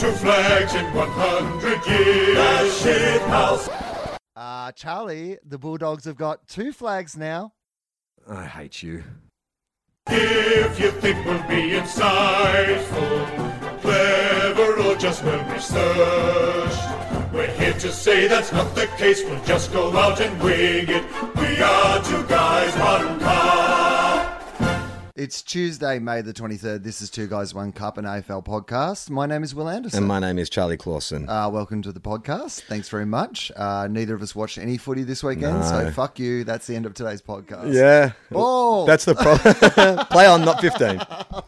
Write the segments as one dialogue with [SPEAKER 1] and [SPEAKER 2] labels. [SPEAKER 1] Netflix in 100 years. The shit house.
[SPEAKER 2] Uh, Charlie, the Bulldogs have got two flags now.
[SPEAKER 3] I hate you.
[SPEAKER 1] If you think we'll be insightful, clever, or just well researched, we're here to say that's not the case. We'll just go out and wing it. We are two guys, one cup.
[SPEAKER 2] It's Tuesday, May the 23rd. This is Two Guys, One Cup, an AFL podcast. My name is Will Anderson.
[SPEAKER 3] And my name is Charlie Clausen.
[SPEAKER 2] Uh, welcome to the podcast. Thanks very much. Uh, neither of us watched any footy this weekend, so
[SPEAKER 3] No.
[SPEAKER 2] fuck you. That's the end of today's podcast.
[SPEAKER 3] yeah.
[SPEAKER 2] Oh,
[SPEAKER 3] That's the problem. Play on, not 15.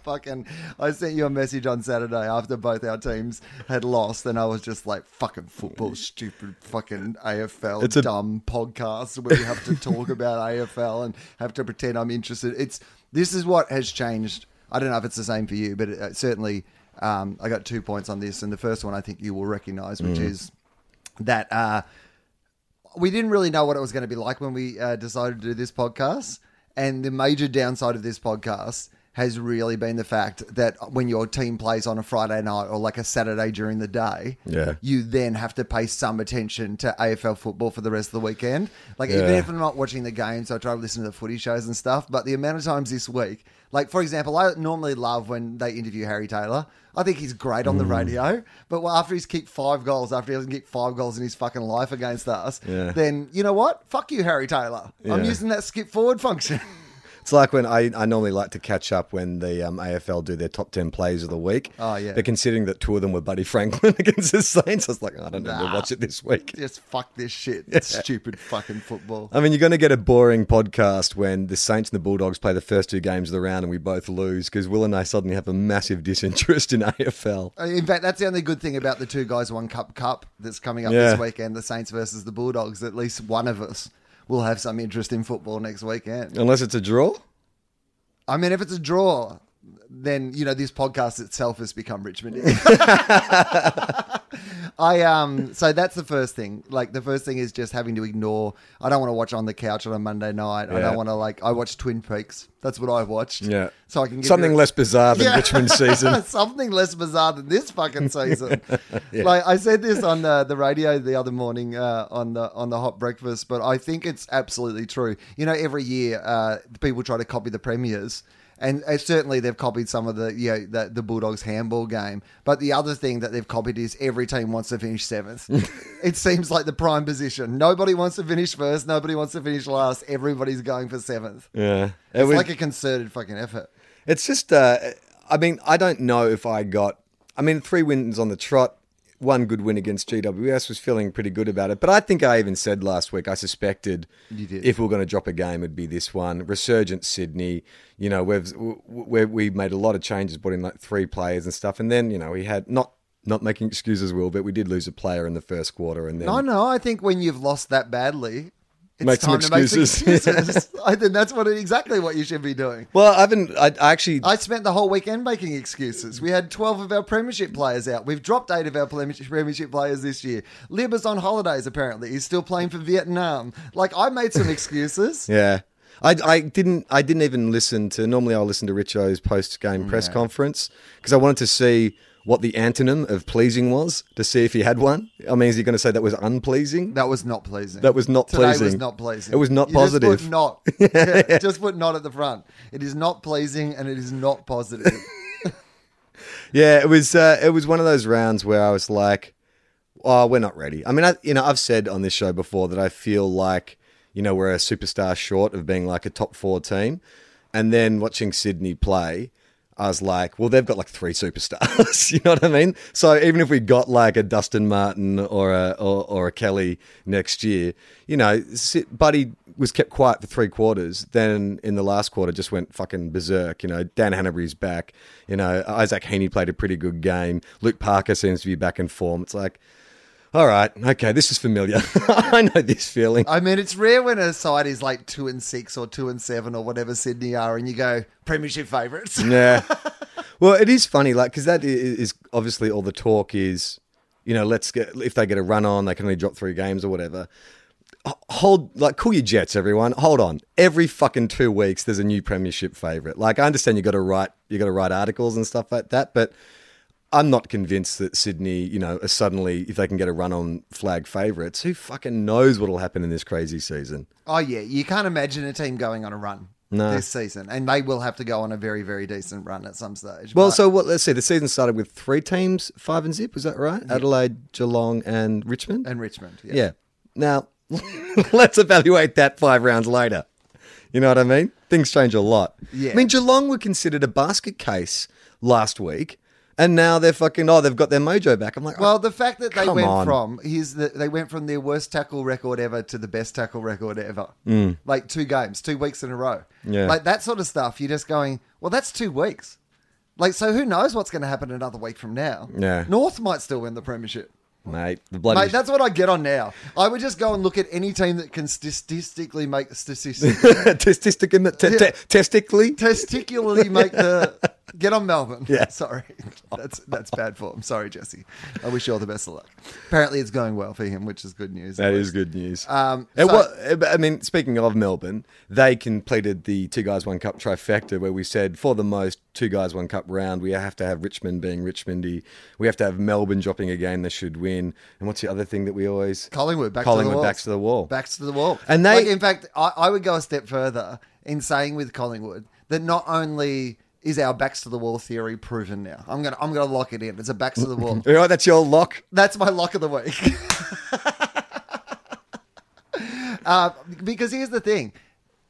[SPEAKER 2] fucking. I sent you a message on Saturday after both our teams had lost, and I was just like, fucking football, stupid fucking AFL
[SPEAKER 3] It's a-
[SPEAKER 2] dumb podcast where we have to talk about AFL and have to pretend I'm interested. It's This is what has changed. I don't know if it's the same for you, but it, uh, certainly um, I got two points on this. And the first one I think you will recognize,
[SPEAKER 3] Mm.
[SPEAKER 2] which is that uh, we didn't really know what it was going to be like when we uh, decided to do this podcast. And the major downside of this podcast has really been the fact that when your team plays on a Friday night or like a Saturday during the day,
[SPEAKER 3] Yeah.
[SPEAKER 2] you then have to pay some attention to AFL football for the rest of the weekend. Like, even
[SPEAKER 3] Yeah.
[SPEAKER 2] if I'm not watching the games, I try to listen to the footy shows and stuff. But the amount of times this week, like, for example, I normally love when they interview Harry Taylor. I think he's great on the
[SPEAKER 3] Mm.
[SPEAKER 2] radio. But after he's kicked five goals, after he hasn't kicked five goals in his fucking life against us,
[SPEAKER 3] Yeah.
[SPEAKER 2] then you know what? Fuck you, Harry Taylor. I'm
[SPEAKER 3] Yeah.
[SPEAKER 2] using that skip forward function.
[SPEAKER 3] It's like when I, I normally like to catch up when the um, AFL do their top 10 plays of the week.
[SPEAKER 2] Oh, yeah.
[SPEAKER 3] But considering that two of them were Buddy Franklin against the Saints, I was like, "Oh, I don't know,
[SPEAKER 2] Nah.
[SPEAKER 3] we'll watch it this week.
[SPEAKER 2] Just fuck this shit. It's stupid fucking football.
[SPEAKER 3] I mean, you're going to get a boring podcast when the Saints and the Bulldogs play the first two games of the round and we both lose because Will and I suddenly have a massive disinterest in AFL.
[SPEAKER 2] Uh, In fact, that's the only good thing about the two guys one cup cup that's coming up
[SPEAKER 3] Yeah.
[SPEAKER 2] this weekend, the Saints versus the Bulldogs. At least one of us will have some interest in football next weekend.
[SPEAKER 3] Unless it's a draw.
[SPEAKER 2] I mean, if it's a draw, then you know this podcast itself has become Richmond. I um so that's the first thing. Like the first thing is just having to ignore. I don't want to watch on the couch on a Monday night. I
[SPEAKER 3] Yeah.
[SPEAKER 2] don't want to like. I watch Twin Peaks. That's what I watched.
[SPEAKER 3] Yeah.
[SPEAKER 2] So I can give
[SPEAKER 3] Something
[SPEAKER 2] you-
[SPEAKER 3] less bizarre than
[SPEAKER 2] Yeah.
[SPEAKER 3] Richmond season.
[SPEAKER 2] Something less bizarre than this fucking season. Like I said this on the, the radio the other morning uh, on the on the hot breakfast, but I think it's absolutely true. You know, every year uh, people try to copy the premiers. And uh, certainly they've copied some of the you know, the, the Bulldogs handball game, but the other thing that they've copied is every team wants to finish seventh. it seems like the prime position. Nobody wants to finish first. Nobody wants to finish last. Everybody's going for seventh.
[SPEAKER 3] Yeah. It
[SPEAKER 2] It's
[SPEAKER 3] was-
[SPEAKER 2] like a concerted fucking effort.
[SPEAKER 3] It's just, uh, I mean, I don't know if I got. I mean, three wins on the trot, one good win against GWS was feeling pretty good about it. But I think I even said last week I suspected
[SPEAKER 2] You did.
[SPEAKER 3] if we were going to drop a game, it'd be this one. Resurgent Sydney, you know, we've w- w- we made a lot of changes, brought in like three players and stuff, and then you know we had not not making excuses, Will, but we did lose a player in the first quarter, and then
[SPEAKER 2] Oh, No, no. I think when you've lost that badly, it's
[SPEAKER 3] Mm. Make
[SPEAKER 2] time
[SPEAKER 3] some
[SPEAKER 2] to make some
[SPEAKER 3] excuses.
[SPEAKER 2] excuses. I think that's what exactly what you should be doing.
[SPEAKER 3] well, I haven't. I, I actually
[SPEAKER 2] I spent the whole weekend making excuses. We had 12 of our premiership players out. We've dropped eight of our premiership premiership players this year. Lib is on holidays, apparently. He's still playing for Vietnam. Like, I made some excuses.
[SPEAKER 3] Yeah. I, I didn't I didn't even listen to normally I'll listen to Richo's post game press conference because I wanted to see what the antonym of pleasing was to see if he had one. I mean, is he going to say that was unpleasing?
[SPEAKER 2] That was not pleasing.
[SPEAKER 3] That was not
[SPEAKER 2] Today was
[SPEAKER 3] pleasing.
[SPEAKER 2] not pleasing.
[SPEAKER 3] It was not
[SPEAKER 2] You just put
[SPEAKER 3] positive.
[SPEAKER 2] not. Yeah, just put not at the front. It is not pleasing and it is not positive.
[SPEAKER 3] Yeah, it was uh, it was one of those rounds where I was like, "Oh, we're not ready." I mean, I, you know, I've said on this show before that I feel like you know we're a superstar short of being like a top four team, and then watching Sydney play. I was like, well, they've got like three superstars. you know what I mean? So even if we got like a Dustin Martin or a or, or a Kelly next year, you know, Sid- Buddy was kept quiet for three quarters. Then in the last quarter, just went fucking berserk. You know, Dan Hannabury's back. You know, Isaac Heaney played a pretty good game. Luke Parker seems to be back in form. It's like, all right, okay, this is familiar. I know this feeling.
[SPEAKER 2] I mean, it's rare when a side is like two and six or two and seven or whatever Sydney are, and you go premiership favourites.
[SPEAKER 3] Yeah. well, it is funny, like, because that i- is obviously all the talk is, you know, let's get, if they get a run on, they can only drop three games or whatever. H- Hold, like, cool your jets, everyone. Hold on. Every fucking two weeks, there's a new premiership favourite. Like, I understand you got to write, you got to write articles and stuff like that, but I'm not convinced that Sydney, you know, are suddenly if they can get a run on flag favourites, who fucking knows what'll happen in this crazy season?
[SPEAKER 2] Oh yeah, you can't imagine a team going on a run
[SPEAKER 3] No.
[SPEAKER 2] this season, and they will have to go on a very very decent run at some stage.
[SPEAKER 3] Well,
[SPEAKER 2] but-
[SPEAKER 3] so what? Let's see. The season started with three teams, five and zip. Was that right? Adelaide, Geelong, and Richmond.
[SPEAKER 2] and Richmond, yeah.
[SPEAKER 3] yeah. Now, let's evaluate that five rounds later. You know what I mean? Things change a lot.
[SPEAKER 2] Yeah.
[SPEAKER 3] I mean, Geelong were considered a basket case last week, and now they're fucking. Oh, they've got their mojo back. I'm like, oh,
[SPEAKER 2] Well, the fact that they
[SPEAKER 3] Come
[SPEAKER 2] went
[SPEAKER 3] on.
[SPEAKER 2] from here's the, they went from their worst tackle record ever to the best tackle record ever, like two games, two weeks in a row,
[SPEAKER 3] Mm. Yeah.
[SPEAKER 2] like that sort of stuff. You're just going, well, that's two weeks, like so. Who knows what's going to happen another week from now?
[SPEAKER 3] Yeah.
[SPEAKER 2] North might still win the premiership.
[SPEAKER 3] oh, mate, the bloody.
[SPEAKER 2] Mate, that's what I get on now. I would just go and look at any team that can statistically make statistically,
[SPEAKER 3] Testicular, te-
[SPEAKER 2] Yeah.
[SPEAKER 3] te- testically.
[SPEAKER 2] testicularly make the get on Melbourne.
[SPEAKER 3] Yeah.
[SPEAKER 2] sorry, that's that's bad form. Sorry, Jesse. I wish you all the best of luck. Apparently, it's going well for him, which is good news.
[SPEAKER 3] That is good news.
[SPEAKER 2] Um,
[SPEAKER 3] And
[SPEAKER 2] so-
[SPEAKER 3] what- I mean, speaking of Melbourne, they completed the two guys one cup trifecta, where we said for the most two guys one cup round, we have to have Richmond being Richmondy, we have to have Melbourne dropping a game they should win, and what's the other thing that we always
[SPEAKER 2] Collingwood back to the
[SPEAKER 3] Collingwood
[SPEAKER 2] wall.
[SPEAKER 3] backs to the wall.
[SPEAKER 2] Backs to the wall.
[SPEAKER 3] And they-
[SPEAKER 2] Like, in fact, I, I would go a step further in saying with Collingwood that not only is our backs to the wall theory proven now, I'm gonna I'm gonna lock it in. It's a backs to the wall.
[SPEAKER 3] All right, that's your lock.
[SPEAKER 2] That's my lock of the week. uh, because here's the thing,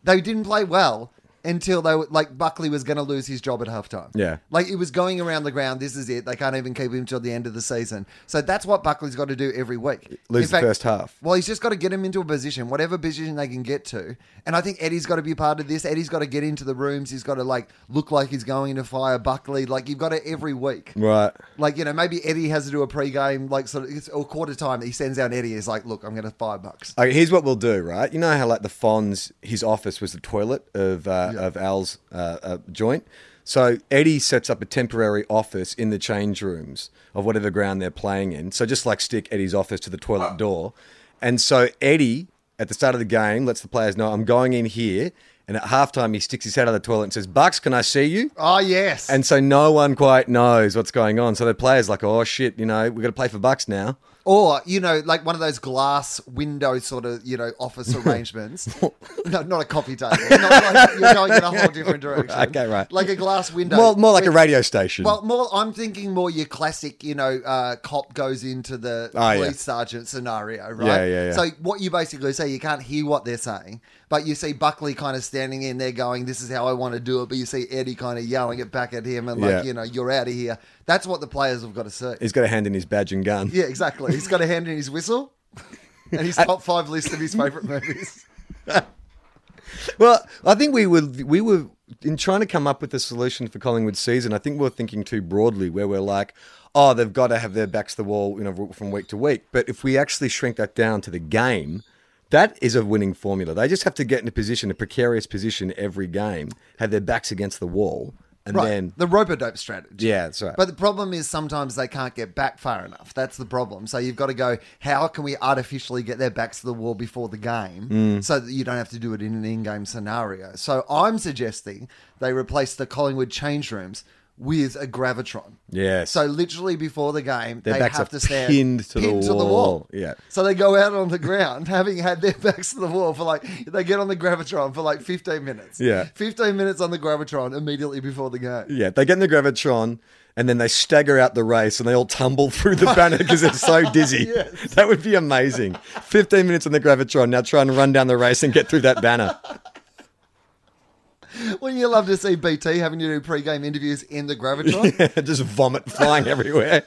[SPEAKER 2] they didn't play well until they were, like Buckley was going to lose his job at halftime.
[SPEAKER 3] Yeah.
[SPEAKER 2] like it was going around the ground. This is it. They can't even keep him till the end of the season. So that's what Buckley's got to do every week.
[SPEAKER 3] Lose
[SPEAKER 2] In
[SPEAKER 3] the first half.
[SPEAKER 2] Well, he's just got to get him into a position, whatever position they can get to. And I think Eddie's got to be part of this. Eddie's got to get into the rooms. He's got to like look like he's going to fire Buckley. Like you've got to every week.
[SPEAKER 3] Right.
[SPEAKER 2] Like, you know, maybe Eddie has to do a pre-game, like, sort of, it's- or quarter time. He sends out Eddie. He's like, look, I'm going to five bucks.
[SPEAKER 3] Okay, here's what we'll do, right? You know how like the Fonz, his office was the toilet of uh, of Al's uh, uh, joint. So Eddie sets up a temporary office in the change rooms of whatever ground they're playing in. So just like stick Eddie's office to the
[SPEAKER 2] Ah.
[SPEAKER 3] toilet door, and so Eddie at the start of the game lets the players know I'm going in here, and at halftime he sticks his head out of the toilet and says, "Bucks, can I see you?"
[SPEAKER 2] Oh, yes.
[SPEAKER 3] And so no one quite knows what's going on. So the players like, "Oh shit, you know, we got to play for Bucks now."
[SPEAKER 2] or, you know, like one of those glass window sort of, you know, office arrangements. no, not a coffee table. Not like you're going in a whole different direction.
[SPEAKER 3] Okay, right.
[SPEAKER 2] Like a glass window.
[SPEAKER 3] More, more like a
[SPEAKER 2] with-
[SPEAKER 3] radio station.
[SPEAKER 2] Well, more I'm thinking more your classic, you know, uh, cop goes into the
[SPEAKER 3] Oh, yeah.
[SPEAKER 2] police sergeant scenario, right?
[SPEAKER 3] Yeah, yeah, yeah.
[SPEAKER 2] So what you basically say, you can't hear what they're saying, but you see Buckley kind of standing in there going, "This is how I want to do it," but you see Eddie kind of yelling it back at him and like,
[SPEAKER 3] Yeah.
[SPEAKER 2] you know, you're out of here. That's what the players have got to see.
[SPEAKER 3] He's got a hand in his badge and gun.
[SPEAKER 2] yeah, exactly. He's got a hand in his whistle and his top five list of his favorite movies.
[SPEAKER 3] Well, I think we were we were in trying to come up with a solution for Collingwood's season. I think we are thinking too broadly, where we're like, oh, they've got to have their backs to the wall, you know, from week to week. But if we actually shrink that down to the game, that is a winning formula. They just have to get in a position, a precarious position every game, have their backs against the wall, and
[SPEAKER 2] Right.
[SPEAKER 3] then
[SPEAKER 2] the rope dope strategy.
[SPEAKER 3] yeah, that's right.
[SPEAKER 2] But the problem is sometimes they can't get back far enough. That's the problem. So you've got to go, how can we artificially get their backs to the wall before the game
[SPEAKER 3] Mm.
[SPEAKER 2] so that you don't have to do it in an in game scenario? So I'm suggesting they replace the Collingwood change rooms with a Gravitron.
[SPEAKER 3] Yes.
[SPEAKER 2] So literally before the game,
[SPEAKER 3] Their
[SPEAKER 2] they
[SPEAKER 3] backs
[SPEAKER 2] have
[SPEAKER 3] are
[SPEAKER 2] to stand
[SPEAKER 3] pinned to the wall. Yeah.
[SPEAKER 2] So they go out on the ground having had their backs to the wall for like, they get on the Gravitron for like 15 minutes.
[SPEAKER 3] Yeah.
[SPEAKER 2] 15 minutes on the Gravitron immediately before the game.
[SPEAKER 3] yeah, they get in the gravitron. And then they stagger out the race and they all tumble through the banner because they're so dizzy.
[SPEAKER 2] Yes.
[SPEAKER 3] That would be amazing. 15 minutes on the Gravitron. Now try and run down the race and get through that banner.
[SPEAKER 2] Wouldn't you love to see BT having to do pre-game interviews in the Gravitron?
[SPEAKER 3] just vomit flying everywhere.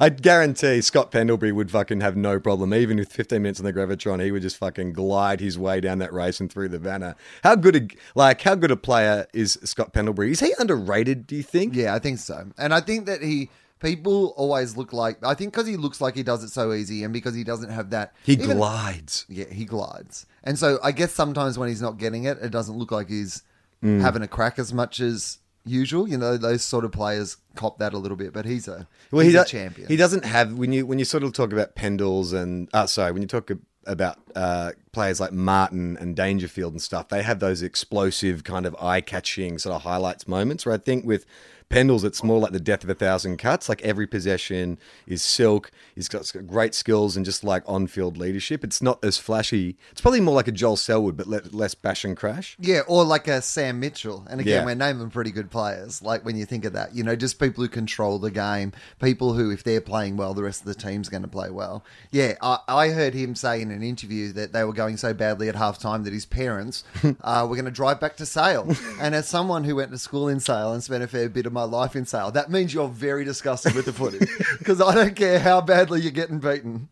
[SPEAKER 3] I guarantee Scott Pendlebury would fucking have no problem. Even with 15 minutes on the Gravitron, he would just fucking glide his way down that race and through the banner. How good a like how good a player is Scott Pendlebury? Is he underrated, do you think?
[SPEAKER 2] yeah, I think so. And I think that he people always look like I think because he looks like he does it so easy, and because he doesn't have that
[SPEAKER 3] He
[SPEAKER 2] even-
[SPEAKER 3] glides.
[SPEAKER 2] Yeah, he glides, and so I guess sometimes when he's not getting it, it doesn't look like he's
[SPEAKER 3] Mm.
[SPEAKER 2] having a crack as much as usual. You know, those sort of players cop that a little bit, but he's a
[SPEAKER 3] Well,
[SPEAKER 2] he's
[SPEAKER 3] he
[SPEAKER 2] a
[SPEAKER 3] do-
[SPEAKER 2] champion.
[SPEAKER 3] He doesn't have when you when you sort of talk about Pendles and uh, sorry when you talk ab- about uh, players like Martin and Dangerfield and stuff, they have those explosive kind of eye-catching sort of highlights moments. Where I think with Pendles, it's more like the death of a thousand cuts. Like every possession is silk. He's got great skills and just like on-field leadership. It's not as flashy. It's probably more like a Joel Selwood, but le- less bash and crash.
[SPEAKER 2] Yeah, or like a Sam Mitchell. And again,
[SPEAKER 3] Yeah.
[SPEAKER 2] we're naming pretty good players. Like when you think of that, you know, just people who control the game, people who, if they're playing well, the rest of the team's going to play well. Yeah, I, I heard him say in an interview that they were going so badly at halftime that his parents uh, were going to drive back to Sale. And as someone who went to school in Sale and spent a fair bit of my life in Sale, that means you're very disgusted with the footy because I don't care how badly you're getting beaten.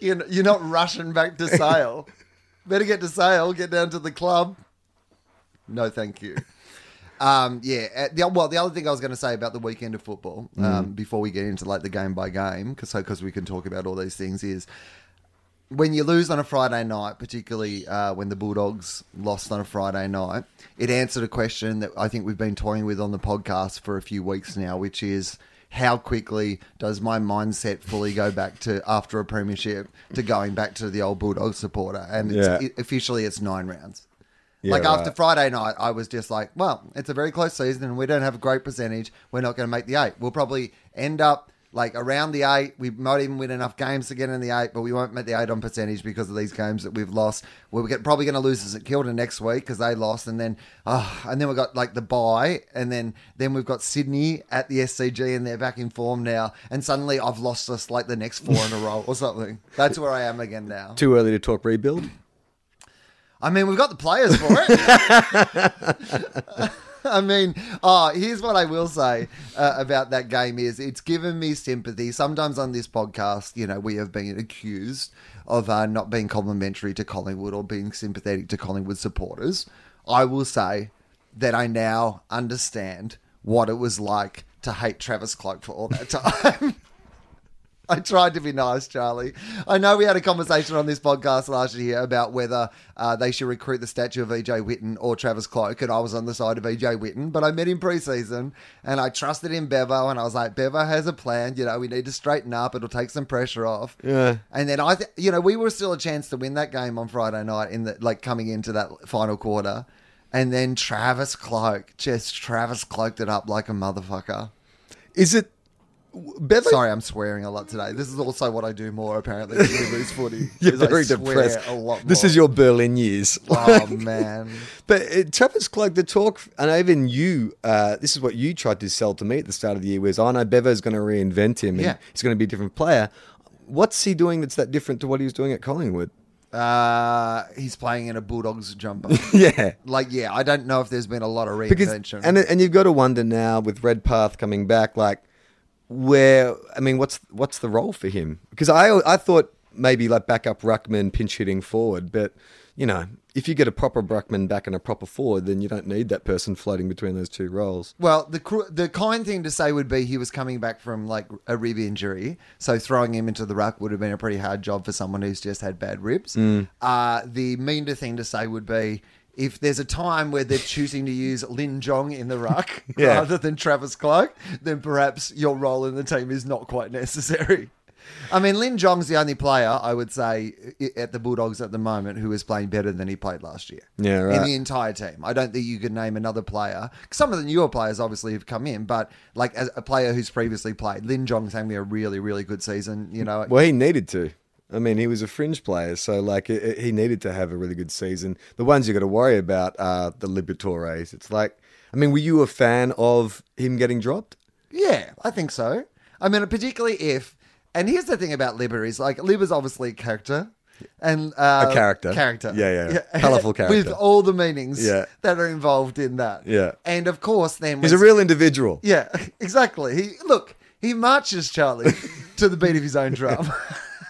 [SPEAKER 2] You're, you're not rushing back to Sale. Better get to Sale, get down to the club. No, thank you. Um, yeah. uh, The, well, the other thing I was going to say about the weekend of football um,
[SPEAKER 3] Mm.
[SPEAKER 2] before we get into like the game by game, because because we can talk about all these things is when you lose on a Friday night, particularly uh, when the Bulldogs lost on a Friday night, it answered a question that I think we've been toying with on the podcast for a few weeks now, which is how quickly does my mindset fully go back to after a premiership to going back to the old Bulldog supporter? And it's,
[SPEAKER 3] Yeah.
[SPEAKER 2] it, officially, it's nine rounds
[SPEAKER 3] Yeah,
[SPEAKER 2] like after
[SPEAKER 3] right.
[SPEAKER 2] Friday night, I was just like, well, it's a very close season and we don't have a great percentage. We're not going to make the eight. We'll probably end up like around the eight. We might even win enough games to get in the eight, but we won't make the eight on percentage because of these games that we've lost. We're get- probably going to lose to St Kilda next week because they lost, and then ah, and then we've got like the bye, and then then we've got Sydney at the SCG, and they're back in form now. And suddenly, I've lost us like the next four in a row or something. That's where I am again now.
[SPEAKER 3] Too early to talk rebuild.
[SPEAKER 2] I mean, we've got the players for it. I mean, oh, here's what I will say uh, about that game is it's given me sympathy. Sometimes on this podcast, you know, we have been accused of uh, not being complimentary to Collingwood or being sympathetic to Collingwood supporters. I will say that I now understand what it was like to hate Travis Cloak for all that time. I tried to be nice, Charlie. I know we had a conversation on this podcast last year about whether uh, they should recruit the statue of EJ Witten or Travis Cloak, and I was on the side of EJ Witten. But I met him preseason, and I trusted in Bevo, and I was like, Bevo has a plan. You know, we need to straighten up. It'll take some pressure off.
[SPEAKER 3] Yeah.
[SPEAKER 2] And then I, th- you know, we were still a chance to win that game on Friday night in the like coming into that final quarter, and then Travis Cloak just Travis cloaked it up like a motherfucker.
[SPEAKER 3] Is it Bevo?
[SPEAKER 2] Sorry, I'm swearing a lot today. This is also what I do more apparently when we lose footy.
[SPEAKER 3] You're
[SPEAKER 2] is I
[SPEAKER 3] very
[SPEAKER 2] swear
[SPEAKER 3] depressed.
[SPEAKER 2] A lot
[SPEAKER 3] This
[SPEAKER 2] more.
[SPEAKER 3] is your Berlin years.
[SPEAKER 2] Oh man.
[SPEAKER 3] But uh, Travis Cloak, the talk, and even you, uh, this is what you tried to sell to me at the start of the year was, oh no, Bevo's going to reinvent him and
[SPEAKER 2] Yeah.
[SPEAKER 3] he's going to be a different player. What's he doing that's that different to what he was doing at Collingwood?
[SPEAKER 2] Uh, he's playing in a Bulldogs jumper.
[SPEAKER 3] Yeah.
[SPEAKER 2] like, yeah, I don't know if there's been a lot of
[SPEAKER 3] Because,
[SPEAKER 2] reinvention.
[SPEAKER 3] and, and you've got to wonder now with Redpath coming back, like, where, I mean, what's what's the role for him? Because I, I thought maybe like backup Ruckman, pinch hitting forward, but, you know, if you get a proper Ruckman back and a proper forward, then you don't need that person floating between those two roles.
[SPEAKER 2] well, the cru- the kind thing to say would be he was coming back from like a rib injury, so throwing him into the ruck would have been a pretty hard job for someone who's just had bad ribs.
[SPEAKER 3] Mm.
[SPEAKER 2] Uh, the meaner thing to say would be if there's a time where they're choosing to use Lin Jong in the ruck
[SPEAKER 3] Yeah.
[SPEAKER 2] rather than Travis Cloak, then perhaps your role in the team is not quite necessary. I mean, Lin Jong's the only player I would say i- at the Bulldogs at the moment who is playing better than he played last year.
[SPEAKER 3] Yeah, right.
[SPEAKER 2] In the entire team, I don't think you could name another player. Some of the newer players obviously have come in, but like as a player who's previously played, Lin Jong's having a really, really good season. You know,
[SPEAKER 3] Well, he needed to. I mean, he was a fringe player, so like it, it- he needed to have a really good season. The ones you got to worry about are the Libertores. It's like, I mean, were you a fan of him getting dropped?
[SPEAKER 2] Yeah, I think so. I mean, particularly if, and here's the thing about Libba is like Libba's obviously a character, and uh,
[SPEAKER 3] A character.
[SPEAKER 2] character,
[SPEAKER 3] Yeah, yeah. Colourful
[SPEAKER 2] with
[SPEAKER 3] character.
[SPEAKER 2] all the meanings
[SPEAKER 3] Yeah.
[SPEAKER 2] that are involved in that.
[SPEAKER 3] Yeah.
[SPEAKER 2] and of course, then
[SPEAKER 3] He's a
[SPEAKER 2] when-
[SPEAKER 3] real individual.
[SPEAKER 2] yeah, exactly. He look, he marches Charlie to the beat of his own drum,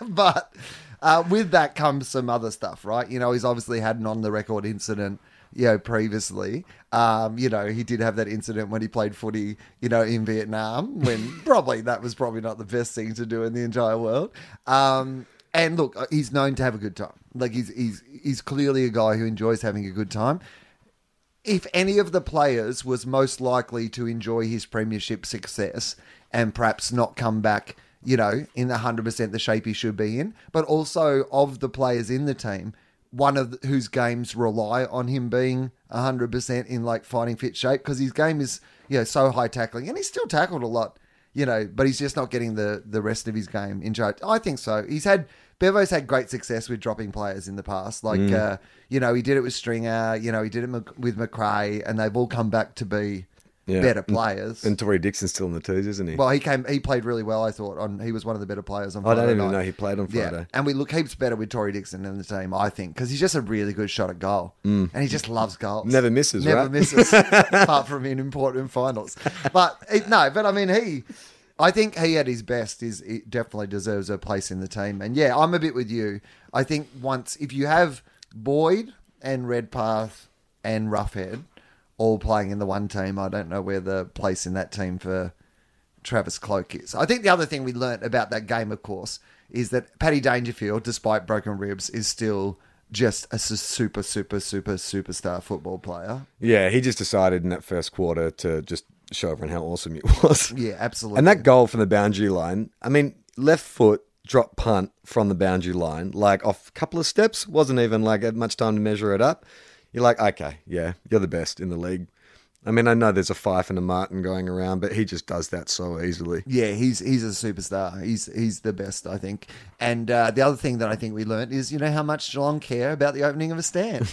[SPEAKER 2] but uh, with that comes some other stuff, right? You know, he's obviously had an on-the-record incident. You know, previously, um, you know, he did have that incident when he played footy, you know, in Vietnam, when probably that was probably not the best thing to do in the entire world. Um, and look, uh, he's known to have a good time. Like he's he's he's clearly a guy who enjoys having a good time if any of the players was most likely to enjoy his premiership success and perhaps not come back, you know, in 100% the shape he should be in, but also of the players in the team, one of th- whose games rely on him being 100% in like fighting fit shape because his game is, you know, so high tackling and he's still tackled a lot, you know, but he's just not getting the, the rest of his game in charge. I think so. He's had, Bevo's had great success with dropping players in the past. Like,
[SPEAKER 3] Mm.
[SPEAKER 2] uh, you know, he did it with Stringer, you know, he did it Mc- with McRae and they've all come back to be
[SPEAKER 3] Yeah.
[SPEAKER 2] better players.
[SPEAKER 3] And Tory Dixon's still in the twos, isn't he?
[SPEAKER 2] well, he came. He played really well. I thought on. He was one of the better players on.
[SPEAKER 3] I
[SPEAKER 2] Friday
[SPEAKER 3] don't even
[SPEAKER 2] night.
[SPEAKER 3] know he played on
[SPEAKER 2] Yeah,
[SPEAKER 3] Friday.
[SPEAKER 2] and we look heaps better with Tory Dixon in the team, I think, because he's just a really good shot at goal, mm. and he just loves goals.
[SPEAKER 3] Never misses,
[SPEAKER 2] never
[SPEAKER 3] right?
[SPEAKER 2] misses, apart from in important finals. But it, no, but I mean, he, I think he at his best is he definitely deserves a place in the team. And yeah, I'm a bit with you. I think once if you have Boyd and Redpath and Roughhead all playing in the one team, I don't know where the place in that team for Travis Cloak is. I think the other thing we learnt about that game, of course, is that Paddy Dangerfield, despite broken ribs, is still just a su- super, super, super superstar football player.
[SPEAKER 3] Yeah, he just decided in that first quarter to just show everyone how awesome he was.
[SPEAKER 2] Yeah, absolutely.
[SPEAKER 3] And that goal from the boundary line, I mean, left foot drop punt from the boundary line, like off a couple of steps, wasn't even like had much time to measure it up. You're like, okay, yeah, you're the best in the league. I mean, I know there's a Fife and a Martin going around, but he just does that so easily.
[SPEAKER 2] Yeah, he's he's a superstar. He's he's the best, I think. And uh, the other thing that I think we learnt is, you know, how much Geelong care about the opening of a stand.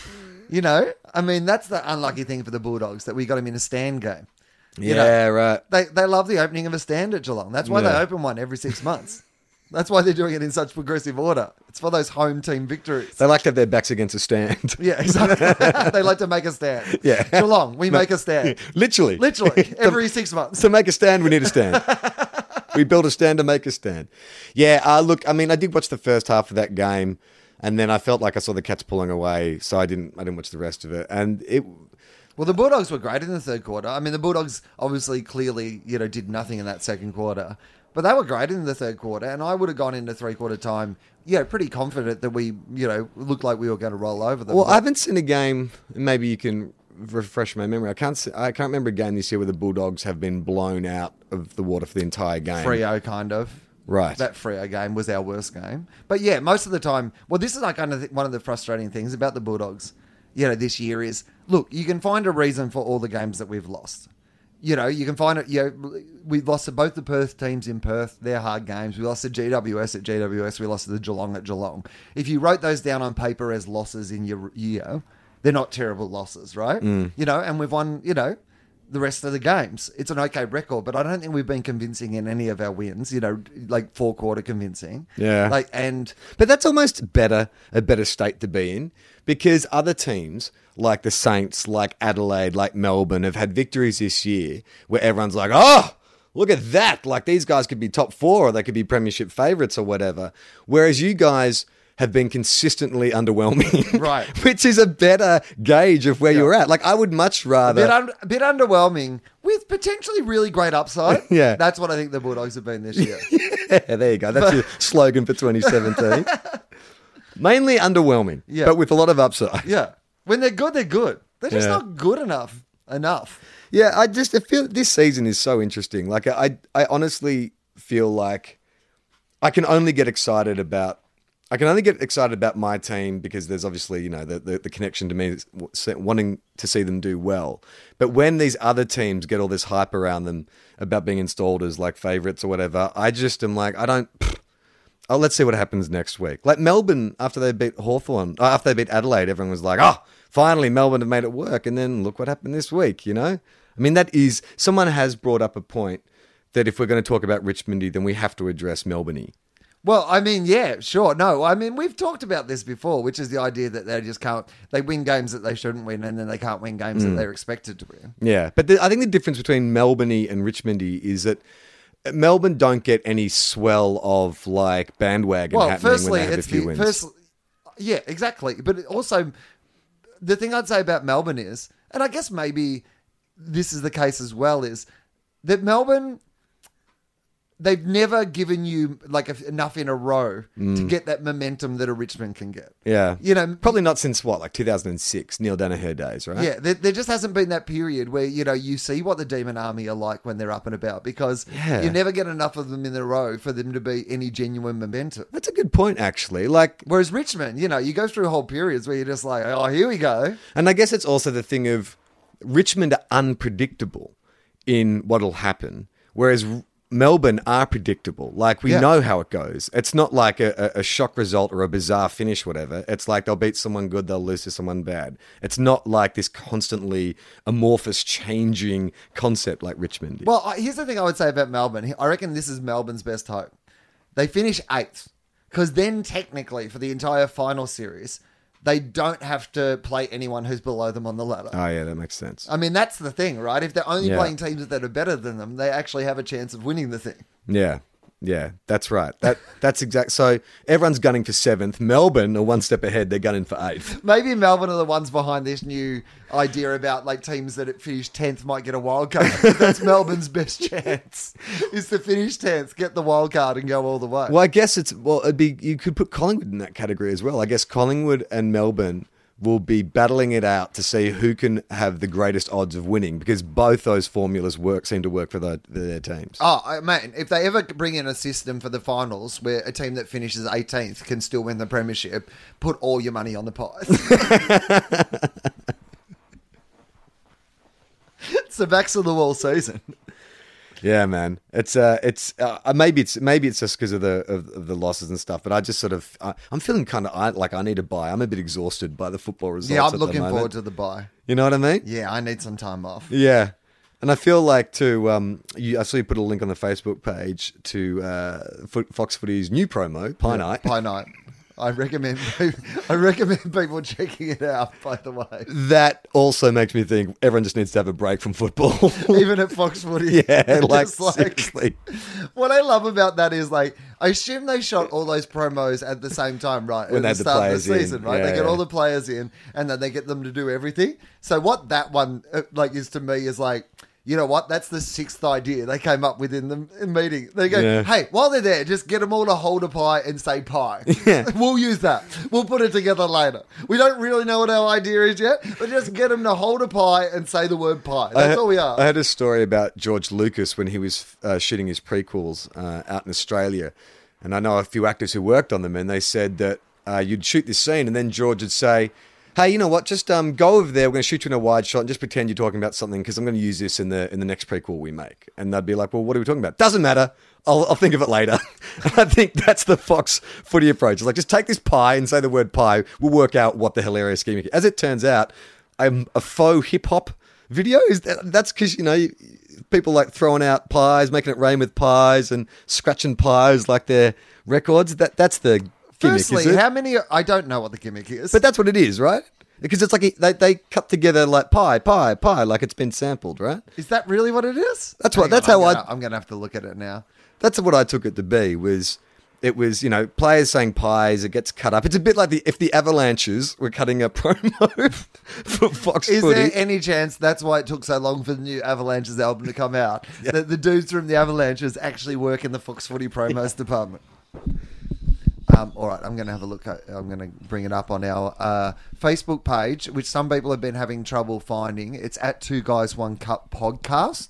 [SPEAKER 2] you know, I mean, that's the unlucky thing for the Bulldogs that we got him in a stand game. You know,
[SPEAKER 3] yeah, right.
[SPEAKER 2] they they love the opening of a stand at Geelong. That's why they
[SPEAKER 3] Yeah.
[SPEAKER 2] open one every six months. That's why they're doing it in such progressive order. It's for those home team victories.
[SPEAKER 3] They like to have their backs against a stand.
[SPEAKER 2] Yeah, exactly. they like to make a stand.
[SPEAKER 3] Yeah.
[SPEAKER 2] Geelong, we make a stand.
[SPEAKER 3] Literally.
[SPEAKER 2] Literally every six months.
[SPEAKER 3] to make a stand, we need a stand. we build a stand to make a stand. Yeah, uh, look, I mean, I did watch the first half of that game, and then I felt like I saw the cats pulling away, so I didn't. I didn't watch the rest of it, and it.
[SPEAKER 2] Well, the Bulldogs were great in the third quarter. I mean, the Bulldogs obviously clearly you know did nothing in that second quarter, but they were great in the third quarter, and I would have gone into three quarter time, you know, pretty confident that we you know looked like we were going to roll over them.
[SPEAKER 3] Well,
[SPEAKER 2] But-
[SPEAKER 3] I haven't seen a game. Maybe you can refresh my memory. I can't. See, I can't remember a game this year where the Bulldogs have been blown out of the water for the entire game.
[SPEAKER 2] Frio kind of.
[SPEAKER 3] Right.
[SPEAKER 2] That Frio game was our worst game. But yeah, most of the time, well, this is like kind of th- one of the frustrating things about the Bulldogs, you know, this year is look, you can find a reason for all the games that we've lost. You know, you can find it. You know, we've lost to both the Perth teams in Perth. They're hard games. We lost to GWS at GWS. We lost to the Geelong at Geelong. If you wrote those down on paper as losses in your year, they're not terrible losses, right?
[SPEAKER 3] Mm.
[SPEAKER 2] You know, and we've won, you know, the rest of the games. It's an okay record, but I don't think we've been convincing in any of our wins. You know, like four quarter convincing.
[SPEAKER 3] Yeah.
[SPEAKER 2] Like and
[SPEAKER 3] But that's almost better a better state to be in because other teams like the Saints, like Adelaide, like Melbourne have had victories this year where everyone's like, "Oh, look at that. Like these guys could be top 4 or they could be premiership favorites or whatever." Whereas you guys have been consistently underwhelming.
[SPEAKER 2] Right.
[SPEAKER 3] Which is a better gauge of where you're at. Like I would much
[SPEAKER 2] a bit,
[SPEAKER 3] rather
[SPEAKER 2] un- a bit underwhelming with potentially really great upside.
[SPEAKER 3] Yeah.
[SPEAKER 2] That's what I think the Bulldogs have been this year.
[SPEAKER 3] Yeah, there you go. That's your slogan for 2017. Mainly underwhelming,
[SPEAKER 2] Yeah.
[SPEAKER 3] but with a lot of upside.
[SPEAKER 2] yeah. When they're good, they're good. They're just
[SPEAKER 3] Yeah.
[SPEAKER 2] not good enough. Enough.
[SPEAKER 3] Yeah, I just I feel this season is so interesting. Like I, I honestly feel like I can only get excited about. I can only get excited about my team because there's obviously you know the, the, the connection to me is w- se- wanting to see them do well. But when these other teams get all this hype around them about being installed as like favorites or whatever, I just am like I don't. Oh, let's see what happens next week. Like Melbourne after they beat Hawthorn, uh, after they beat Adelaide, everyone was like, "Oh, finally Melbourne have made it work." And then look what happened this week, you know? I mean, that is someone has brought up a point that if we're going to talk about Richmondy, then we have to address Melbourne.
[SPEAKER 2] Well, I mean, yeah, sure. No, I mean, we've talked about this before, which is the idea that they just can't, they win games that they shouldn't win and then they can't win games
[SPEAKER 3] Mm.
[SPEAKER 2] that they're expected to win.
[SPEAKER 3] Yeah, but the, I think the difference between Melbourne and Richmondy is that uh, Melbourne don't get any swell of like bandwagon
[SPEAKER 2] Well,
[SPEAKER 3] happening
[SPEAKER 2] firstly,
[SPEAKER 3] when they have
[SPEAKER 2] it's
[SPEAKER 3] a few
[SPEAKER 2] the
[SPEAKER 3] wins.
[SPEAKER 2] first, yeah, exactly. But also, the thing I'd say about Melbourne is, and I guess maybe this is the case as well, is that Melbourne they've never given you like a, enough in a row
[SPEAKER 3] Mm.
[SPEAKER 2] to get that momentum that a Richmond can get.
[SPEAKER 3] Yeah.
[SPEAKER 2] You know,
[SPEAKER 3] Probably not since what, like 2006, Neil Danaher days, right?
[SPEAKER 2] Yeah, there, there just hasn't been that period where you know you see what the demon army are like when they're up and about because
[SPEAKER 3] Yeah.
[SPEAKER 2] you never get enough of them in a row for them to be any genuine momentum.
[SPEAKER 3] That's a good point, actually. Like,
[SPEAKER 2] Whereas Richmond, you know, you go through whole periods where you're just like, oh, here we go.
[SPEAKER 3] And I guess it's also the thing of Richmond are unpredictable in what'll happen, whereas R- Melbourne are predictable. Like we
[SPEAKER 2] Yeah.
[SPEAKER 3] know how it goes. It's not like a, a a shock result or a bizarre finish, whatever. It's like they'll beat someone good, they'll lose to someone bad. It's not like this constantly amorphous, changing concept like Richmond. Is.
[SPEAKER 2] Well, I- here's the thing I would say about Melbourne. I reckon this is Melbourne's best hope. They finish eighth because then technically for the entire final series, they don't have to play anyone who's below them on the ladder.
[SPEAKER 3] oh yeah, that makes sense.
[SPEAKER 2] I mean, that's the thing, right? If they're only
[SPEAKER 3] Yeah.
[SPEAKER 2] playing teams that are better than them, they actually have a chance of winning the thing.
[SPEAKER 3] Yeah. Yeah, that's right. That that's exact. So everyone's gunning for seventh. Melbourne are one step ahead. They're gunning for eighth.
[SPEAKER 2] Maybe Melbourne are the ones behind this new idea about like teams that finish tenth might get a wild card. That's Melbourne's best chance is to finish tenth, get the wild card, and go all the way.
[SPEAKER 3] Well, I guess it's well. It'd be you could put Collingwood in that category as well. I guess Collingwood and Melbourne will be battling it out to see who can have the greatest odds of winning because both those formulas work seem to work for the, their teams.
[SPEAKER 2] Oh I- man, if they ever bring in a system for the finals where a team that finishes 18th can still win the premiership, put all your money on the Pies. it's the backs of the wall season.
[SPEAKER 3] Yeah, man. It's uh, it's uh, uh, maybe it's maybe it's just because of the of, of the losses and stuff. But I just sort of I, I'm feeling kind of like I need a buy. I'm a bit exhausted by the football results.
[SPEAKER 2] Yeah,
[SPEAKER 3] at
[SPEAKER 2] I'm
[SPEAKER 3] the
[SPEAKER 2] looking
[SPEAKER 3] moment.
[SPEAKER 2] forward to the bye.
[SPEAKER 3] You know what I mean?
[SPEAKER 2] Yeah, I need some time off.
[SPEAKER 3] Yeah. And I feel like to um, you, I saw you put a link on the Facebook page to uh, Fo- Fox Footy's new promo, Pie Night.
[SPEAKER 2] Pie night. I recommend. I recommend people checking it out. By the way,
[SPEAKER 3] That also makes me think everyone just needs to have a break from football.
[SPEAKER 2] even at Fox Footy.
[SPEAKER 3] yeah, like,
[SPEAKER 2] It's
[SPEAKER 3] seriously.
[SPEAKER 2] What I love about that is like I assume they shot all those promos at the same time, right?
[SPEAKER 3] When
[SPEAKER 2] at
[SPEAKER 3] they had
[SPEAKER 2] the
[SPEAKER 3] the
[SPEAKER 2] start of
[SPEAKER 3] players
[SPEAKER 2] the
[SPEAKER 3] in.
[SPEAKER 2] season, right?
[SPEAKER 3] Yeah,
[SPEAKER 2] they get
[SPEAKER 3] yeah.
[SPEAKER 2] all the players in, and then they get them to do everything. So what that one uh, like is to me is like. You know what? That's the sixth idea they came up with in the in meeting. They go,
[SPEAKER 3] Yeah.
[SPEAKER 2] "Hey, while they're there, just get them all to hold a pie and say pie.
[SPEAKER 3] Yeah.
[SPEAKER 2] We'll use that. We'll put it together later. We don't really know what our idea is yet, but just get them to hold a pie and say the word pie. That's
[SPEAKER 3] I-
[SPEAKER 2] all we are."
[SPEAKER 3] I had a story about George Lucas when he was uh, shooting his prequels uh, out in Australia, and I know a few actors who worked on them, and they said that uh, you'd shoot this scene, and then George would say, "Hey, you know what? Just um, go over there. We're going to shoot you in a wide shot, and just pretend you're talking about something because I'm going to use this in the in the next prequel we make." And they'd be like, "Well, what are we talking about? Doesn't matter." I'll, I'll think of it later. and I think that's the Fox footy approach. It's like, just take this pie and say the word pie. We'll work out what the hilarious scheme is. As it turns out, I'm a faux hip hop video is that, that's because you know you- people like throwing out pies making it rain with pies and scratching pies like their records that that's the gimmick
[SPEAKER 2] Firstly,
[SPEAKER 3] is it?
[SPEAKER 2] how many? I don't know what the gimmick is.
[SPEAKER 3] but that's what it is right because it's like they, they cut together like pie pie pie like it's been sampled right
[SPEAKER 2] Is that really what it is?
[SPEAKER 3] That's what-
[SPEAKER 2] Hang
[SPEAKER 3] that's
[SPEAKER 2] on,
[SPEAKER 3] how
[SPEAKER 2] I'm
[SPEAKER 3] I-
[SPEAKER 2] Gonna, I'm gonna have to look at it now.
[SPEAKER 3] that's what i took it to be was it was you know players saying pies it gets cut up it's a bit like the if the avalanches were cutting a promo for fox
[SPEAKER 2] Is
[SPEAKER 3] footy
[SPEAKER 2] there any chance that's why it took so long for the new Avalanches album to come out? That the dudes from the Avalanches actually work in the Fox Footy promos department. Um, all right, I'm going to have a look. At, I'm going to bring it up on our uh, Facebook page, which some people have been having trouble finding. It's at Two Guys One Cup Podcast,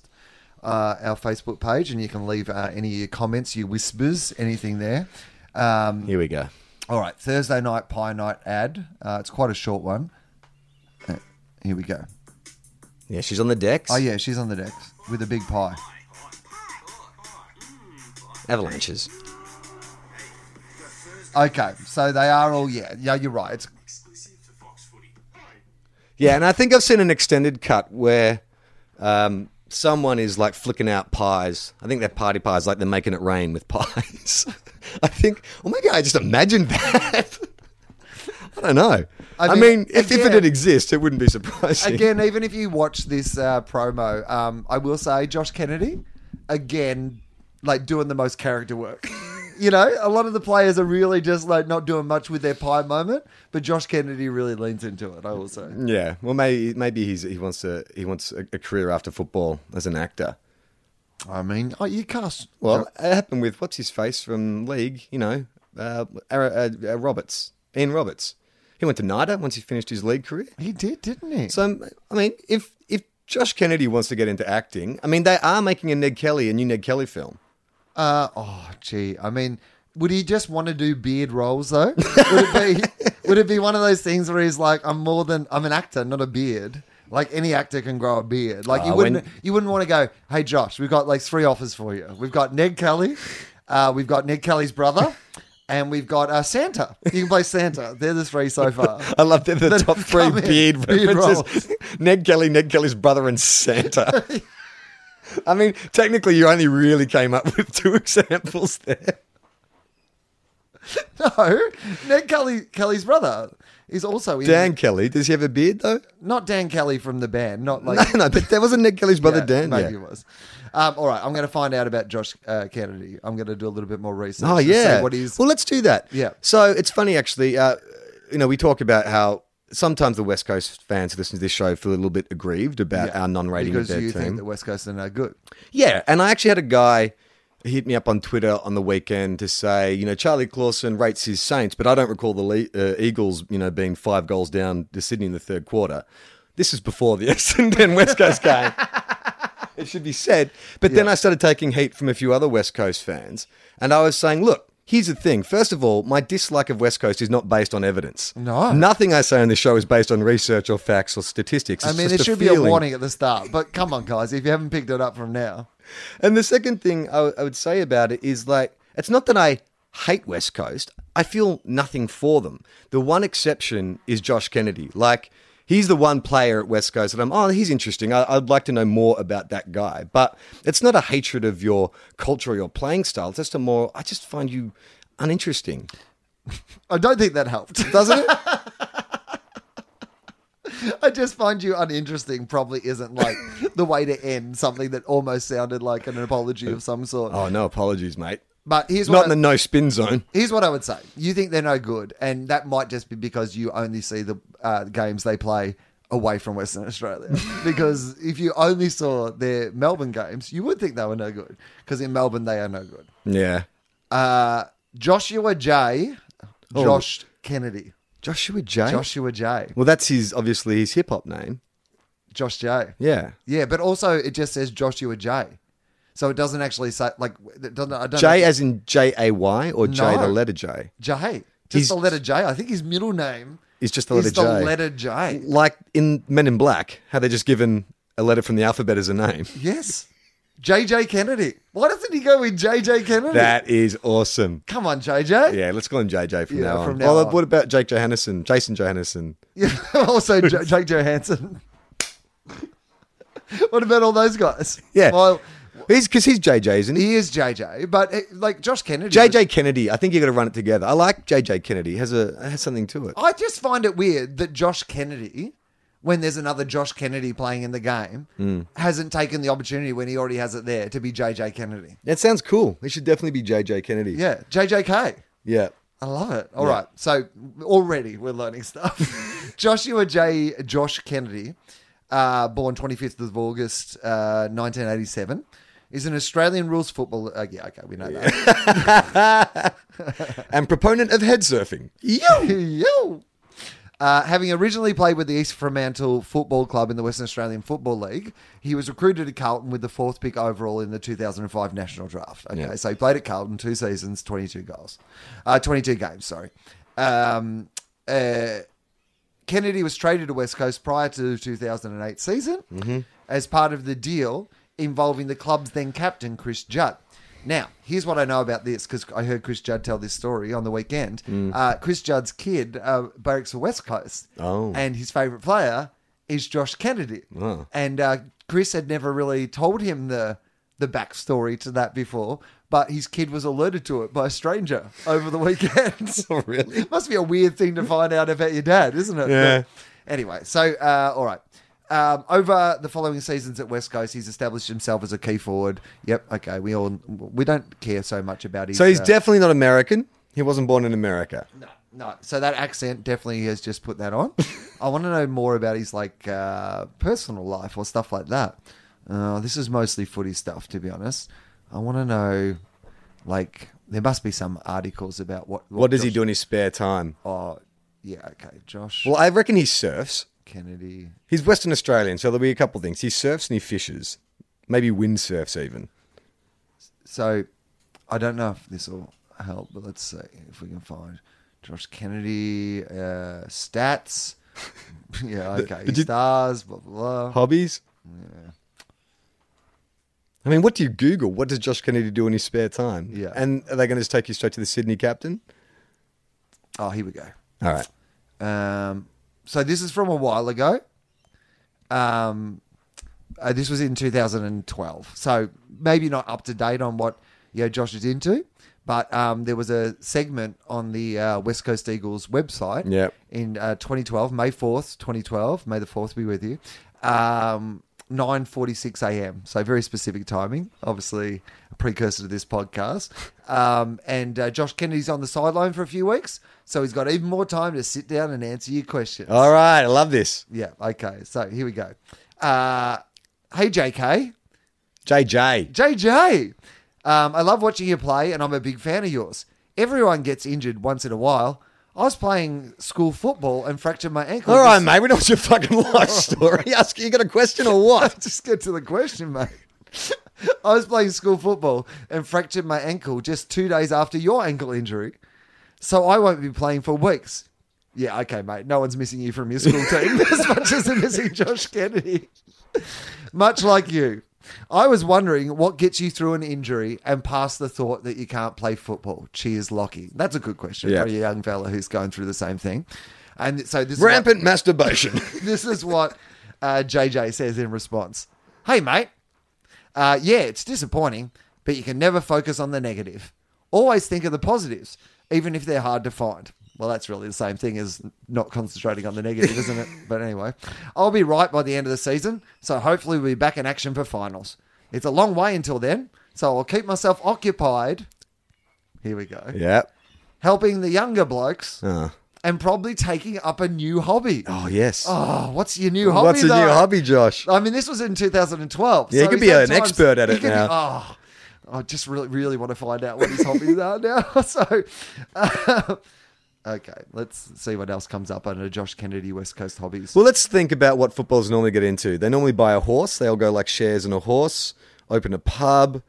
[SPEAKER 2] uh, our Facebook page, and you can leave uh, any of your comments, your whispers, anything there. Um,
[SPEAKER 3] here we go
[SPEAKER 2] All right, Thursday night pie night ad. Uh, it's quite a short one. Uh, here we go.
[SPEAKER 3] yeah she's on the decks
[SPEAKER 2] Oh yeah, she's on the decks with a big pie.
[SPEAKER 3] avalanches
[SPEAKER 2] Okay, so they are all yeah. Yeah, you're right. It's
[SPEAKER 3] Yeah, and I think I've seen an extended cut where um, someone is like flicking out pies. I think they're party pies, like they're making it rain with pies. I think, or maybe I just imagined that. I don't know.
[SPEAKER 2] I
[SPEAKER 3] I,
[SPEAKER 2] mean,
[SPEAKER 3] mean, if, if
[SPEAKER 2] again-
[SPEAKER 3] it did exist, it wouldn't be surprising.
[SPEAKER 2] again. Even if you watch this uh, promo, um, I will say Josh Kennedy again, like doing the most character work. You know, a lot of the players are really just like not doing much with their pie moment, but Josh Kennedy really leans into it. I will say.
[SPEAKER 3] Yeah. Well, maybe maybe he's, he wants to he wants a, a career after football as an actor.
[SPEAKER 2] I mean, oh, you cast
[SPEAKER 3] Well, it happened with what's his face from League, you know, uh, Ar- uh, uh, Roberts, Ian Roberts. He went to NIDA once he finished his league career.
[SPEAKER 2] he did, didn't he?
[SPEAKER 3] So um, I mean, if if Josh Kennedy wants to get into acting, I mean, they are making a Ned Kelly, a new Ned Kelly film.
[SPEAKER 2] Uh, oh, gee. I mean, would he just want to do beard roles though? would it be? Would it be one of those things where he's like, "I'm more than I'm an actor, not a beard." Like any actor can grow a beard. Like you
[SPEAKER 3] Uh,
[SPEAKER 2] wouldn't,
[SPEAKER 3] when-
[SPEAKER 2] you wouldn't want to go, "Hey, Josh, we've got like three offers for you. We've got Ned Kelly, uh, we've got Ned Kelly's brother, and we've got uh, Santa. You can play Santa. They're the three so far."
[SPEAKER 3] I love that the top three
[SPEAKER 2] come in,
[SPEAKER 3] beard
[SPEAKER 2] beard
[SPEAKER 3] references: Ned Kelly, Ned Kelly's brother, and Santa. I mean, technically, you only really came up with two examples there.
[SPEAKER 2] No, Ned Kelly, Kelly's brother, is also in.
[SPEAKER 3] Dan Kelly, does he have a beard though?
[SPEAKER 2] not Dan Kelly from the band. Not like
[SPEAKER 3] No, no, but that wasn't Ned Kelly's brother,
[SPEAKER 2] Yeah,
[SPEAKER 3] Dan.
[SPEAKER 2] Maybe
[SPEAKER 3] yeah.
[SPEAKER 2] it was. Um, all right, I'm going to find out about Josh uh, Kennedy. I'm going to do a little bit more research.
[SPEAKER 3] Oh
[SPEAKER 2] to see
[SPEAKER 3] yeah.
[SPEAKER 2] what is?
[SPEAKER 3] Well, let's do that.
[SPEAKER 2] Yeah.
[SPEAKER 3] So it's funny actually. Uh, you know, we talk about how sometimes the West Coast fans who listen to this show feel a little bit aggrieved about our non-rating
[SPEAKER 2] because
[SPEAKER 3] of their
[SPEAKER 2] you
[SPEAKER 3] team.
[SPEAKER 2] think that West Coast are no good.
[SPEAKER 3] Yeah, and I actually had a guy hit me up on Twitter on the weekend to say, you know, Charlie Clausen rates his Saints, but I don't recall the Le- uh, Eagles, you know, being five goals down to Sydney in the third quarter. This is before the Essendon West Coast game. it should be said. But then I started taking heat from a few other West Coast fans, and I was saying, look. Here's the thing. First of all, my dislike of West Coast is not based on evidence.
[SPEAKER 2] No.
[SPEAKER 3] Nothing I say on this show is based on research or facts or statistics.
[SPEAKER 2] I
[SPEAKER 3] It's
[SPEAKER 2] mean,
[SPEAKER 3] just
[SPEAKER 2] it should be a
[SPEAKER 3] feeling.
[SPEAKER 2] warning at the start. But come on, guys, if you haven't picked it up from now,
[SPEAKER 3] And the second thing I I would say about it is like, it's not that I hate West Coast. I feel nothing for them. The one exception is Josh Kennedy. Like, he's the one player at West Coast that I'm, oh, he's interesting. I, I'd like to know more about that guy. But it's not a hatred of your culture or your playing style. It's just a more, I just find you uninteresting,
[SPEAKER 2] I don't think that helped.
[SPEAKER 3] doesn't it?
[SPEAKER 2] I just find you uninteresting. Probably isn't like the way to end something that almost sounded like an apology of some sort.
[SPEAKER 3] oh, no apologies, mate.
[SPEAKER 2] But here's what
[SPEAKER 3] Not
[SPEAKER 2] I-
[SPEAKER 3] in the no spin zone.
[SPEAKER 2] Here's what I would say: You think they're no good, and that might just be because you only see the uh, games they play away from Western Australia. because if you only saw their Melbourne games, you would think they were no good. Because in Melbourne, they are no good.
[SPEAKER 3] Yeah.
[SPEAKER 2] Uh, Joshua J.
[SPEAKER 3] Oh. Eh?
[SPEAKER 2] Josh Kennedy.
[SPEAKER 3] Joshua J.
[SPEAKER 2] Joshua J.
[SPEAKER 3] Well, that's his, obviously, his hip hop name.
[SPEAKER 2] Josh J.
[SPEAKER 3] Yeah.
[SPEAKER 2] Yeah, but also it just says Joshua J. So it doesn't actually say like it doesn't. I don't
[SPEAKER 3] J
[SPEAKER 2] know.
[SPEAKER 3] as in J A Y or J
[SPEAKER 2] No.
[SPEAKER 3] the letter J?
[SPEAKER 2] J.
[SPEAKER 3] He's-
[SPEAKER 2] Just the letter J. I think his middle name
[SPEAKER 3] It's just the letter
[SPEAKER 2] is the
[SPEAKER 3] J.
[SPEAKER 2] letter J.
[SPEAKER 3] like in Men in Black, how they just given a letter from the alphabet as a name.
[SPEAKER 2] Yes. JJ Kennedy. Why doesn't he go with JJ Kennedy?
[SPEAKER 3] That is awesome.
[SPEAKER 2] Come on, JJ.
[SPEAKER 3] Yeah, let's call him JJ from
[SPEAKER 2] Yeah,
[SPEAKER 3] now on.
[SPEAKER 2] from now
[SPEAKER 3] Well,
[SPEAKER 2] on.
[SPEAKER 3] what about Jake Johannesson, Jason Johannesson?
[SPEAKER 2] Yeah. also, J- Jake Johansson. what about all those guys?
[SPEAKER 3] Yeah.
[SPEAKER 2] Well,
[SPEAKER 3] He's because he's JJ, isn't he?
[SPEAKER 2] he is JJ, but eh, like Josh Kennedy. was-
[SPEAKER 3] JJ Kennedy. I think you got to run it together. I like JJ Kennedy. He Has a has something to it.
[SPEAKER 2] I just find it weird that Josh Kennedy, when there's another Josh Kennedy playing in the game,
[SPEAKER 3] Mm.
[SPEAKER 2] hasn't taken the opportunity when he already has it there to be JJ Kennedy.
[SPEAKER 3] That sounds cool. It should definitely be JJ Kennedy.
[SPEAKER 2] Yeah. JJK.
[SPEAKER 3] yeah.
[SPEAKER 2] I love it. All right, So already we're learning stuff. Joshua J. Josh Kennedy, uh, born 25th of August, uh, 1987, is an Australian rules footballer. Uh, yeah, okay, we know that.
[SPEAKER 3] And proponent of head surfing.
[SPEAKER 2] Yo! Yo! Uh, having originally played with the East Fremantle Football Club in the Western Australian Football League, he was recruited to Carlton with the fourth pick overall in the 2005 national draft. Okay,
[SPEAKER 3] Yeah.
[SPEAKER 2] so he played at Carlton two seasons, 22 goals, uh, 22 games. Sorry. Um, uh, Kennedy was traded to West Coast prior to the 2008 season
[SPEAKER 3] Mm-hmm.
[SPEAKER 2] as part of the deal involving the club's then captain, Chris Judd. Now, here's what I know about this because I heard Chris Judd tell this story on the weekend.
[SPEAKER 3] Mm.
[SPEAKER 2] Uh, Chris Judd's kid uh, barracks for West Coast.
[SPEAKER 3] Oh.
[SPEAKER 2] And his favourite player is Josh Kennedy.
[SPEAKER 3] Oh.
[SPEAKER 2] And uh, Chris had never really told him the, the backstory to that before, but his kid was alerted to it by a stranger over the weekend.
[SPEAKER 3] Oh, really?
[SPEAKER 2] It must be a weird thing to find out about your dad, isn't it?
[SPEAKER 3] Yeah.
[SPEAKER 2] Anyway, so uh, all right. Um, over the following seasons at West Coast, he's established himself as a key forward. Yep. Okay. We all we don't care so much about his.
[SPEAKER 3] So he's
[SPEAKER 2] uh,
[SPEAKER 3] definitely not American. He wasn't born in America.
[SPEAKER 2] no, no. So that accent definitely has just put that on. I want to know more about his like uh, personal life or stuff like that. Uh, this is mostly footy stuff, to be honest. I want to know, like, there must be some articles about what.
[SPEAKER 3] What does he
[SPEAKER 2] Josh-
[SPEAKER 3] do in his spare time?
[SPEAKER 2] Oh, yeah, okay. Josh
[SPEAKER 3] Well, I reckon he surfs.
[SPEAKER 2] Kennedy.
[SPEAKER 3] He's Western Australian, so there'll be a couple things. He surfs and he fishes, maybe windsurfs even.
[SPEAKER 2] So, I don't know if this will help, but let's see if we can find Josh Kennedy uh, stats. yeah, okay.
[SPEAKER 3] did you-
[SPEAKER 2] Stars, blah, blah, blah.
[SPEAKER 3] Hobbies? I mean, what do you Google? What does Josh Kennedy do in his spare time?
[SPEAKER 2] Yeah.
[SPEAKER 3] And are they going to just take you straight to the Sydney captain?
[SPEAKER 2] Oh, here we go.
[SPEAKER 3] All right.
[SPEAKER 2] Um, so this is from a while ago. Um, uh, this was in 2012, so maybe not up to date on what you know, Josh is into. But um, there was a segment on the uh, West Coast Eagles website
[SPEAKER 3] Yep.
[SPEAKER 2] in uh, 2012, May 4th, 2012. May the 4th be with you. Um, 9:46 a.m. So very specific timing, obviously a precursor to this podcast. Um, and uh, Josh Kennedy's on the sideline for a few weeks, so he's got even more time to sit down and answer your questions.
[SPEAKER 3] All right. I love this.
[SPEAKER 2] Yeah. Okay. So here we go. Uh, hey, JK.
[SPEAKER 3] JJ.
[SPEAKER 2] JJ, um, I love watching you play, and I'm a big fan of yours. Everyone gets injured once in a while. I was playing school football and fractured my ankle.
[SPEAKER 3] All right,
[SPEAKER 2] Just-
[SPEAKER 3] mate. We know it's your fucking life story. Ask you got a question or what?
[SPEAKER 2] Just get to the question, mate. I was playing school football and fractured my ankle just two days after your ankle injury. So I won't be playing for weeks. Yeah, okay, mate. No one's missing you from your school team as much as they're missing Josh Kennedy. much like you. I was wondering what gets you through an injury and past the thought that you can't play football. Cheers, Lockie. That's a good question
[SPEAKER 3] Yeah.
[SPEAKER 2] for a young fella who's going through the same thing. And so this is what-
[SPEAKER 3] Rampant masturbation.
[SPEAKER 2] this is what uh, JJ says in response. Hey, mate. Uh, yeah, it's disappointing, but you can never focus on the negative. Always think of the positives, even if they're hard to find. Well, that's really the same thing as not concentrating on the negative, isn't it? But anyway, I'll be right by the end of the season, so hopefully we'll be back in action for finals. It's a long way until then, so I'll keep myself occupied. Here we go.
[SPEAKER 3] yeah.
[SPEAKER 2] Helping the younger blokes
[SPEAKER 3] Uh,
[SPEAKER 2] and probably taking up a new hobby.
[SPEAKER 3] oh, yes.
[SPEAKER 2] Oh, what's your new hobby?
[SPEAKER 3] What's a
[SPEAKER 2] though?
[SPEAKER 3] new hobby, Josh?
[SPEAKER 2] I mean, this was in 2012.
[SPEAKER 3] Yeah, he
[SPEAKER 2] so
[SPEAKER 3] could
[SPEAKER 2] he
[SPEAKER 3] be an
[SPEAKER 2] sometimes-
[SPEAKER 3] expert at
[SPEAKER 2] he
[SPEAKER 3] it
[SPEAKER 2] could be-
[SPEAKER 3] now.
[SPEAKER 2] oh, I just really, really want to find out what his hobbies are now. So, uh, okay, let's see what else comes up under Josh Kennedy West Coast hobbies.
[SPEAKER 3] Well, let's think about what footballers normally get into. They normally buy a horse. They'll go like shares in a horse, open a pub,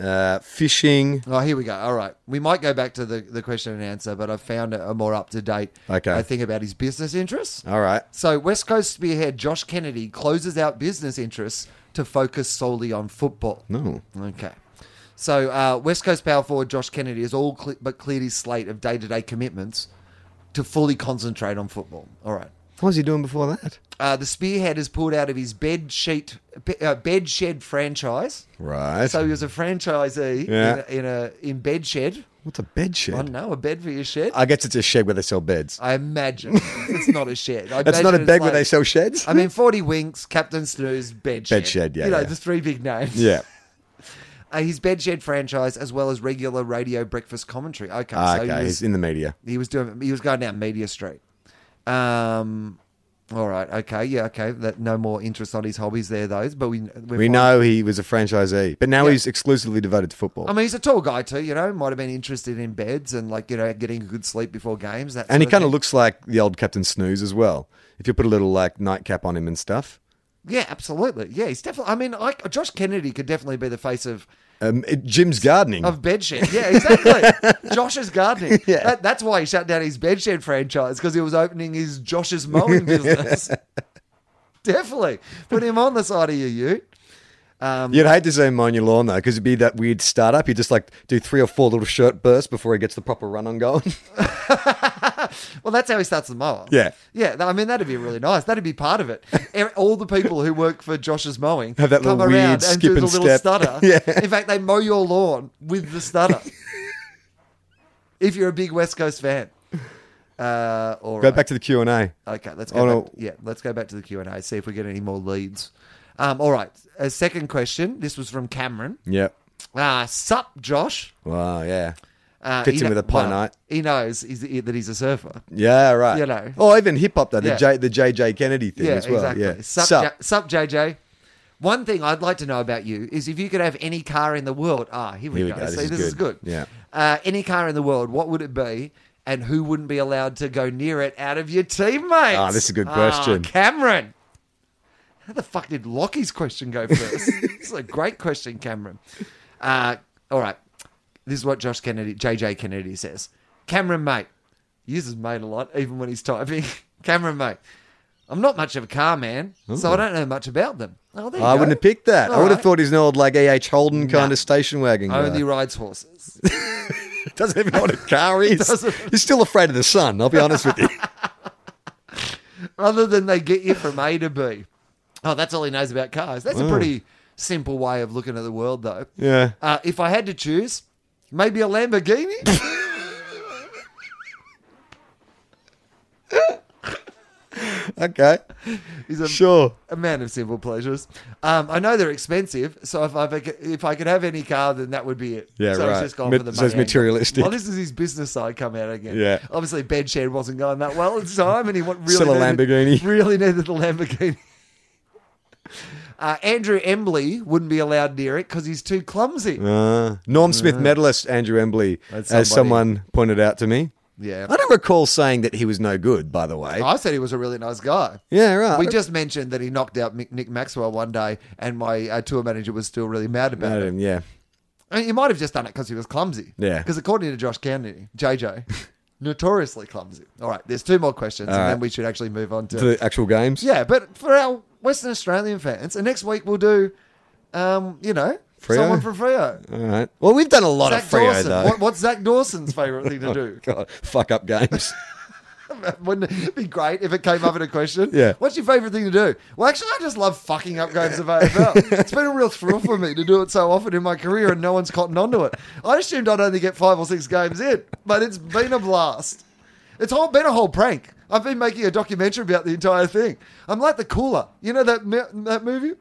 [SPEAKER 3] uh, fishing.
[SPEAKER 2] Oh, here we go. All right. We might go back to the, the question and answer, but I found a, a more up to date
[SPEAKER 3] Okay.
[SPEAKER 2] I think about his business interests.
[SPEAKER 3] All right.
[SPEAKER 2] So, West Coast Spearhead Josh Kennedy closes out business interests to focus solely on football.
[SPEAKER 3] No.
[SPEAKER 2] Okay. So, uh, West Coast power forward Josh Kennedy has all cle but cleared his slate of day to day commitments to fully concentrate on football. All right.
[SPEAKER 3] What was he doing before that?
[SPEAKER 2] Uh, the spearhead is pulled out of his bed sheet, be- uh, bed shed franchise.
[SPEAKER 3] Right.
[SPEAKER 2] So he was a franchisee
[SPEAKER 3] Yeah.
[SPEAKER 2] in, a, in a in bed shed.
[SPEAKER 3] What's a bed
[SPEAKER 2] I don't
[SPEAKER 3] shed?
[SPEAKER 2] know a bed for your shed. I,
[SPEAKER 3] I guess it's a shed where they sell beds.
[SPEAKER 2] imagine it's not a shed. I
[SPEAKER 3] That's not a
[SPEAKER 2] imagine it's
[SPEAKER 3] bed where
[SPEAKER 2] like-
[SPEAKER 3] they sell sheds.
[SPEAKER 2] I mean, forty winks, Captain Snooze, bed shed.
[SPEAKER 3] Bed shed, yeah,
[SPEAKER 2] You know
[SPEAKER 3] yeah.
[SPEAKER 2] the three big names.
[SPEAKER 3] yeah.
[SPEAKER 2] uh, his bedshed franchise as well as regular radio breakfast commentary. Okay,
[SPEAKER 3] Ah,
[SPEAKER 2] so
[SPEAKER 3] okay.
[SPEAKER 2] he
[SPEAKER 3] He's
[SPEAKER 2] was,
[SPEAKER 3] in the media.
[SPEAKER 2] he was doing he was going down Media Street. Um, all right, okay, yeah, okay. That no more interest on his hobbies there, those. But we we're
[SPEAKER 3] We
[SPEAKER 2] fine.
[SPEAKER 3] know he was a franchisee, but now
[SPEAKER 2] Yeah.
[SPEAKER 3] he's exclusively devoted to football.
[SPEAKER 2] I mean, he's a tall guy too. You know, might have been interested in beds and like you know getting good sleep before games. That
[SPEAKER 3] and he
[SPEAKER 2] sort
[SPEAKER 3] kind of
[SPEAKER 2] thing.
[SPEAKER 3] looks like the old Captain Snooze as well. If you put a little like nightcap on him and stuff,
[SPEAKER 2] yeah, absolutely, yeah. He's definitely. I mean, like Josh Kennedy could definitely be the face of
[SPEAKER 3] um, it- Jim's gardening.
[SPEAKER 2] Of bedshed. Yeah, exactly. Josh's gardening. That, that's why he shut down his bedshed franchise because he was opening his Josh's mowing business. Definitely. Put him on the side of your ute.
[SPEAKER 3] You'd hate to see him mowing your lawn though, because it'd be that weird startup. He'd just like do three or four little shirt bursts before he gets the proper run on going.
[SPEAKER 2] Well, that's how he starts the mower.
[SPEAKER 3] Yeah.
[SPEAKER 2] Yeah. I mean, that'd be really nice. That'd be part of it. E- All the people who work for Josh's mowing
[SPEAKER 3] Have that
[SPEAKER 2] come
[SPEAKER 3] little weird
[SPEAKER 2] around and
[SPEAKER 3] skip
[SPEAKER 2] do the
[SPEAKER 3] and
[SPEAKER 2] little
[SPEAKER 3] step.
[SPEAKER 2] stutter.
[SPEAKER 3] Yeah.
[SPEAKER 2] In fact, they mow your lawn with the stutter. if you're a big West Coast fan. Uh, all
[SPEAKER 3] Go
[SPEAKER 2] right.
[SPEAKER 3] back to the Q and A.
[SPEAKER 2] Okay, let's go.
[SPEAKER 3] Oh,
[SPEAKER 2] back,
[SPEAKER 3] no.
[SPEAKER 2] Yeah, let's go back to the Q and A. See if we get any more leads. Um, all right. A second question. This was from Cameron.
[SPEAKER 3] Yep.
[SPEAKER 2] Uh, sup, Josh.
[SPEAKER 3] Wow. Yeah.
[SPEAKER 2] Uh,
[SPEAKER 3] Fits
[SPEAKER 2] he
[SPEAKER 3] in
[SPEAKER 2] kno-
[SPEAKER 3] with a pie
[SPEAKER 2] well,
[SPEAKER 3] night.
[SPEAKER 2] He knows he's, he- that he's a surfer.
[SPEAKER 3] Yeah. Right.
[SPEAKER 2] You know.
[SPEAKER 3] Oh, even hip hop though. The
[SPEAKER 2] Yeah.
[SPEAKER 3] J, the JJ Kennedy thing
[SPEAKER 2] yeah,
[SPEAKER 3] as well.
[SPEAKER 2] exactly.
[SPEAKER 3] Yeah.
[SPEAKER 2] Sup,
[SPEAKER 3] Sup.
[SPEAKER 2] J- sup, JJ. One thing I'd like to know about you is if you could have any car in the world. Ah, here we,
[SPEAKER 3] Here we
[SPEAKER 2] go.
[SPEAKER 3] go.
[SPEAKER 2] See,
[SPEAKER 3] This
[SPEAKER 2] this,
[SPEAKER 3] is
[SPEAKER 2] is good.
[SPEAKER 3] good. Yeah.
[SPEAKER 2] Uh, any car in the world, what would it be? And who wouldn't be allowed to go near it out of your teammates?
[SPEAKER 3] Ah, this is a good
[SPEAKER 2] Ah,
[SPEAKER 3] question.
[SPEAKER 2] Cameron. How the fuck did Lockie's question go first? this is a great question, Cameron. Uh, all right. This is what Josh Kennedy, JJ Kennedy says. Cameron, mate. He uses mate a lot, even when he's typing. Cameron, mate. I'm not much of a car man, so I don't know much about them. Oh, there you
[SPEAKER 3] I
[SPEAKER 2] go.
[SPEAKER 3] wouldn't have picked that. I
[SPEAKER 2] All
[SPEAKER 3] would have
[SPEAKER 2] right.
[SPEAKER 3] thought he's an old like A.H. Holden kind of station wagon guy.
[SPEAKER 2] Only rides horses.
[SPEAKER 3] Doesn't even know what a car is.
[SPEAKER 2] Doesn't-
[SPEAKER 3] He's still afraid of the sun. I'll be honest with you.
[SPEAKER 2] Rather than they get you from A to B. Oh, that's all he knows about cars. That's a pretty simple way of looking at the world, though.
[SPEAKER 3] Yeah.
[SPEAKER 2] Uh, if I had to choose, maybe a Lamborghini?
[SPEAKER 3] Okay.
[SPEAKER 2] He's a
[SPEAKER 3] Sure.
[SPEAKER 2] a man of simple pleasures. Um, I know they're expensive, so if I if I could have any car, then that would be it.
[SPEAKER 3] Yeah,
[SPEAKER 2] so he's
[SPEAKER 3] right.
[SPEAKER 2] just gone
[SPEAKER 3] Ma-
[SPEAKER 2] for the money.
[SPEAKER 3] so it's
[SPEAKER 2] angle.
[SPEAKER 3] materialistic.
[SPEAKER 2] Well, this is his business side come out again.
[SPEAKER 3] Yeah.
[SPEAKER 2] obviously bed shed wasn't going that well at the time, and he want, really
[SPEAKER 3] Still a
[SPEAKER 2] needed,
[SPEAKER 3] Lamborghini.
[SPEAKER 2] Really needed the Lamborghini. Uh, Andrew Embley wouldn't be allowed near it because he's too clumsy.
[SPEAKER 3] Uh, Norm Smith medalist Andrew Embley,
[SPEAKER 2] That's
[SPEAKER 3] as
[SPEAKER 2] somebody.
[SPEAKER 3] someone pointed out to me.
[SPEAKER 2] Yeah.
[SPEAKER 3] I don't recall saying that he was no good, by the way.
[SPEAKER 2] I said he was a really nice guy.
[SPEAKER 3] yeah, right.
[SPEAKER 2] Oh. We just mentioned that he knocked out Mick- Nick Maxwell one day, and my uh, tour manager was still really mad about
[SPEAKER 3] At
[SPEAKER 2] it.
[SPEAKER 3] him, yeah.
[SPEAKER 2] I mean, you might have just done it because he was clumsy.
[SPEAKER 3] Yeah.
[SPEAKER 2] Because according to Josh Kennedy, JJ, notoriously clumsy. All right, there's two more questions, and
[SPEAKER 3] right.
[SPEAKER 2] then we should actually move on to.
[SPEAKER 3] To the actual games.
[SPEAKER 2] yeah, but for our Western Australian fans, and next week we'll do, um, you know,
[SPEAKER 3] Freo?
[SPEAKER 2] someone from Frio.
[SPEAKER 3] All right. Well, we've done a lot
[SPEAKER 2] Zach
[SPEAKER 3] of Frio
[SPEAKER 2] Dawson.
[SPEAKER 3] though.
[SPEAKER 2] What, what's Zach Dawson's favourite thing to do?
[SPEAKER 3] God, fuck up games.
[SPEAKER 2] Wouldn't it be great if it came up in a question?
[SPEAKER 3] Yeah.
[SPEAKER 2] What's your favourite thing to do? Well, actually, I just love fucking up games of AFL. it's been a real thrill for me to do it so often in my career and no one's cottoned onto it. I assumed I'd only get five or six games in, but it's been a blast. It's all been a whole prank. I've been making a documentary about the entire thing. I'm like the cooler. You know that, mi- that movie?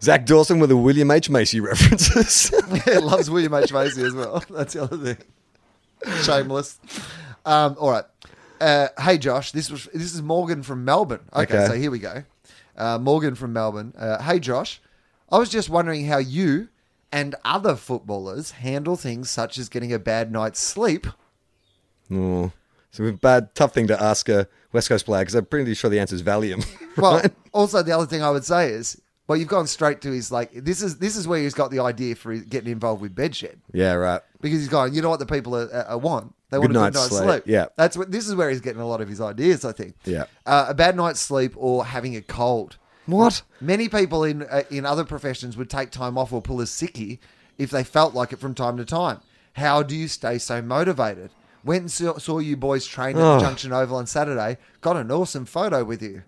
[SPEAKER 3] Zach Dawson with the William H Macy references.
[SPEAKER 2] yeah, loves William H. Macy as well. That's the other thing. Shameless. Um, all right. Uh, hey, Josh. This was this is Morgan from Melbourne. Okay,
[SPEAKER 3] Okay.
[SPEAKER 2] so here we go. Uh, Morgan from Melbourne. Uh, hey, Josh. I was just wondering how you and other footballers handle things such as getting a bad night's sleep.
[SPEAKER 3] oh, so a bad, tough thing to ask a West Coast player because I'm pretty sure the answer is Valium.
[SPEAKER 2] Well, also the other thing I would say is, well, you've gone straight to his like this is this is where he's got the idea for getting involved with bedshed.
[SPEAKER 3] yeah, right.
[SPEAKER 2] because he's going, you know what the people are, are, want? They want a
[SPEAKER 3] Good
[SPEAKER 2] good
[SPEAKER 3] night's
[SPEAKER 2] night's sleep.
[SPEAKER 3] sleep, yeah.
[SPEAKER 2] That's what this is where he's getting a lot of his ideas, I think.
[SPEAKER 3] Yeah.
[SPEAKER 2] Uh, a bad night's sleep or having a cold.
[SPEAKER 3] What?
[SPEAKER 2] Many people in uh, in other professions would take time off or pull a sickie if they felt like it from time to time. How do you stay so motivated? Went and saw, saw you boys train at
[SPEAKER 3] Oh.
[SPEAKER 2] the Junction Oval on Saturday. Got an awesome photo with you.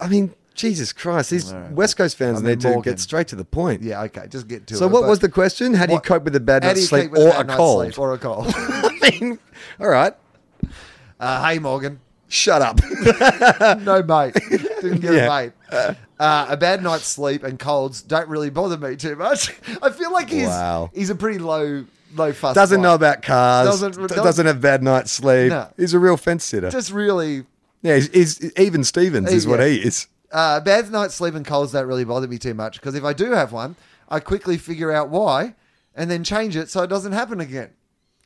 [SPEAKER 3] I mean, Jesus Christ! These West Coast fans
[SPEAKER 2] I mean,
[SPEAKER 3] need to
[SPEAKER 2] Morgan.
[SPEAKER 3] get straight to the point.
[SPEAKER 2] Yeah, okay, just get to it.
[SPEAKER 3] So, what
[SPEAKER 2] but-
[SPEAKER 3] was the question? How do you
[SPEAKER 2] What-
[SPEAKER 3] cope with a bad
[SPEAKER 2] How do
[SPEAKER 3] night's
[SPEAKER 2] you
[SPEAKER 3] sleep
[SPEAKER 2] keep with
[SPEAKER 3] or
[SPEAKER 2] bad
[SPEAKER 3] a
[SPEAKER 2] night's
[SPEAKER 3] cold?
[SPEAKER 2] sleep or a cold?
[SPEAKER 3] I mean, all right,
[SPEAKER 2] uh, hey, Morgan.
[SPEAKER 3] shut up.
[SPEAKER 2] no mate. Didn't get
[SPEAKER 3] Yeah.
[SPEAKER 2] a mate. Uh, a bad night's sleep and colds don't really bother me too much. I feel like he's
[SPEAKER 3] Wow.
[SPEAKER 2] he's a pretty low low fuss.
[SPEAKER 3] doesn't
[SPEAKER 2] guy.
[SPEAKER 3] know about cars.
[SPEAKER 2] Doesn't-
[SPEAKER 3] Doesn't,
[SPEAKER 2] doesn't-
[SPEAKER 3] doesn't have bad night's sleep.
[SPEAKER 2] No.
[SPEAKER 3] He's a real fence sitter.
[SPEAKER 2] Just really
[SPEAKER 3] yeah, he's, he's even Stevens is what
[SPEAKER 2] Yeah.
[SPEAKER 3] he is.
[SPEAKER 2] uh, bad night's sleep and colds don't really bother me too much because if I do have one, I quickly figure out why and then change it so it doesn't happen again.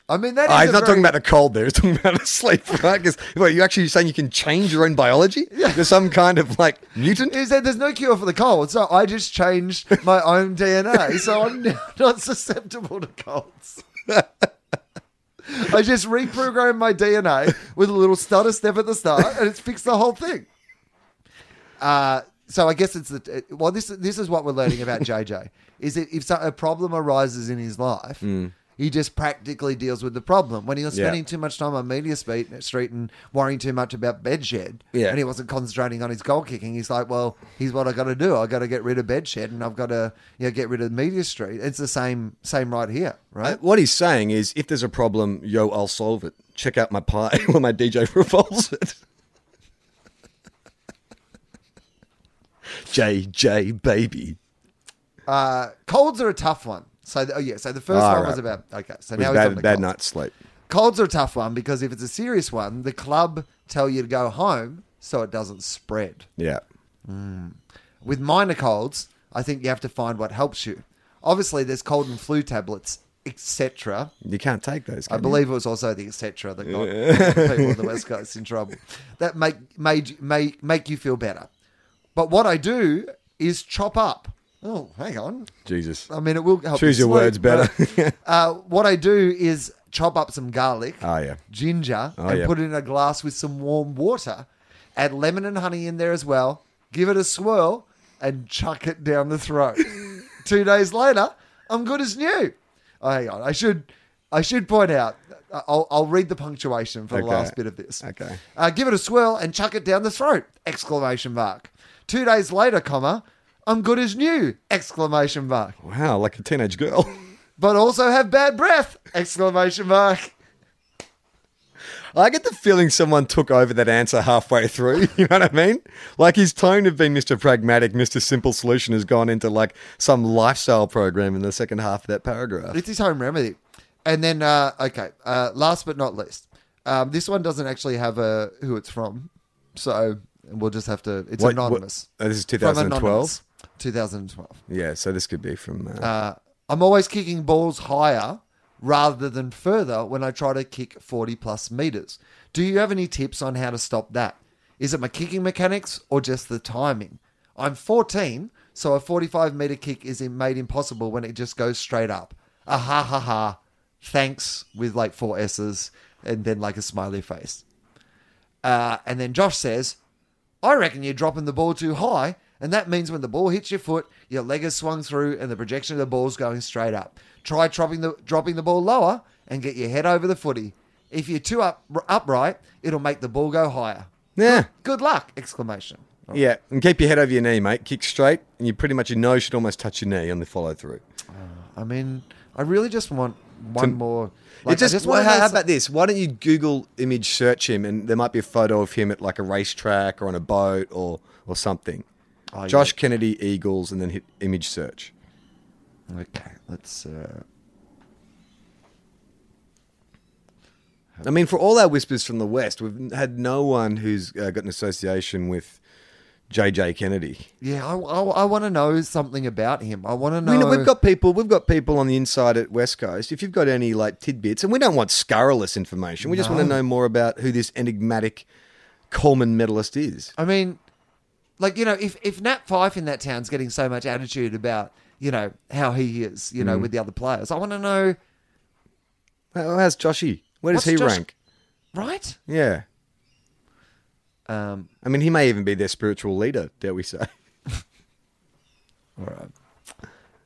[SPEAKER 2] I mean that is
[SPEAKER 3] Oh, he's
[SPEAKER 2] a
[SPEAKER 3] not talking
[SPEAKER 2] very-
[SPEAKER 3] about the cold there. He's talking about the sleep, right? Because what you're actually saying you can change your own biology. Yeah. You're some kind of like mutant.
[SPEAKER 2] He said there's no cure for the cold, so I just changed my own DNA, so I'm now not susceptible to colds. I just reprogrammed my DNA with a little stutter step at the start, and it's fixed the whole thing. Uh, so I guess it's the well. This this is what we're learning about JJ is that if so, a problem arises in his life, he just practically deals with the problem. When he was
[SPEAKER 3] Hmm. Yeah.
[SPEAKER 2] spending too much time on media speed, street and worrying too much about bedshed,
[SPEAKER 3] Yeah.
[SPEAKER 2] and he wasn't concentrating on his goal kicking. He's like, well, here's what I got to do. I got to get rid of bedshed, and I've got to you know get rid of media street. It's the same same right here, right?
[SPEAKER 3] Uh, What he's saying is, if there's a problem, yo, I'll solve it. Check out my pie when my DJ revolves it. JJ baby.
[SPEAKER 2] Uh, colds are a tough one. So the, oh yeah, so the first
[SPEAKER 3] All
[SPEAKER 2] one
[SPEAKER 3] right.
[SPEAKER 2] was about okay. So
[SPEAKER 3] With
[SPEAKER 2] now he's on
[SPEAKER 3] bad,
[SPEAKER 2] the
[SPEAKER 3] bad
[SPEAKER 2] colds.
[SPEAKER 3] night's sleep.
[SPEAKER 2] Colds are a tough one because if it's a serious one, the club tell you to go home so it doesn't spread.
[SPEAKER 3] Yeah.
[SPEAKER 2] With minor colds, I think you have to find what helps you. Obviously, there's cold and flu tablets, etc.
[SPEAKER 3] You can't take those.
[SPEAKER 2] I
[SPEAKER 3] can you?
[SPEAKER 2] believe it was also the etc. that got people on the West Coast in trouble. That make made make make you feel better. But what I do is chop up. Oh, hang on.
[SPEAKER 3] Jesus.
[SPEAKER 2] I mean, it will help.
[SPEAKER 3] Choose
[SPEAKER 2] you
[SPEAKER 3] your words
[SPEAKER 2] sleep, but,
[SPEAKER 3] better.
[SPEAKER 2] uh, what I do is chop up some garlic,
[SPEAKER 3] Oh, yeah.
[SPEAKER 2] ginger,
[SPEAKER 3] Oh,
[SPEAKER 2] and
[SPEAKER 3] yeah.
[SPEAKER 2] put it in a glass with some warm water. Add lemon and honey in there as well. Give it a swirl and chuck it down the throat. Two days later, I'm good as new. Oh, hang on, I should, I should point out. uh, I'll, I'll read the punctuation for the
[SPEAKER 3] Okay.
[SPEAKER 2] last bit of this.
[SPEAKER 3] Okay.
[SPEAKER 2] Uh, give it a swirl and chuck it down the throat! Exclamation mark. Two days later, comma, I'm good as new! Exclamation mark
[SPEAKER 3] Wow, like a teenage girl.
[SPEAKER 2] but also have bad breath! Exclamation mark.
[SPEAKER 3] I get the feeling someone took over that answer halfway through. You know what I mean? Like his tone of being Mr. Pragmatic, Mr. Simple Solution has gone into like some lifestyle program in the second half of that paragraph.
[SPEAKER 2] It's his home remedy. And then, uh, okay, uh, last but not least, um, this one doesn't actually have a who it's from, so we'll just have to. It's
[SPEAKER 3] What- what-
[SPEAKER 2] anonymous.
[SPEAKER 3] oh, this is
[SPEAKER 2] From
[SPEAKER 3] 2012.
[SPEAKER 2] anonymous. 2012.
[SPEAKER 3] Yeah, so this could be from. Uh,
[SPEAKER 2] Uh, I'm always kicking balls higher rather than further when I try to kick 40 plus meters. Do you have any tips on how to stop that? Is it my kicking mechanics or just the timing? I'm 14, so a 45 meter kick is in- made impossible when it just goes straight up. Ah ha ha ha. Thanks with like four S's and then like a smiley face. Uh, and then Josh says, I reckon you're dropping the ball too high, and that means when the ball hits your foot, your leg is swung through and the projection of the ball's going straight up. Try dropping the, dropping the ball lower and get your head over the footy. If you're too up, upright, it'll make the ball go higher.
[SPEAKER 3] yeah.
[SPEAKER 2] Good luck! Exclamation.
[SPEAKER 3] Yeah, and keep your head over your knee, mate. Kick straight, and you pretty much your nose should almost touch your knee on the follow through.
[SPEAKER 2] I mean, I really just want one more.
[SPEAKER 3] It
[SPEAKER 2] Like,
[SPEAKER 3] just,
[SPEAKER 2] I just want
[SPEAKER 3] how,
[SPEAKER 2] to
[SPEAKER 3] how
[SPEAKER 2] know
[SPEAKER 3] about this? Why don't you Google image search him, and there might be a photo of him at like a racetrack or on a boat or or something.
[SPEAKER 2] Oh,
[SPEAKER 3] Josh Kennedy Eagles, and then hit image search.
[SPEAKER 2] some- Okay, let's. Uh,
[SPEAKER 3] I mean, for all our whispers from the West, we've had no one who's uh, got an association with JJ Kennedy.
[SPEAKER 2] yeah, I, want to know something about him. I want to know.
[SPEAKER 3] We know, we've got people. We've got people on the inside at West Coast. If you've got any like tidbits, and we don't want scurrilous information, we just want to know more about who this enigmatic Coleman medalist is.
[SPEAKER 2] I mean, like you know, if if Nat Fife in that town's getting so much attitude about you know how he is, you know,
[SPEAKER 3] Mm.
[SPEAKER 2] with the other players, I want to know,
[SPEAKER 3] How- How's Joshy? Where does
[SPEAKER 2] What's
[SPEAKER 3] he
[SPEAKER 2] Josh-
[SPEAKER 3] rank?
[SPEAKER 2] right?
[SPEAKER 3] Yeah,
[SPEAKER 2] Um,
[SPEAKER 3] I mean, he may even be their spiritual leader. Dare we say?
[SPEAKER 2] all right,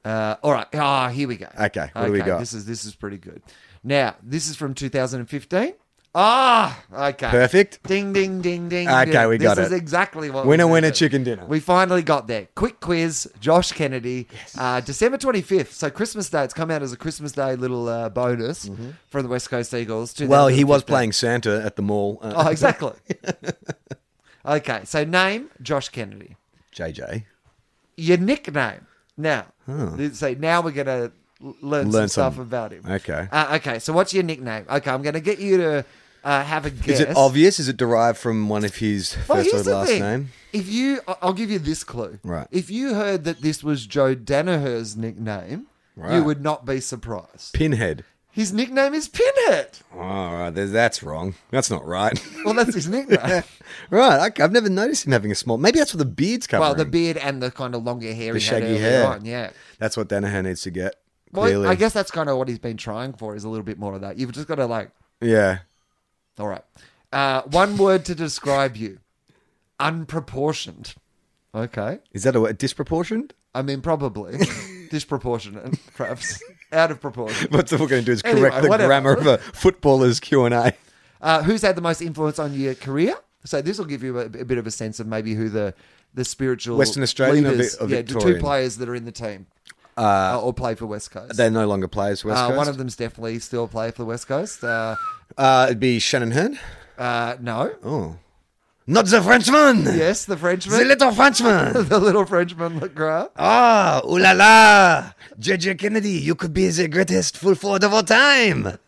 [SPEAKER 2] uh, all right. Ah, here we go.
[SPEAKER 3] Okay, what do we got?
[SPEAKER 2] This is this is pretty good. Now, this is from 2015. Ah, okay,
[SPEAKER 3] Perfect.
[SPEAKER 2] Ding, ding, ding, ding.
[SPEAKER 3] Okay,
[SPEAKER 2] ding.
[SPEAKER 3] we got
[SPEAKER 2] This is
[SPEAKER 3] it.
[SPEAKER 2] exactly what
[SPEAKER 3] Winner,
[SPEAKER 2] we
[SPEAKER 3] winner,
[SPEAKER 2] needed.
[SPEAKER 3] chicken dinner.
[SPEAKER 2] Oh, We finally got there. Quick quiz, Josh Kennedy. Uh, December 25th, so Christmas Day. It's come out as a Christmas Day little uh, bonus from the West Coast Eagles.
[SPEAKER 3] Mm-hmm. Well, he was
[SPEAKER 2] 2015.
[SPEAKER 3] playing Santa at the mall. Uh,
[SPEAKER 2] Oh, exactly. okay, so name Josh Kennedy.
[SPEAKER 3] JJ.
[SPEAKER 2] Your nickname. Now, let's say now we're going to learn, some
[SPEAKER 3] Learn
[SPEAKER 2] stuff
[SPEAKER 3] some.
[SPEAKER 2] about him.
[SPEAKER 3] Okay.
[SPEAKER 2] Uh, okay, so what's your nickname? Okay, I'm going to get you to uh, have a guess.
[SPEAKER 3] Is it obvious? Is it derived from one of his
[SPEAKER 2] Well,
[SPEAKER 3] first or
[SPEAKER 2] Oh, here's the
[SPEAKER 3] last
[SPEAKER 2] thing.
[SPEAKER 3] name?
[SPEAKER 2] If you, I- I'll give you this clue.
[SPEAKER 3] Right.
[SPEAKER 2] If you heard that this was Joe Danaher's nickname,
[SPEAKER 3] Right.
[SPEAKER 2] you would not be surprised.
[SPEAKER 3] Pinhead.
[SPEAKER 2] His nickname is Pinhead.
[SPEAKER 3] All right, there's- that's wrong. That's not right.
[SPEAKER 2] Well, that's his nickname.
[SPEAKER 3] right, okay, I've never noticed him having a small. Maybe that's what the beard's covering.
[SPEAKER 2] well, the beard and the kind of longer hair
[SPEAKER 3] The
[SPEAKER 2] he
[SPEAKER 3] shaggy
[SPEAKER 2] had earlier
[SPEAKER 3] hair.
[SPEAKER 2] on. Yeah.
[SPEAKER 3] That's what Danaher needs to get.
[SPEAKER 2] Well,
[SPEAKER 3] Clearly,
[SPEAKER 2] I guess that's kind of what he's been trying for is a little bit more of that. You've just got to like,
[SPEAKER 3] Yeah.
[SPEAKER 2] all right. Uh, one word to describe you: unproportioned. Okay.
[SPEAKER 3] Is that a word? Disproportioned?
[SPEAKER 2] I mean, probably disproportionate, perhaps out of proportion.
[SPEAKER 3] What's the we're going to do is correct
[SPEAKER 2] Anyway,
[SPEAKER 3] the
[SPEAKER 2] whatever.
[SPEAKER 3] grammar of a footballer's Q and A.
[SPEAKER 2] Uh, who's had the most influence on your career? So this will give you a, a bit of a sense of maybe who the the spiritual
[SPEAKER 3] Western Australian or Vi-
[SPEAKER 2] leaders,
[SPEAKER 3] or
[SPEAKER 2] yeah, the two
[SPEAKER 3] Victorian?
[SPEAKER 2] players that are in the team uh, or play for West Coast.
[SPEAKER 3] They're no longer players. for West
[SPEAKER 2] uh,
[SPEAKER 3] Coast.
[SPEAKER 2] one of them's definitely still a player for the West Coast. Uh,
[SPEAKER 3] Uh, it'd be Shannon Hearn.
[SPEAKER 2] uh, no,
[SPEAKER 3] Oh, not the Frenchman.
[SPEAKER 2] yes, the
[SPEAKER 3] The
[SPEAKER 2] Frenchman,
[SPEAKER 3] little Frenchman.
[SPEAKER 2] the little Frenchman Legras.
[SPEAKER 3] Ah, ooh la la. JJ Kennedy, you could be the greatest full forward of all time.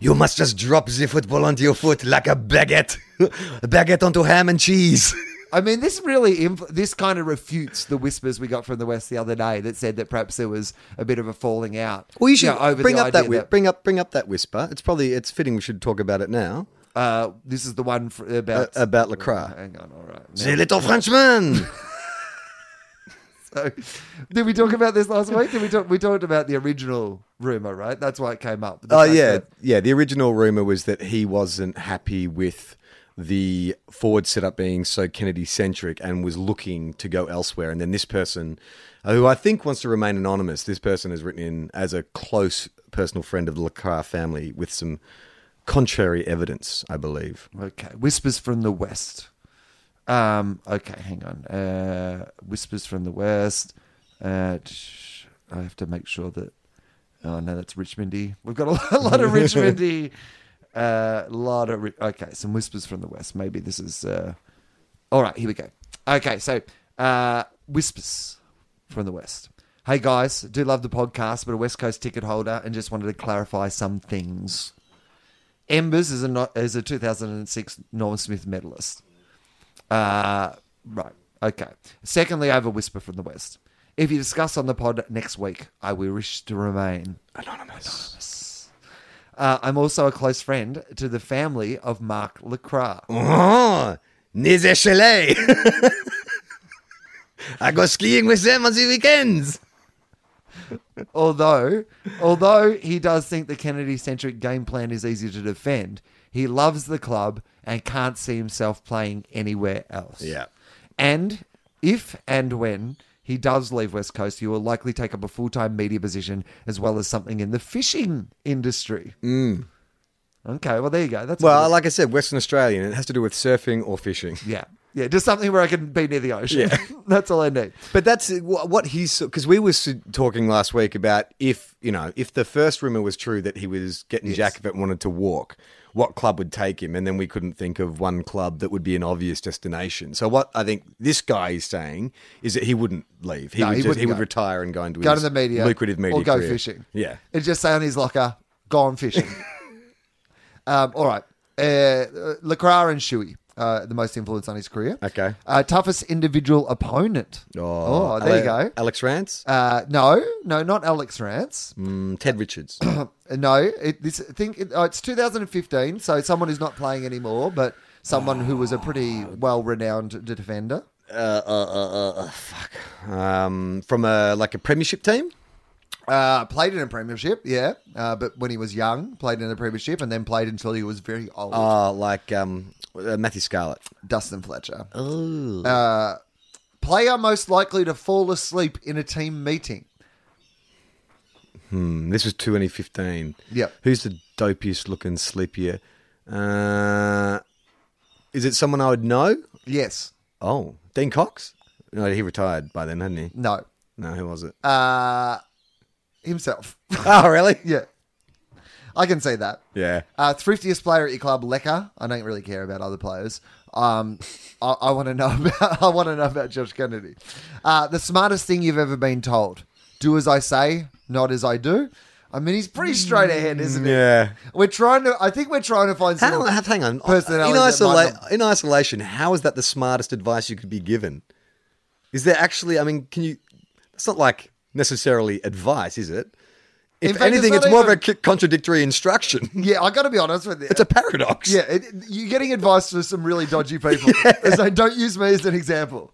[SPEAKER 3] You must just drop the football onto your foot like a baguette. a baguette onto ham and cheese.
[SPEAKER 2] I mean, this really inf- this kind of refutes the whispers we got from the West the other day that said that perhaps there was a bit of a falling out.
[SPEAKER 3] Well, you should
[SPEAKER 2] know, over
[SPEAKER 3] bring
[SPEAKER 2] the
[SPEAKER 3] up that,
[SPEAKER 2] idea
[SPEAKER 3] whi- bring up bring up that whisper. It's probably it's fitting we should talk about it now
[SPEAKER 2] uh, this is the one for,
[SPEAKER 3] uh,
[SPEAKER 2] about
[SPEAKER 3] about Lacroix.
[SPEAKER 2] Hang on, all right.
[SPEAKER 3] The little Frenchman.
[SPEAKER 2] So, did we talk about this last week? Did we talk? We talked about the original rumor, right? That's why it came up. The
[SPEAKER 3] Oh
[SPEAKER 2] fact
[SPEAKER 3] yeah,
[SPEAKER 2] that-
[SPEAKER 3] yeah. The original rumor was that he wasn't happy with the forward setup being so Kennedy centric and was looking to go elsewhere. And then this person, uh, who I think wants to remain anonymous, this person has written in as a close personal friend of the Lacar family with some contrary evidence, I believe.
[SPEAKER 2] Okay, whispers from the west. Um. Okay, hang on. Uh, whispers from the west. Uh, tsh- I have to make sure that. Oh no, that's Richmondy. We've got a lot, a lot of Richmondy. A uh, lot of. Ri- okay, some whispers from the west. Maybe this is. Uh, all right, here we go. Okay, so uh, whispers from the West. Hey guys, do love the podcast, but a West Coast ticket holder, and just wanted to clarify some things. Embers is a no- is a 2006 Norman Smith medalist. Uh, right. Okay. Secondly, I have a whisper from the West. If you discuss on the pod next week, I will wish to remain
[SPEAKER 3] Anonymous.
[SPEAKER 2] Uh, I'm also a close friend to the family of Mark Lacroix.
[SPEAKER 3] Oh, Niz et Chalet. I go skiing with them on the weekends.
[SPEAKER 2] although although he does think the Kennedy centric game plan is easier to defend, he loves the club and can't see himself playing anywhere else.
[SPEAKER 3] Yeah.
[SPEAKER 2] And if and when he does leave West Coast, he will likely take up a full time media position as well as something in the fishing industry. Okay, well there you go. That's a
[SPEAKER 3] Mm. Well,
[SPEAKER 2] bit-
[SPEAKER 3] like I said, Western Australian. It has to do with surfing or fishing.
[SPEAKER 2] yeah. Yeah, just something where I can be near the ocean. That's all I need.
[SPEAKER 3] But that's wh- what he's because we were s- talking last week about if you know if the first rumor was true that he was getting jack if it wanted to walk, what club would take him? And then we couldn't think of one club that would be an obvious destination. So what I think this guy is saying is that he wouldn't leave. He
[SPEAKER 2] No,
[SPEAKER 3] would
[SPEAKER 2] he
[SPEAKER 3] just,
[SPEAKER 2] wouldn't
[SPEAKER 3] he would
[SPEAKER 2] go.
[SPEAKER 3] retire and go into
[SPEAKER 2] Go to
[SPEAKER 3] his
[SPEAKER 2] the media.
[SPEAKER 3] lucrative media
[SPEAKER 2] Or go
[SPEAKER 3] career.
[SPEAKER 2] fishing.
[SPEAKER 3] Yeah.
[SPEAKER 2] It'd just say on his locker, gone fishing. um, all right. Uh, Lacroix and Shuey, uh, the most influence on his career.
[SPEAKER 3] Okay.
[SPEAKER 2] Uh, toughest individual opponent. Oh, there you
[SPEAKER 3] Ale-
[SPEAKER 2] go.
[SPEAKER 3] Alex Rance,
[SPEAKER 2] Uh, no, no, not Alex Rance. Uh,
[SPEAKER 3] Mm, Ted Richards.
[SPEAKER 2] No, it, this think it, oh, it's 2015, so someone who's not playing anymore, but someone who was a
[SPEAKER 3] Ah.
[SPEAKER 2] pretty well-renowned d- defender.
[SPEAKER 3] uh, um, from a like a premiership team.
[SPEAKER 2] Uh, played in a premiership, yeah, uh, but when he was young, played in a premiership, and then played until he was very old.
[SPEAKER 3] Uh, like um, uh, Matthew Scarlett.
[SPEAKER 2] Dustin Fletcher. Oh. Uh, player most likely to fall asleep in a team meeting.
[SPEAKER 3] This was 2015.
[SPEAKER 2] Yep.
[SPEAKER 3] Who's the dopiest looking sleepier? Uh, is it someone I would know?
[SPEAKER 2] Yes.
[SPEAKER 3] Oh, Dean Cox? No, he retired by then, hadn't he?
[SPEAKER 2] No.
[SPEAKER 3] No, who was it?
[SPEAKER 2] Uh, himself.
[SPEAKER 3] oh, really?
[SPEAKER 2] yeah. I can see that.
[SPEAKER 3] Yeah.
[SPEAKER 2] Uh, thriftiest player at your club, Lecker. I don't really care about other players. Um, I, I want to know about. I want to know about Josh Kennedy. Uh, the smartest thing you've ever been told: do as I say, not as I do. I mean, he's pretty straight ahead, isn't he?
[SPEAKER 3] Yeah.
[SPEAKER 2] We're trying to. I think we're trying to find.
[SPEAKER 3] How,
[SPEAKER 2] someone-
[SPEAKER 3] how- hang on. In,
[SPEAKER 2] Personalities that might
[SPEAKER 3] isola- in isolation, how is that the smartest advice you could be given? Is there actually, I mean, can you. It's not like necessarily advice, is it? If
[SPEAKER 2] In fact, it's
[SPEAKER 3] anything,
[SPEAKER 2] not
[SPEAKER 3] it's, more
[SPEAKER 2] even-
[SPEAKER 3] of a contradictory instruction.
[SPEAKER 2] Yeah, I got to be honest with you.
[SPEAKER 3] it's a paradox.
[SPEAKER 2] yeah, it, it- you're getting advice from some really dodgy people. It's like, don't use me as an example.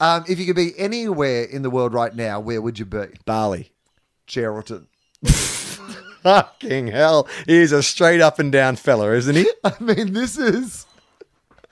[SPEAKER 2] um, if you could be anywhere in the world right now, where would you be?
[SPEAKER 3] Bali.
[SPEAKER 2] Geraldton.
[SPEAKER 3] Fucking hell. He's a straight up and down fella, isn't he?
[SPEAKER 2] I mean, this is.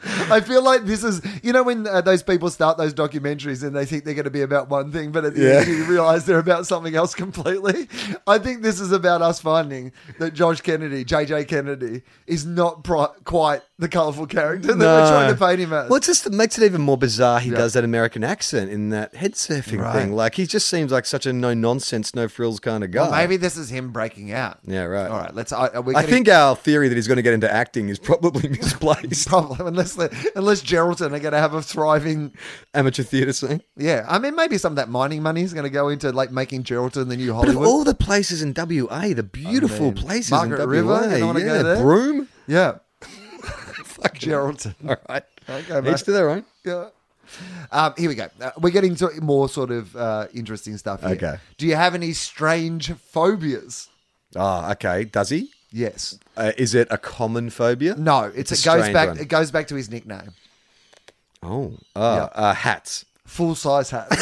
[SPEAKER 2] I feel like this is, you know, when uh, those people start those documentaries and they think they're going to be about one thing, but at the
[SPEAKER 3] Yeah.
[SPEAKER 2] end you realize they're about something else completely. I think this is about us finding that Josh Kennedy, JJ Kennedy, is not pri- quite the colorful character that we're trying to paint him as.
[SPEAKER 3] Well, it's just that makes it even more bizarre. He
[SPEAKER 2] Yeah.
[SPEAKER 3] does that American accent in that head surfing
[SPEAKER 2] Right.
[SPEAKER 3] thing. Like, he just seems like such a no nonsense, no frills kind of guy.
[SPEAKER 2] Well, maybe this is him breaking out.
[SPEAKER 3] Yeah, right.
[SPEAKER 2] All right, let's. I, are we
[SPEAKER 3] I
[SPEAKER 2] getting-
[SPEAKER 3] think our theory that he's going to get into acting is probably misplaced.
[SPEAKER 2] problem unless they, unless Geraldton are going to have a thriving.
[SPEAKER 3] Amateur theatre scene.
[SPEAKER 2] Yeah, I mean, maybe some of that mining money is going to go into like making Geraldton the new
[SPEAKER 3] But of
[SPEAKER 2] Hollywood.
[SPEAKER 3] all the places in WA, the beautiful
[SPEAKER 2] mean,
[SPEAKER 3] places
[SPEAKER 2] Margaret
[SPEAKER 3] in WA,
[SPEAKER 2] River, you don't wanna
[SPEAKER 3] yeah,
[SPEAKER 2] go there?
[SPEAKER 3] Broome.
[SPEAKER 2] yeah, Geraldton.
[SPEAKER 3] All right.
[SPEAKER 2] Okay, mate.
[SPEAKER 3] Each to their own.
[SPEAKER 2] Yeah. Um, here we go. Uh, we're getting to more sort of uh, interesting stuff here.
[SPEAKER 3] Okay.
[SPEAKER 2] Do you have any strange phobias?
[SPEAKER 3] Ah, okay. Does he?
[SPEAKER 2] Yes.
[SPEAKER 3] Uh, is it a common phobia?
[SPEAKER 2] No. It's,
[SPEAKER 3] It's
[SPEAKER 2] it
[SPEAKER 3] a
[SPEAKER 2] goes
[SPEAKER 3] strange
[SPEAKER 2] back.
[SPEAKER 3] one.
[SPEAKER 2] It goes back to his nickname,
[SPEAKER 3] Oh, uh, uh, hats.
[SPEAKER 2] full size hats.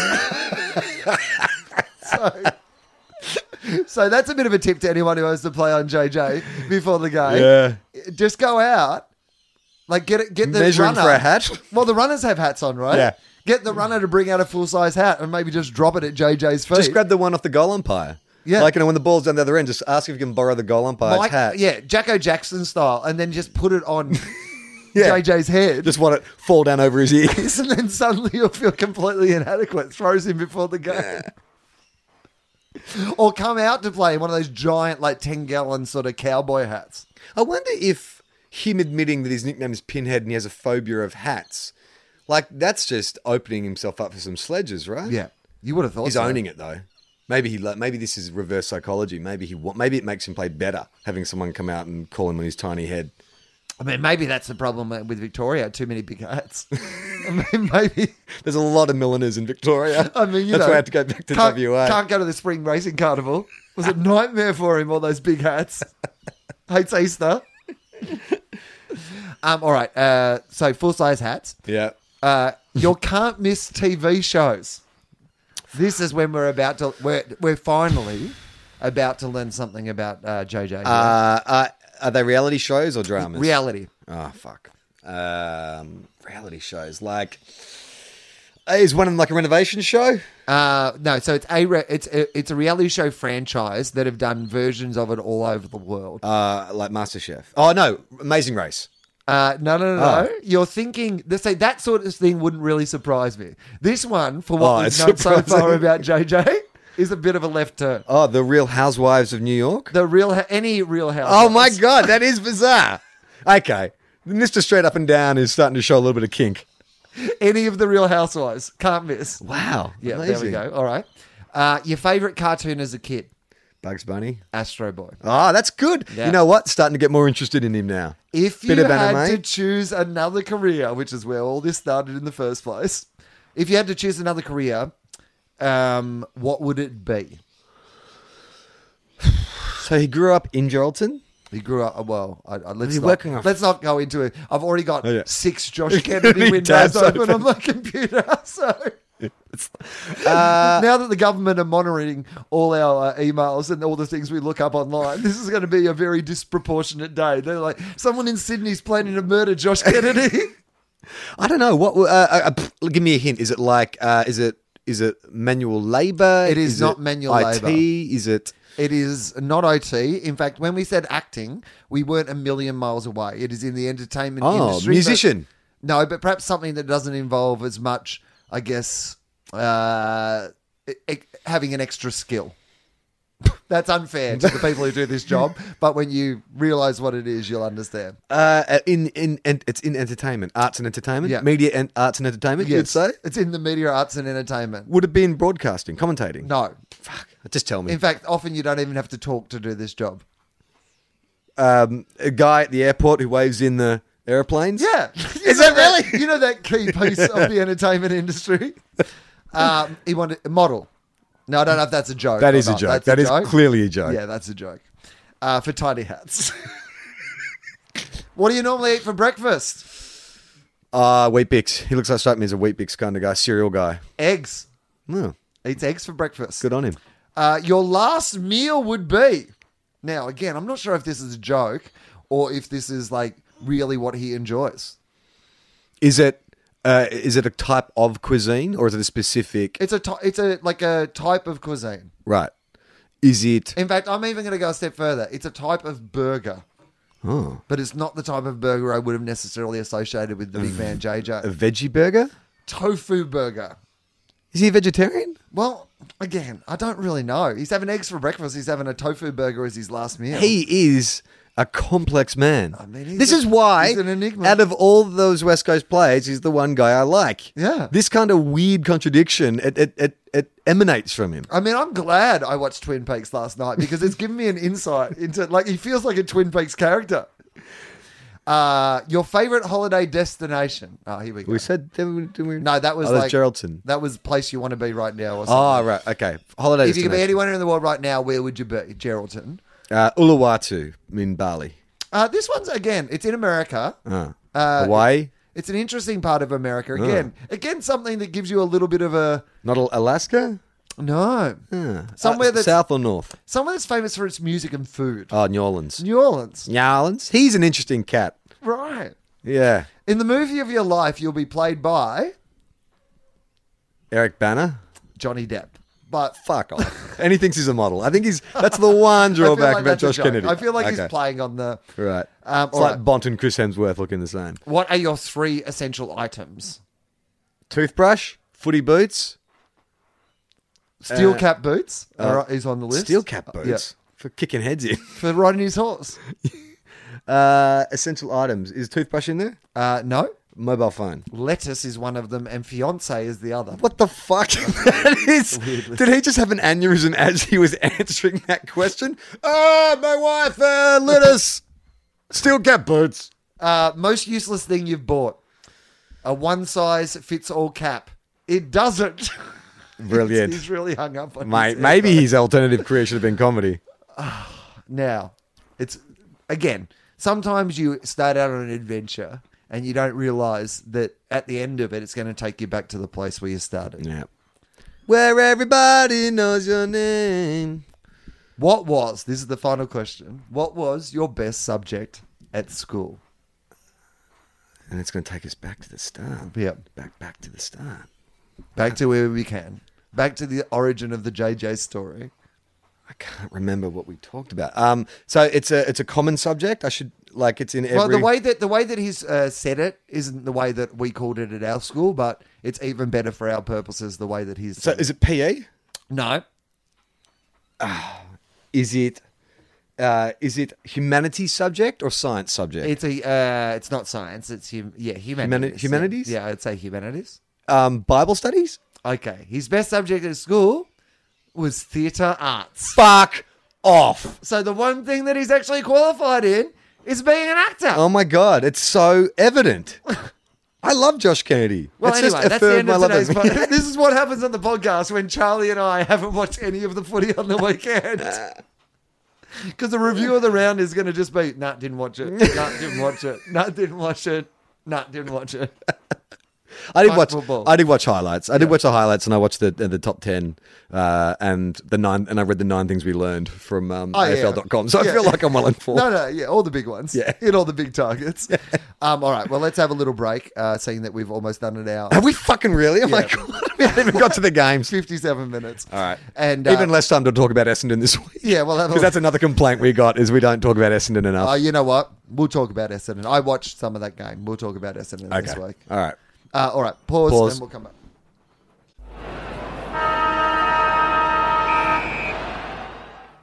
[SPEAKER 2] so, so that's a bit of a tip to anyone who has to play on JJ before the game.
[SPEAKER 3] Yeah.
[SPEAKER 2] Just go out, like get it, get the
[SPEAKER 3] Measuring
[SPEAKER 2] runner
[SPEAKER 3] for a hat?
[SPEAKER 2] Well, the runners have hats on, right?
[SPEAKER 3] Yeah.
[SPEAKER 2] Get the runner to bring out a full size hat and maybe just drop it at JJ's feet.
[SPEAKER 3] Just grab the one off the goal umpire.
[SPEAKER 2] Yeah.
[SPEAKER 3] Like, you know, when the ball's down the other end, just ask if you can borrow the goal umpire's
[SPEAKER 2] Mike-
[SPEAKER 3] hat.
[SPEAKER 2] Yeah, Jacko Jackson style, and then just put it on
[SPEAKER 3] Yeah.
[SPEAKER 2] JJ's head.
[SPEAKER 3] Just want it fall down over his ears.
[SPEAKER 2] and then suddenly you'll feel completely inadequate. Throws him before the game. Or come out to play in one of those giant, like 10 gallon sort of cowboy hats.
[SPEAKER 3] I wonder if him admitting that his nickname is Pinhead and he has a phobia of hats, like, that's just opening himself up for some sledges, right?
[SPEAKER 2] Yeah. You would have thought
[SPEAKER 3] He's
[SPEAKER 2] so.
[SPEAKER 3] owning it, though. Maybe he lo- maybe this is reverse psychology. Maybe he wa- maybe it makes him play better having someone come out and call him on his tiny head.
[SPEAKER 2] I mean, maybe that's the problem with Victoria too many big hats. I mean, maybe.
[SPEAKER 3] There's a lot of milliners in Victoria.
[SPEAKER 2] I mean, you
[SPEAKER 3] that's
[SPEAKER 2] know.
[SPEAKER 3] why I had to go back to
[SPEAKER 2] can't,
[SPEAKER 3] WA.
[SPEAKER 2] Can't go to the spring racing carnival. It was a nightmare for him, all those big hats. Hates Easter. um, all right. Uh, so, full size hats.
[SPEAKER 3] Yeah.
[SPEAKER 2] Uh, your can't miss TV shows. This is when we're about to, we're, we're finally about to learn something about uh, JJ.
[SPEAKER 3] Uh, uh, are they reality shows or dramas?
[SPEAKER 2] Reality.
[SPEAKER 3] Oh fuck. Um, reality shows like is one of them like a renovation show?
[SPEAKER 2] Uh, no, so it's a re- it's a, it's a reality show franchise that have done versions of it all over the world.
[SPEAKER 3] Uh, like MasterChef. Oh no, Amazing Race.
[SPEAKER 2] Uh, no, no, no, no.
[SPEAKER 3] Oh.
[SPEAKER 2] You're thinking. They say that sort of thing wouldn't really surprise me. This one, for
[SPEAKER 3] Oh,
[SPEAKER 2] what we've
[SPEAKER 3] it's
[SPEAKER 2] known so
[SPEAKER 3] surprising.
[SPEAKER 2] far about JJ, is a bit of a left turn.
[SPEAKER 3] Oh, The Real Housewives of New York.
[SPEAKER 2] The real, Ha- any real house.
[SPEAKER 3] Oh my god, that is bizarre. Okay, Mr. Straight Up and Down is starting to show a little bit of kink.
[SPEAKER 2] any of the Real Housewives. Can't miss.
[SPEAKER 3] Wow.
[SPEAKER 2] Yeah, there we
[SPEAKER 3] amazing.
[SPEAKER 2] go. All right. Uh, your favorite cartoon as a kid,
[SPEAKER 3] Bugs Bunny.
[SPEAKER 2] Astro Boy.
[SPEAKER 3] Ah, that's good.
[SPEAKER 2] Yeah.
[SPEAKER 3] You know what? Starting to get more interested in him now.
[SPEAKER 2] If you
[SPEAKER 3] Bit of
[SPEAKER 2] had
[SPEAKER 3] anime.
[SPEAKER 2] to choose another career, which is where all this started in the first place, if you had to choose another career, um, what would it be?
[SPEAKER 3] So he grew up in Geraldton.
[SPEAKER 2] He grew up well. I, I, let's
[SPEAKER 3] He's
[SPEAKER 2] not,
[SPEAKER 3] working on-
[SPEAKER 2] Let's not go into it. I've already got
[SPEAKER 3] Oh, yeah.
[SPEAKER 2] six Josh Kennedy windows
[SPEAKER 3] Tabs
[SPEAKER 2] open,
[SPEAKER 3] open.
[SPEAKER 2] on my computer. So
[SPEAKER 3] Uh,
[SPEAKER 2] now that the government are monitoring all our uh, emails and all the things we look up online, this is going to be a very disproportionate day. They're like, someone in Sydney's planning to murder Josh Kennedy.
[SPEAKER 3] I don't know what. Uh, uh, uh, pff, give me a hint. Is it like? Uh, is it? Is it manual labor?
[SPEAKER 2] It is not manual
[SPEAKER 3] IT?
[SPEAKER 2] labour.
[SPEAKER 3] Is it?
[SPEAKER 2] it is not OT. In fact, when we said acting, we weren't a million miles away. It is in the entertainment
[SPEAKER 3] Oh,
[SPEAKER 2] industry. but-
[SPEAKER 3] musician.
[SPEAKER 2] No, but perhaps something that doesn't involve as much, I guess, uh, e- e- having an extra skill. That's unfair to the people who do this job, but when you realize what it is, you'll understand.
[SPEAKER 3] Uh, in in and it's in entertainment, arts and entertainment,
[SPEAKER 2] Yeah.
[SPEAKER 3] media and arts and entertainment. You'd
[SPEAKER 2] Yes.
[SPEAKER 3] say
[SPEAKER 2] It's in the media, arts, and entertainment.
[SPEAKER 3] would it be in broadcasting, commentating?
[SPEAKER 2] No.
[SPEAKER 3] Fuck. Just tell me.
[SPEAKER 2] In fact, often you don't even have to talk to do this job.
[SPEAKER 3] um, a guy at the airport who waves in the airplanes.
[SPEAKER 2] Yeah.
[SPEAKER 3] Is that really?
[SPEAKER 2] you know that key piece of the entertainment industry? Um, he wanted a model. No, I don't know if that's a joke.
[SPEAKER 3] That
[SPEAKER 2] or
[SPEAKER 3] is a
[SPEAKER 2] not.
[SPEAKER 3] joke.
[SPEAKER 2] That's
[SPEAKER 3] That is
[SPEAKER 2] joke.
[SPEAKER 3] clearly a joke.
[SPEAKER 2] Yeah, that's a joke. Uh, for tiny hats. what do you normally eat for breakfast?
[SPEAKER 3] Uh, wheat bix. He looks like straight me as a wheat bix kind of guy, cereal guy.
[SPEAKER 2] Eggs.
[SPEAKER 3] Oh,
[SPEAKER 2] Eats eggs for breakfast.
[SPEAKER 3] good on him.
[SPEAKER 2] Uh, your last meal would be. Now, again, I'm not sure if this is a joke or if this is like really what he enjoys.
[SPEAKER 3] Is it? Uh, is it a type of cuisine or is it a specific?
[SPEAKER 2] It's a t- it's a like a type of cuisine.
[SPEAKER 3] Right. Is it?
[SPEAKER 2] In fact, I'm even going to go a step further. It's a type of burger,
[SPEAKER 3] Oh,
[SPEAKER 2] but it's not the type of burger I would have necessarily associated with the big man
[SPEAKER 3] a
[SPEAKER 2] JJ.
[SPEAKER 3] veggie burger?
[SPEAKER 2] Tofu burger.
[SPEAKER 3] Is he a vegetarian?
[SPEAKER 2] Well, again, I don't really know. He's having eggs for breakfast. He's having a tofu burger as his last meal.
[SPEAKER 3] He is a complex man. I
[SPEAKER 2] mean, he's
[SPEAKER 3] this
[SPEAKER 2] a-
[SPEAKER 3] is why,
[SPEAKER 2] he's an enigma.
[SPEAKER 3] out of all those West Coast plays, he's the one guy I like.
[SPEAKER 2] Yeah.
[SPEAKER 3] This kind of weird contradiction, it, it, it, it emanates from him.
[SPEAKER 2] I mean, I'm glad I watched Twin Peaks last night because it's given me an insight into like he feels like a Twin Peaks character. Uh, your favorite holiday destination? Oh, here we go.
[SPEAKER 3] We said did we, did we,
[SPEAKER 2] no, that was
[SPEAKER 3] Oh,
[SPEAKER 2] like
[SPEAKER 3] that's Geraldton.
[SPEAKER 2] That was place you want to be right now. Or something.
[SPEAKER 3] Oh right, okay. Holiday.
[SPEAKER 2] if you could be
[SPEAKER 3] destination.
[SPEAKER 2] anywhere in the world right now, where would you be? Geraldton.
[SPEAKER 3] uh, Uluwatu in Bali,
[SPEAKER 2] Uh, this one's again. It's in America.
[SPEAKER 3] uh,
[SPEAKER 2] Uh,
[SPEAKER 3] Hawaii,
[SPEAKER 2] It's an interesting part of America. Again, again, something that gives you a little bit of a
[SPEAKER 3] not Al- Alaska.
[SPEAKER 2] no.
[SPEAKER 3] Yeah.
[SPEAKER 2] Somewhere
[SPEAKER 3] Uh,
[SPEAKER 2] that's-
[SPEAKER 3] south or north.
[SPEAKER 2] Somewhere that's famous for its music and food.
[SPEAKER 3] Oh, New Orleans.
[SPEAKER 2] New Orleans,
[SPEAKER 3] New Orleans. He's an interesting cat.
[SPEAKER 2] right?
[SPEAKER 3] Yeah,
[SPEAKER 2] In the movie of your life, you'll be played by
[SPEAKER 3] Eric Banner.
[SPEAKER 2] Johnny Depp. But
[SPEAKER 3] Fuck off. and he thinks he's a model. I think he's that's the one
[SPEAKER 2] I feel
[SPEAKER 3] drawback
[SPEAKER 2] like
[SPEAKER 3] about
[SPEAKER 2] that's a
[SPEAKER 3] Josh
[SPEAKER 2] joke.
[SPEAKER 3] Kennedy.
[SPEAKER 2] I feel like
[SPEAKER 3] Okay.
[SPEAKER 2] he's playing on the.
[SPEAKER 3] Right.
[SPEAKER 2] Um,
[SPEAKER 3] it's
[SPEAKER 2] all
[SPEAKER 3] like
[SPEAKER 2] right.
[SPEAKER 3] Bont and Chris Hemsworth looking the same.
[SPEAKER 2] What are your three essential items?
[SPEAKER 3] Toothbrush, footy boots,
[SPEAKER 2] Steel
[SPEAKER 3] Uh,
[SPEAKER 2] cap boots
[SPEAKER 3] uh,
[SPEAKER 2] are, is on the list.
[SPEAKER 3] steel cap
[SPEAKER 2] Uh,
[SPEAKER 3] boots
[SPEAKER 2] yeah,
[SPEAKER 3] for kicking heads in.
[SPEAKER 2] for riding his horse.
[SPEAKER 3] Uh, essential items. Is toothbrush in there?
[SPEAKER 2] Uh, no,
[SPEAKER 3] Mobile phone.
[SPEAKER 2] lettuce is one of them, and fiance is the other.
[SPEAKER 3] What the fuck? that is. Did he just have an aneurysm as he was answering that question? Oh, my wife uh, lit us. Steel cap boots.
[SPEAKER 2] Uh, most useless thing you've bought? A one size fits all cap. It doesn't.
[SPEAKER 3] Brilliant.
[SPEAKER 2] He's really hung up on
[SPEAKER 3] Mate,
[SPEAKER 2] his
[SPEAKER 3] maybe his alternative career should have been comedy.
[SPEAKER 2] Now, it's again, sometimes you start out on an adventure and you don't realize that at the end of it, it's going to take you back to the place where you started.
[SPEAKER 3] Yeah. Where everybody knows your name.
[SPEAKER 2] What was, this is the final question, what was your best subject at school?
[SPEAKER 3] And it's going to take us back to the start.
[SPEAKER 2] Yep.
[SPEAKER 3] Back, back to the start.
[SPEAKER 2] Back to where we can. Back to the origin of the JJ story.
[SPEAKER 3] I can't remember what we talked about. Um, so it's a it's a common subject. I should like it's in every.
[SPEAKER 2] Well, the way that the way that he's uh, said it isn't the way that we called it at our school, but it's even better for our purposes the way that he's.
[SPEAKER 3] so
[SPEAKER 2] said it.
[SPEAKER 3] is it E? PE?
[SPEAKER 2] no,
[SPEAKER 3] Is it uh, is it humanities subject or science subject?
[SPEAKER 2] It's a. Uh, it's not science. It's hum- yeah humanities.
[SPEAKER 3] Humani- humanities?
[SPEAKER 2] Yeah. yeah, I'd say humanities.
[SPEAKER 3] um, Bible studies.
[SPEAKER 2] Okay, his best subject at school was theatre arts.
[SPEAKER 3] Fuck off!
[SPEAKER 2] So the one thing that he's actually qualified in is being an actor.
[SPEAKER 3] Oh my god, it's so evident. I love Josh Kennedy.
[SPEAKER 2] well,
[SPEAKER 3] it's
[SPEAKER 2] anyway,
[SPEAKER 3] just
[SPEAKER 2] that's the end
[SPEAKER 3] my
[SPEAKER 2] of
[SPEAKER 3] love
[SPEAKER 2] today's
[SPEAKER 3] me.
[SPEAKER 2] podcast. this is what happens on the podcast when Charlie and I haven't watched any of the footy on the weekend. Because the review of the round is going to just be, nah, didn't watch it. Nah, didn't watch it. Nah, didn't watch it. Nah, didn't watch it.
[SPEAKER 3] I did
[SPEAKER 2] Fuck
[SPEAKER 3] watch.
[SPEAKER 2] football.
[SPEAKER 3] I did watch highlights. I did watch the highlights, and I watched the the top ten uh, and the nine. And I read the nine things we learned from um,
[SPEAKER 2] Oh, yeah.
[SPEAKER 3] AFL.com. So
[SPEAKER 2] Yeah.
[SPEAKER 3] I feel like I'm well informed.
[SPEAKER 2] No, no, yeah, all the big ones.
[SPEAKER 3] Yeah.
[SPEAKER 2] Hit all the big targets. Um, all right, well, let's have a little break, uh, seeing that we've almost done an hour.
[SPEAKER 3] Have we fucking really? Oh my
[SPEAKER 2] Yeah.
[SPEAKER 3] god! We haven't even got to the games.
[SPEAKER 2] 57 minutes. All
[SPEAKER 3] right.
[SPEAKER 2] And uh,
[SPEAKER 3] Even less time to talk about Essendon this week.
[SPEAKER 2] Yeah, well, have a-
[SPEAKER 3] because that's another complaint we got is we don't talk about Essendon enough.
[SPEAKER 2] Oh, you know what? We'll talk about Essendon. I watched some of that game. We'll talk about Essendon this week.
[SPEAKER 3] All right.
[SPEAKER 2] Uh, all right, pause,
[SPEAKER 3] Pause.
[SPEAKER 2] then we'll come back.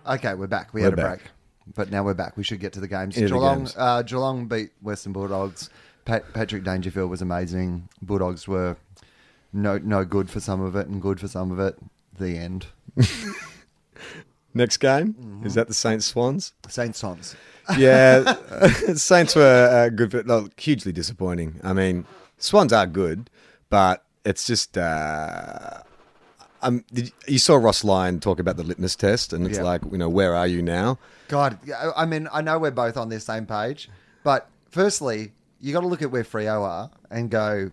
[SPEAKER 2] Okay, we're back. We had
[SPEAKER 3] We're
[SPEAKER 2] a
[SPEAKER 3] back.
[SPEAKER 2] break, but now we're back. We should get to the games.
[SPEAKER 3] Into the
[SPEAKER 2] Geelong,
[SPEAKER 3] games.
[SPEAKER 2] Uh, Geelong beat Western Bulldogs. Pat- Patrick Dangerfield was amazing. Bulldogs were no no good for some of it and good for some of it. The end.
[SPEAKER 3] Next game
[SPEAKER 2] Mm-hmm.
[SPEAKER 3] is that the Saints Swans.
[SPEAKER 2] Saints Sons.
[SPEAKER 3] Yeah, Saints were uh, good, but no, hugely disappointing. I mean, Swans are good, but it's just. Uh, um, did, you saw Ross Lyon talk about the litmus test, and it's
[SPEAKER 2] Yeah.
[SPEAKER 3] like, you know, where are you now?
[SPEAKER 2] God, yeah, I I mean, I know we're both on the same page, but firstly, you got to look at where Frio are and go.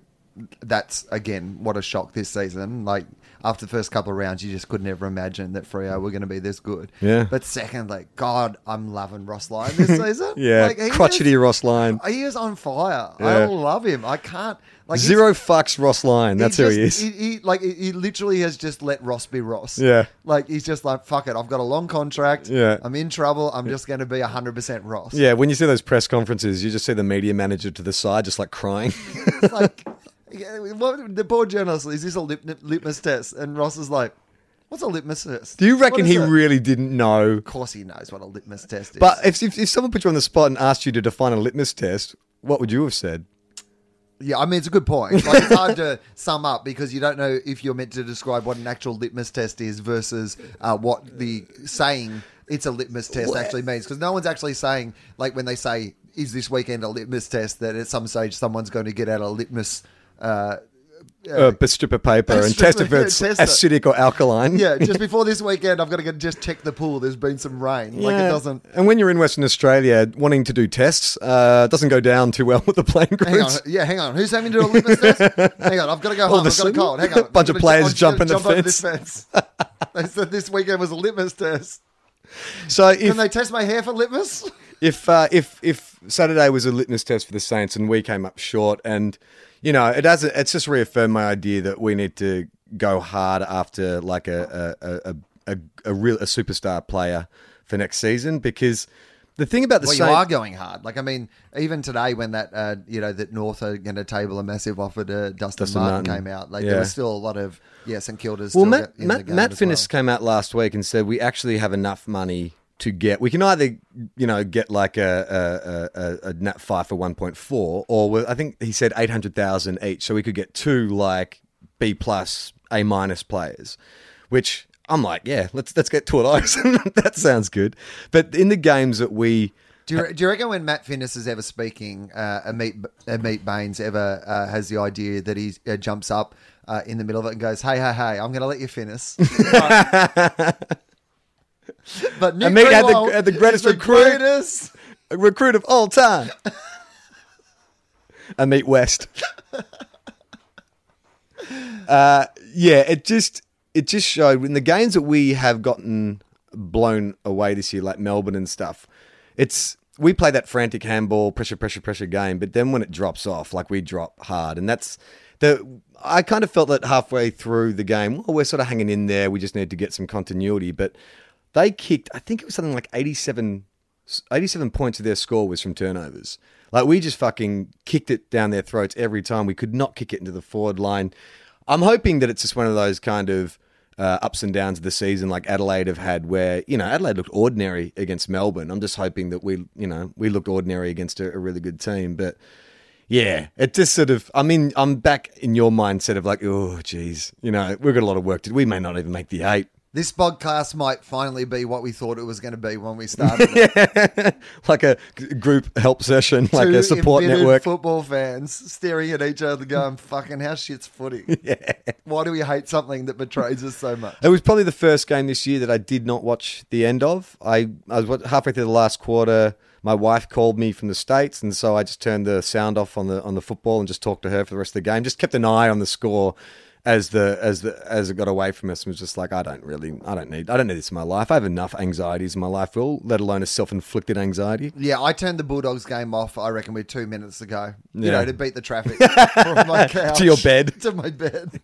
[SPEAKER 2] That's again what a shock this season. Like after the first couple of rounds, you just could never imagine that Frio were going to be this good.
[SPEAKER 3] Yeah.
[SPEAKER 2] But secondly, God, I'm loving Ross Lyon this season.
[SPEAKER 3] Yeah,
[SPEAKER 2] Like, he
[SPEAKER 3] crotchety
[SPEAKER 2] is-
[SPEAKER 3] Ross Lyon.
[SPEAKER 2] He is on fire. I
[SPEAKER 3] Yeah.
[SPEAKER 2] love him. I can't like he's-
[SPEAKER 3] Zero fucks Ross Lyon. That's who
[SPEAKER 2] just-
[SPEAKER 3] he is.
[SPEAKER 2] He, he- like he, he literally has just let Ross be Ross.
[SPEAKER 3] Yeah.
[SPEAKER 2] Like he's just like fuck it. I've got a long contract.
[SPEAKER 3] Yeah.
[SPEAKER 2] I'm in trouble. I'm just going to be hundred percent Ross.
[SPEAKER 3] yeah, when you see those press conferences, you just see the media manager to the side, just like crying.
[SPEAKER 2] It's like yeah, what, the poor journalist is this a lip, litmus test? And Ross is like, what's a litmus test?
[SPEAKER 3] Do you
[SPEAKER 2] What is
[SPEAKER 3] reckon he
[SPEAKER 2] it?"
[SPEAKER 3] really didn't know?
[SPEAKER 2] Of course, he knows what a litmus test is.
[SPEAKER 3] But if, if if someone put you on the spot and asked you to define a litmus test, what would you have said?
[SPEAKER 2] yeah, I mean, it's a good point. Like, it's hard to sum up because you don't know if you're meant to describe what an actual litmus test is versus uh, what the saying it's a litmus test actually means. Because no one's actually saying like when they say is this weekend a litmus test that at some stage someone's going to get out a litmus. Uh,
[SPEAKER 3] uh, a strip of paper
[SPEAKER 2] a
[SPEAKER 3] and
[SPEAKER 2] strip
[SPEAKER 3] test
[SPEAKER 2] of-
[SPEAKER 3] if it's
[SPEAKER 2] test it.
[SPEAKER 3] acidic or alkaline.
[SPEAKER 2] yeah, just before this weekend, I've got to go just check the pool. There's been some rain. Like it
[SPEAKER 3] Yeah.
[SPEAKER 2] doesn't.
[SPEAKER 3] And when you're in Western Australia, wanting to do tests uh, doesn't go down too well with the playing groups.
[SPEAKER 2] Hang on, yeah, hang on. Who's having to do a litmus test? Hang on, I've got to go
[SPEAKER 3] All
[SPEAKER 2] home. I've got
[SPEAKER 3] of a
[SPEAKER 2] a
[SPEAKER 3] sudden,
[SPEAKER 2] cold. Hang on,
[SPEAKER 3] a bunch of
[SPEAKER 2] I've gotta
[SPEAKER 3] players
[SPEAKER 2] I've
[SPEAKER 3] jump
[SPEAKER 2] gotta
[SPEAKER 3] in the
[SPEAKER 2] over this fence. they said this weekend was a litmus test.
[SPEAKER 3] So if
[SPEAKER 2] Can they test my hair for litmus?
[SPEAKER 3] if uh, if if Saturday was a litmus test for the Saints and we came up short, and you know it has it's just reaffirmed my idea that we need to go hard after like a a a, a, a, a real a superstar player for next season because the thing about the
[SPEAKER 2] Well, you
[SPEAKER 3] Saints
[SPEAKER 2] are going hard. Like I mean, even today when that uh, you know that North are going to table a massive offer to Dustin,
[SPEAKER 3] Dustin
[SPEAKER 2] Martin,
[SPEAKER 3] Martin.
[SPEAKER 2] came out, like
[SPEAKER 3] Yeah.
[SPEAKER 2] there was still a lot of yeah, St Kilda's.
[SPEAKER 3] Well,
[SPEAKER 2] still
[SPEAKER 3] Matt,
[SPEAKER 2] in the
[SPEAKER 3] Matt,
[SPEAKER 2] game
[SPEAKER 3] Matt
[SPEAKER 2] as
[SPEAKER 3] Finnis
[SPEAKER 2] well.
[SPEAKER 3] came out last week and said we actually have enough money to get. We can either, you know, get like a a, a, a, a Nat Five for one point four, or we I think he said eight hundred thousand each, so we could get two like B plus, A minus players, which. I'm like, yeah, let's let's get two of those. that sounds good. But in the games that we
[SPEAKER 2] Do you, do you reckon when Matt Finnis is ever speaking, uh, Amit, Amit Baines ever uh, has the idea that he uh, jumps up uh, in the middle of it and goes, hey, hey, hey, I'm going to let you Finnis. but Nick
[SPEAKER 3] Amit had the-
[SPEAKER 2] Greenwald
[SPEAKER 3] had the greatest
[SPEAKER 2] is
[SPEAKER 3] recruit.
[SPEAKER 2] greatest.
[SPEAKER 3] a recruit of all time. I meet West. uh, yeah, it just it just showed in the games that we have gotten blown away this year, like Melbourne and stuff. It's we play that frantic handball, pressure, pressure, pressure game, but then when it drops off, like we drop hard, and that's the. I kind of felt that halfway through the game, well, we're sort of hanging in there. We just need to get some continuity, but they kicked. I think it was something like eighty-seven 87 points of their score was from turnovers. Like we just fucking kicked it down their throats every time. We could not kick it into the forward line. I'm hoping that it's just one of those kind of uh, ups and downs of the season, like Adelaide have had, where you know Adelaide looked ordinary against Melbourne. I'm just hoping that we, you know, we looked ordinary against a, a really good team. But yeah, it just sort of. I mean, I'm back in your mindset of like, oh, geez, you know, we've got a lot of work to do. We may not even make the eight.
[SPEAKER 2] This podcast might finally be what we thought it was going to be when we started. it.
[SPEAKER 3] like a g- group help session, like
[SPEAKER 2] Two
[SPEAKER 3] a support
[SPEAKER 2] embittered
[SPEAKER 3] network.
[SPEAKER 2] football fans staring at each other going, fucking, how shit's footy? Why do we hate something that betrays us so much?
[SPEAKER 3] It was probably the first game this year that I did not watch the end of. I, I was wa- halfway through the last quarter. My wife called me from the states, and so I just turned the sound off on the on the football and just talked to her for the rest of the game. Just kept an eye on the score as the as the as it got away from us, and was just like, I don't really, I don't need, I don't need this in my life. I have enough anxieties in my life, Will, let alone a self inflicted anxiety.
[SPEAKER 2] Yeah, I turned the Bulldogs game off. I reckon with two minutes to go. You
[SPEAKER 3] Yeah.
[SPEAKER 2] know, to beat the traffic from my couch
[SPEAKER 3] To your bed.
[SPEAKER 2] to my bed.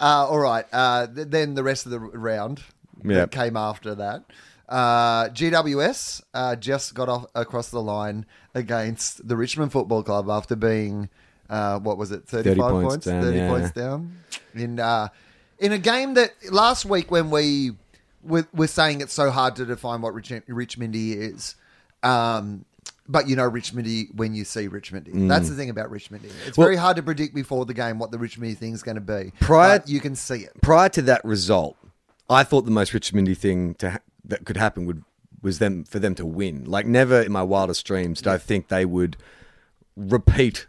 [SPEAKER 2] uh, all right. Uh, th- then the rest of the r- round
[SPEAKER 3] Yeah.
[SPEAKER 2] that came after that. Uh, GWS uh, just got off across the line against the Richmond Football Club after being uh, what was it, thirty-five
[SPEAKER 3] 30 points
[SPEAKER 2] points,
[SPEAKER 3] down,
[SPEAKER 2] thirty
[SPEAKER 3] yeah.
[SPEAKER 2] points down in uh, in a game that last week when we were, were saying it's so hard to define what Rich, Richmondy is. Um, but you know Richmondy when you see Richmondy. That's the thing about Richmondy. It's very hard to predict before the game what the Richmondy thing's going to be.
[SPEAKER 3] Prior-
[SPEAKER 2] but you can see it.
[SPEAKER 3] prior to that result, I thought the most Richmondy thing to ha- that could happen would was them for them to win. Like never in my wildest dreams did I think they would repeat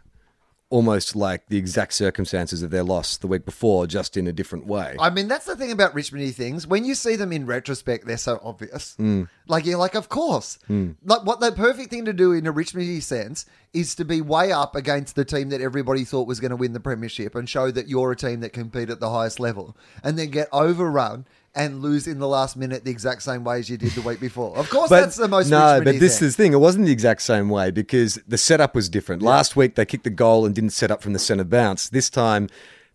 [SPEAKER 3] almost like the exact circumstances of their loss the week before, just in a different way.
[SPEAKER 2] I mean, that's the thing about Richmondy things. When you see them in retrospect, they're so obvious.
[SPEAKER 3] Mm.
[SPEAKER 2] Like you're like, of course. Like what the perfect thing to do in a Richmondy sense is to be way up against the team that everybody thought was going to win the premiership and show that you're a team that compete at the highest level, and then get overrun and lose in the last minute the exact same way as you did the week before. Of course, that's the most.
[SPEAKER 3] no, but
[SPEAKER 2] Richmondy
[SPEAKER 3] this
[SPEAKER 2] thing.
[SPEAKER 3] is the thing. It wasn't the exact same way because the setup was different. Last week they kicked the goal and didn't set up from the centre bounce. This time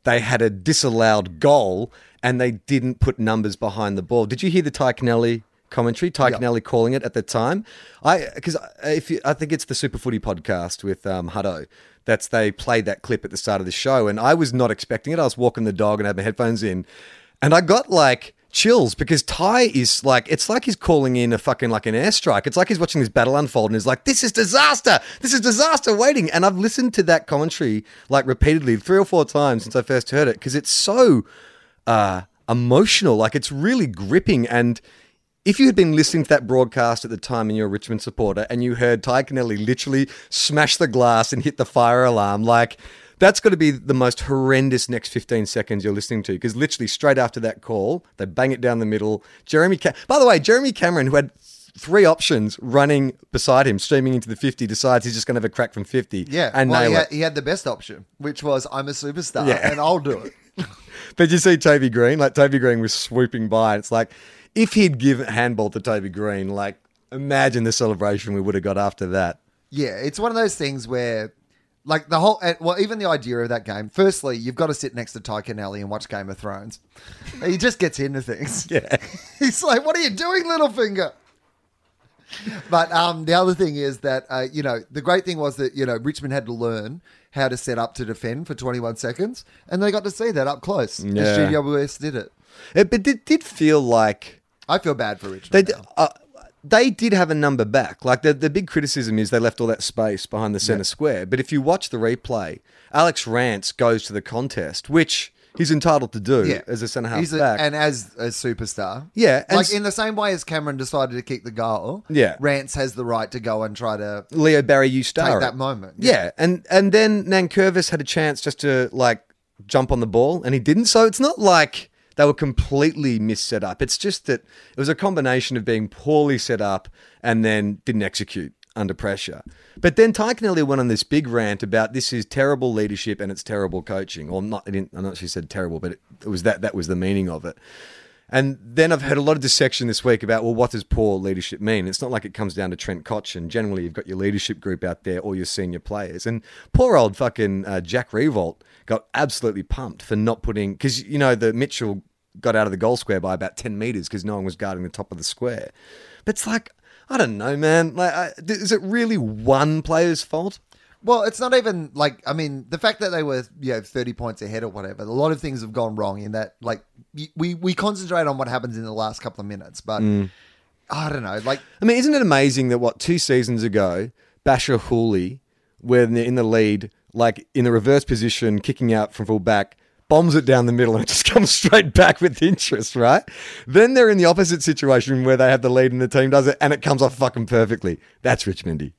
[SPEAKER 3] they had a disallowed goal and they didn't put numbers behind the ball. Did you hear the Ty Connelly commentary? Ty Connelly calling it at the time. I because if you, I think it's the Super Footy podcast with um, Hutto. That's they played that clip at the start of the show, and I was not expecting it. I was walking the dog and had my headphones in, and I got like chills because Ty is like, it's like he's calling in a fucking like an airstrike. It's like he's watching this battle unfold and he's like, this is disaster. This is disaster waiting. And I've listened to that commentary like repeatedly three or four times since I first heard it because it's so uh, emotional. Like it's really gripping and If you had been listening to that broadcast at the time and you're a Richmond supporter and you heard Ty Canelli literally smash the glass and hit the fire alarm, like that's got to be the most horrendous next 15 seconds you're listening to because literally straight after that call, they bang it down the middle. Jeremy, Ca- by the way, Jeremy Cameron, who had three options running beside him, streaming into the 50, decides he's just going to have a crack from 50
[SPEAKER 2] Yeah,
[SPEAKER 3] and
[SPEAKER 2] well,
[SPEAKER 3] nail
[SPEAKER 2] he
[SPEAKER 3] it.
[SPEAKER 2] had, he had the best option, which was I'm a superstar
[SPEAKER 3] Yeah.
[SPEAKER 2] and I'll do it.
[SPEAKER 3] But you see Toby Green, like Toby Green was swooping by. and It's like if he'd given handball to Toby Green, like imagine the celebration we would have got after that.
[SPEAKER 2] Yeah, it's one of those things where, like the whole, eh, well, even the idea of that game. Firstly, you've got to sit next to Ty Canelli and watch Game of Thrones. he just gets into things.
[SPEAKER 3] Yeah.
[SPEAKER 2] He's like, "What are you doing, Littlefinger?" But um, the other thing is that uh, you know the great thing was that you know Richmond had to learn how to set up to defend for 21 seconds, and they got to see that up close.
[SPEAKER 3] Yeah.
[SPEAKER 2] The Studio West did it.
[SPEAKER 3] It, Eh, but it did feel like
[SPEAKER 2] I feel bad for Richmond.
[SPEAKER 3] they
[SPEAKER 2] now.
[SPEAKER 3] d- uh, they did have a number back. Like the the big criticism is they left all that space behind the center square. But if you watch the replay, Alex Rance goes to the contest, which he's entitled to do as a centre half
[SPEAKER 2] He's a-
[SPEAKER 3] back.
[SPEAKER 2] and as a superstar.
[SPEAKER 3] Yeah, and
[SPEAKER 2] like
[SPEAKER 3] s-
[SPEAKER 2] in the same way as Cameron decided to kick the goal.
[SPEAKER 3] Yeah.
[SPEAKER 2] Rance has the right to go and try to
[SPEAKER 3] Leo Barry, you star
[SPEAKER 2] take
[SPEAKER 3] it.
[SPEAKER 2] that moment.
[SPEAKER 3] Yeah, and and then Nankervis had a chance just to like jump on the ball, and he didn't. So it's not like they were completely misset up. It's just that it was a combination of being poorly set up and then didn't execute under pressure. But then Tyconelli went on this big rant about this is terrible leadership and it's terrible coaching. Or not, I didn't. I'm not sure she said terrible, but it, it was that that was the meaning of it. And then I've heard a lot of dissection this week about, well, what does poor leadership mean? It's not like it comes down to Trent Cotchin. Generally, you've got your leadership group out there or your senior players. And poor old fucking uh, Jack Revolt got absolutely pumped for not putting, because, you know, the Mitchell got out of the goal square by about 10 metres because no one was guarding the top of the square. But it's like, I don't know, man. Like, I, th- is it really one player's fault?
[SPEAKER 2] Well, it's not even like I mean the fact that they were you know thirty points ahead or whatever. A lot of things have gone wrong in that. Like y- we we concentrate on what happens in the last couple of minutes, but
[SPEAKER 3] Mm.
[SPEAKER 2] I don't know. Like
[SPEAKER 3] I mean, isn't it amazing that what two seasons ago, Basher Hooley, were in the, in the lead, like in the reverse position, kicking out from full back, bombs it down the middle, and it just comes straight back with interest, right? Then they're in the opposite situation where they have the lead and the team does it, and it comes off fucking perfectly. That's Richmondy.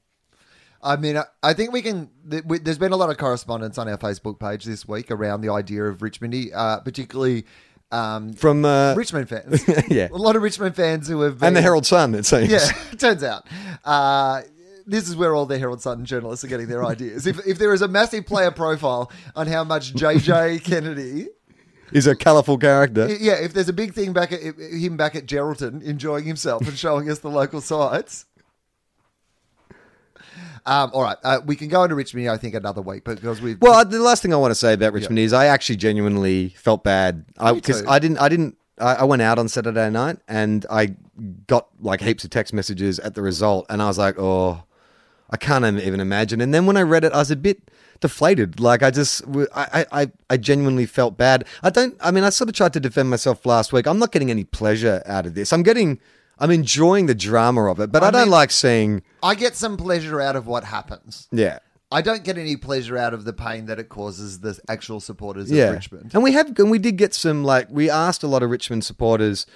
[SPEAKER 2] I mean, I, I think we can. Th- we, there's been a lot of correspondence on our Facebook page this week around the idea of Richmondy, uh, particularly um,
[SPEAKER 3] From uh,
[SPEAKER 2] Richmond fans.
[SPEAKER 3] Yeah.
[SPEAKER 2] a lot of Richmond fans who have been,
[SPEAKER 3] and the Herald Sun, it seems.
[SPEAKER 2] Yeah, turns out. Uh, this is where all the Herald Sun journalists are getting their ideas. If, if there is a massive player profile on how much JJ Kennedy,
[SPEAKER 3] is a colourful character.
[SPEAKER 2] yeah, if there's a big thing back at him back at Geraldton enjoying himself and showing us the local sights. Um, all right, uh, we can go into Richmond, I think, another week because we've
[SPEAKER 3] Well, the last thing I want to say about Richmond is I actually genuinely felt bad because
[SPEAKER 2] too.
[SPEAKER 3] I, didn't. I didn't. I, I went out on Saturday night and I got like heaps of text messages at the result, and I was like, oh, I can't im- even imagine. And then when I read it, I was a bit deflated. Like I just, w- I, I- I- I genuinely felt bad. I don't. I mean, I sort of tried to defend myself last week. I'm not getting any pleasure out of this. I'm getting. I'm enjoying the drama of it, but I, don't
[SPEAKER 2] mean-
[SPEAKER 3] like seeing.
[SPEAKER 2] I get some pleasure out of what happens.
[SPEAKER 3] Yeah.
[SPEAKER 2] I don't get any pleasure out of the pain that it causes the actual supporters of Richmond.
[SPEAKER 3] And we have, and we did get some like we asked a lot of Richmond supporters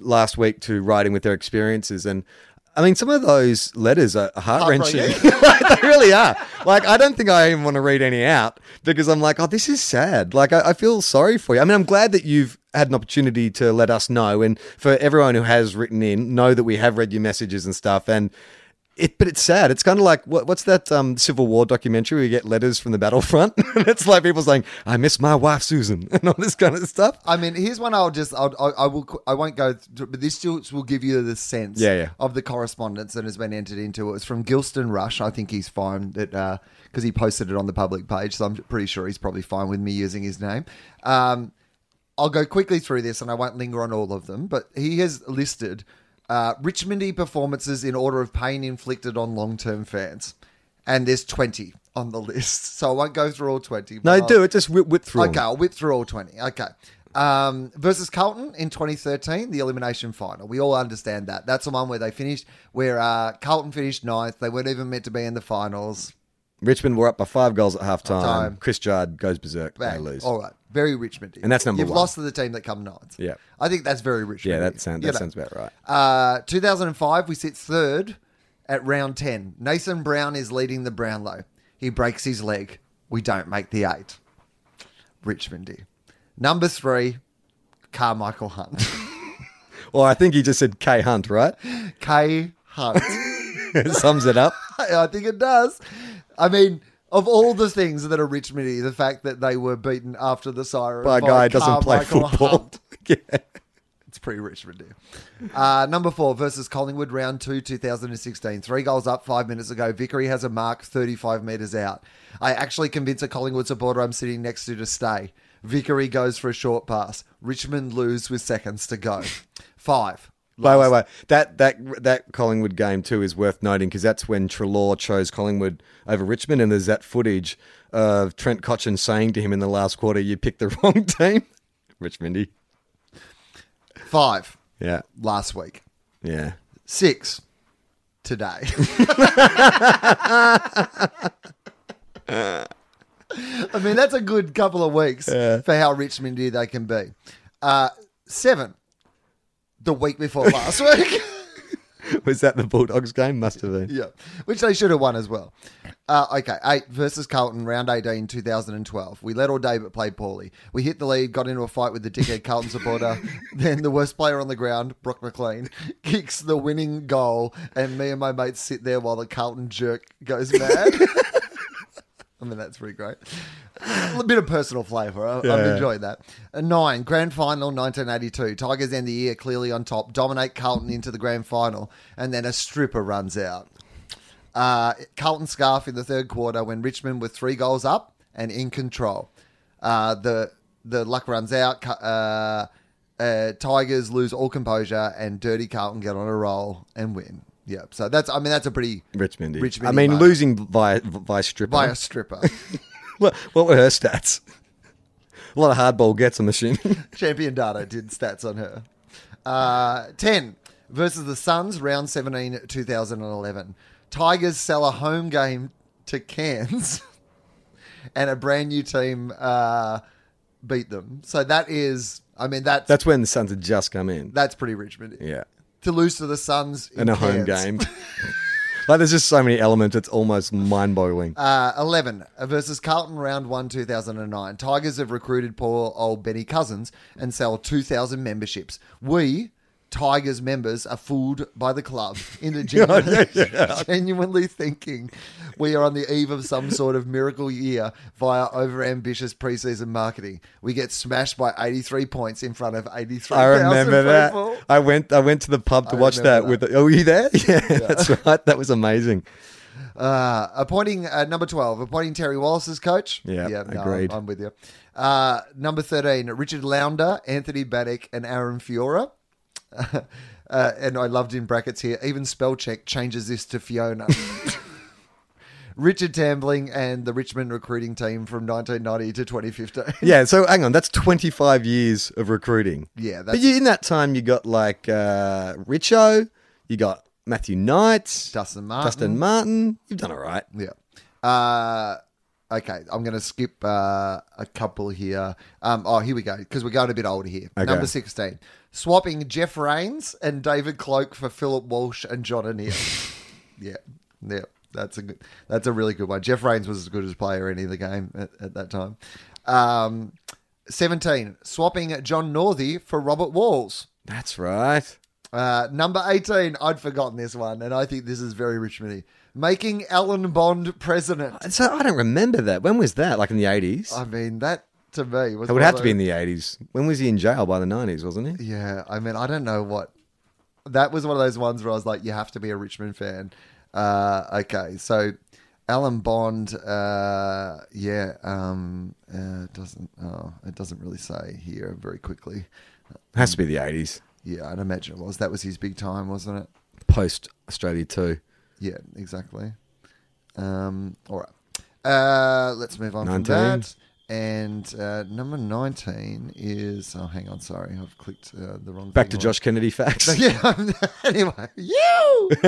[SPEAKER 3] last week to write in with their experiences, and I mean some of those letters are heart wrenching. like, they really are. Like I don't think I even want to read any out because I'm like, oh, this is sad. Like I, I feel sorry for you. I mean, I'm glad that you've had an opportunity to let us know, and for everyone who has written in, know that we have read your messages and stuff, and. It, but it's sad. It's kind of like what, what's that um, Civil War documentary where you get letters from the battlefront, and it's like people saying, "I miss my wife Susan" and all this kind of stuff.
[SPEAKER 2] I mean, here's one I'll just I'll, I, I will I won't go, through, but this still will give you the sense
[SPEAKER 3] Yeah, yeah.
[SPEAKER 2] of the correspondence that has been entered into. It was from Gilston Rush. I think he's fine that because he posted it on the public page, so I'm pretty sure he's probably fine with me using his name. Um, I'll go quickly through this, and I won't linger on all of them. But he has listed uh, Richmondy performances in order of pain inflicted on long-term fans, and there's 20 on the list, so I won't go through all 20. but
[SPEAKER 3] No,
[SPEAKER 2] I'll-
[SPEAKER 3] do it. Just whip, whip through. 'em.
[SPEAKER 2] Oh. Okay, I'll whip through all 20. Okay. Um, versus Carlton in 2013, the elimination final. We all understand that. That's the one where they finished, where uh, Carlton finished ninth. They weren't even meant to be in the finals.
[SPEAKER 3] Richmond were up by five goals at halftime.
[SPEAKER 2] Halftime.
[SPEAKER 3] Chris Jard goes berserk.
[SPEAKER 2] Bang. Oh,
[SPEAKER 3] They lose.
[SPEAKER 2] All right. Very Richmond.
[SPEAKER 3] And that's number
[SPEAKER 2] You've
[SPEAKER 3] one.
[SPEAKER 2] lost to the team that come ninth.
[SPEAKER 3] Yeah.
[SPEAKER 2] I think that's very Richmond.
[SPEAKER 3] yeah, that, sound, that sounds about right.
[SPEAKER 2] Uh, 2005, we sit third at round 10. Nathan Brown is leading the Brownlow. He breaks his leg. We don't make the eight. Richmondy. Number three, Carmichael Hunt.
[SPEAKER 3] Well, I think he just said K Hunt, right?
[SPEAKER 2] K. Hunt.
[SPEAKER 3] Sums it up.
[SPEAKER 2] I think it does. I mean, of all the things that are Richmondy, the fact that they were beaten after the siren
[SPEAKER 3] By a guy who doesn't play
[SPEAKER 2] Carmichael
[SPEAKER 3] football.
[SPEAKER 2] Hunt.
[SPEAKER 3] yeah.
[SPEAKER 2] It's pretty Richmond here. Uh, number four versus Collingwood, round two, 2016. Three goals up five minutes ago. Vickery has a mark 35 metres out. I actually convince a Collingwood supporter I'm sitting next to to stay. Vickery goes for a short pass. Richmond lose with seconds to go. Five.
[SPEAKER 3] Wait, wait, wait. That that that Collingwood game too is worth noting because that's when Trelaw chose Collingwood over Richmond, and there's that footage of Trent Cotchin saying to him in the last quarter, "You picked the wrong team, Richmondy."
[SPEAKER 2] Five.
[SPEAKER 3] Yeah,
[SPEAKER 2] Last week.
[SPEAKER 3] yeah.
[SPEAKER 2] Six. Today. I mean, that's a good couple of weeks for how Richmondy they can be. Uh, seven. The week before last week.
[SPEAKER 3] Was that the Bulldogs game? Must have been.
[SPEAKER 2] yeah. Which they should have won as well. Uh, okay. Eight versus Carlton, round 18, 2012. We led all day but played poorly. We hit the lead, got into a fight with the dickhead Carlton supporter. then the worst player on the ground, Brock McLean, kicks the winning goal, and me and my mates sit there while the Carlton jerk goes mad. I mean, that's pretty great. A bit of personal flavour. I- I'm
[SPEAKER 3] Yeah.
[SPEAKER 2] enjoying that. A nine, grand final 1982. Tigers end the year clearly on top, dominate Carlton into the grand final, and then a stripper runs out. Uh, Carlton scarf in the third quarter when Richmond were three goals up and in control. Uh, the the luck runs out. Ca- Uh, uh, Tigers lose all composure and Dirty Carlton get on a roll and win. Yeah, so that's I mean that's a pretty
[SPEAKER 3] Richmondy.
[SPEAKER 2] Richmondy
[SPEAKER 3] I mean,
[SPEAKER 2] moment.
[SPEAKER 3] losing by by stripper.
[SPEAKER 2] by a stripper.
[SPEAKER 3] what, what were her stats? A lot of hardball gets, I'm assuming.
[SPEAKER 2] Champion Data did stats on her. Uh, 10 versus the Suns, round 17, 2011. Tigers sell a home game to Cairns and a brand new team uh, beat them. So that is, I mean, that's that's,
[SPEAKER 3] That's when the Suns had just come in.
[SPEAKER 2] pretty Richmond.
[SPEAKER 3] yeah.
[SPEAKER 2] To lose to the Suns in
[SPEAKER 3] In a home
[SPEAKER 2] Cairns.
[SPEAKER 3] game. like, there's just so many elements, it's almost mind boggling.
[SPEAKER 2] Uh, 11 versus Carlton round 1 2009. Tigers have recruited poor old Benny Cousins and sell 2,000 memberships. We, Tigers members, are fooled by the club into genuinely, genuinely thinking we are on the eve of some sort of miracle year via overambitious preseason marketing. We get smashed by 83 points in front of 83,000
[SPEAKER 3] I remember that.
[SPEAKER 2] people.
[SPEAKER 3] I went. I went to the pub to
[SPEAKER 2] I
[SPEAKER 3] watch that,
[SPEAKER 2] remember
[SPEAKER 3] with. The, oh, were you there? Yeah, that's right. That was amazing.
[SPEAKER 2] Uh, appointing uh, number 12, appointing Terry Wallace as coach.
[SPEAKER 3] Yeah,
[SPEAKER 2] no,
[SPEAKER 3] agreed.
[SPEAKER 2] I'm, I'm with you. Uh, number 13, Richard Launder, Anthony Baddock, and Aaron Fiora. Uh, and I loved in brackets here, even spell check changes this to Fiona. Richard Tambling and the Richmond recruiting team from 1990 to 2015.
[SPEAKER 3] Yeah. So hang on, that's 25 years of recruiting.
[SPEAKER 2] Yeah,
[SPEAKER 3] But
[SPEAKER 2] that's-
[SPEAKER 3] you, in that time, you got like uh, Richo, you got Matthew Knight,
[SPEAKER 2] Dustin Martin.
[SPEAKER 3] Dustin Martin. You've done all right.
[SPEAKER 2] Yeah. Uh, okay, I'm going to skip uh, a couple here. Um, oh, here we go, because we're going a bit older here.
[SPEAKER 3] Okay.
[SPEAKER 2] Number 16. Swapping Jeff Rains and David Cloak for Philip Walsh and John O'Neill. yeah. Yeah. That's a good, that's a really good one. Jeff Rains was as good as player any of the game at, at that time. Um, 17. Swapping John Northey for Robert Walls.
[SPEAKER 3] That's right.
[SPEAKER 2] Uh, number 18, I'd forgotten this one, and I think this is very Richmondy. Making Alan Bond president.
[SPEAKER 3] So I don't remember that. When was that? Like in the 80s?
[SPEAKER 2] I mean, that to me was.
[SPEAKER 3] it would have to be in the 80s. When was he in jail? By the 90s, wasn't he?
[SPEAKER 2] Yeah, I mean, I don't know what. That was one of those ones where I was like, you have to be a Richmond fan. Uh, okay, so Alan Bond, uh, yeah, um, uh, doesn't. Oh, it doesn't really say here very quickly.
[SPEAKER 3] Has to be the 80s.
[SPEAKER 2] Yeah, I'd imagine it was. That was his big time, wasn't it?
[SPEAKER 3] Post Australia 2.
[SPEAKER 2] Yeah, exactly. Um, all right. Uh, let's move on
[SPEAKER 3] 19.
[SPEAKER 2] from that. And uh, number 19 is. Oh, hang on. Sorry. I've clicked uh, the wrong
[SPEAKER 3] Back to
[SPEAKER 2] thing.
[SPEAKER 3] Josh Kennedy facts.
[SPEAKER 2] Yeah. anyway. You!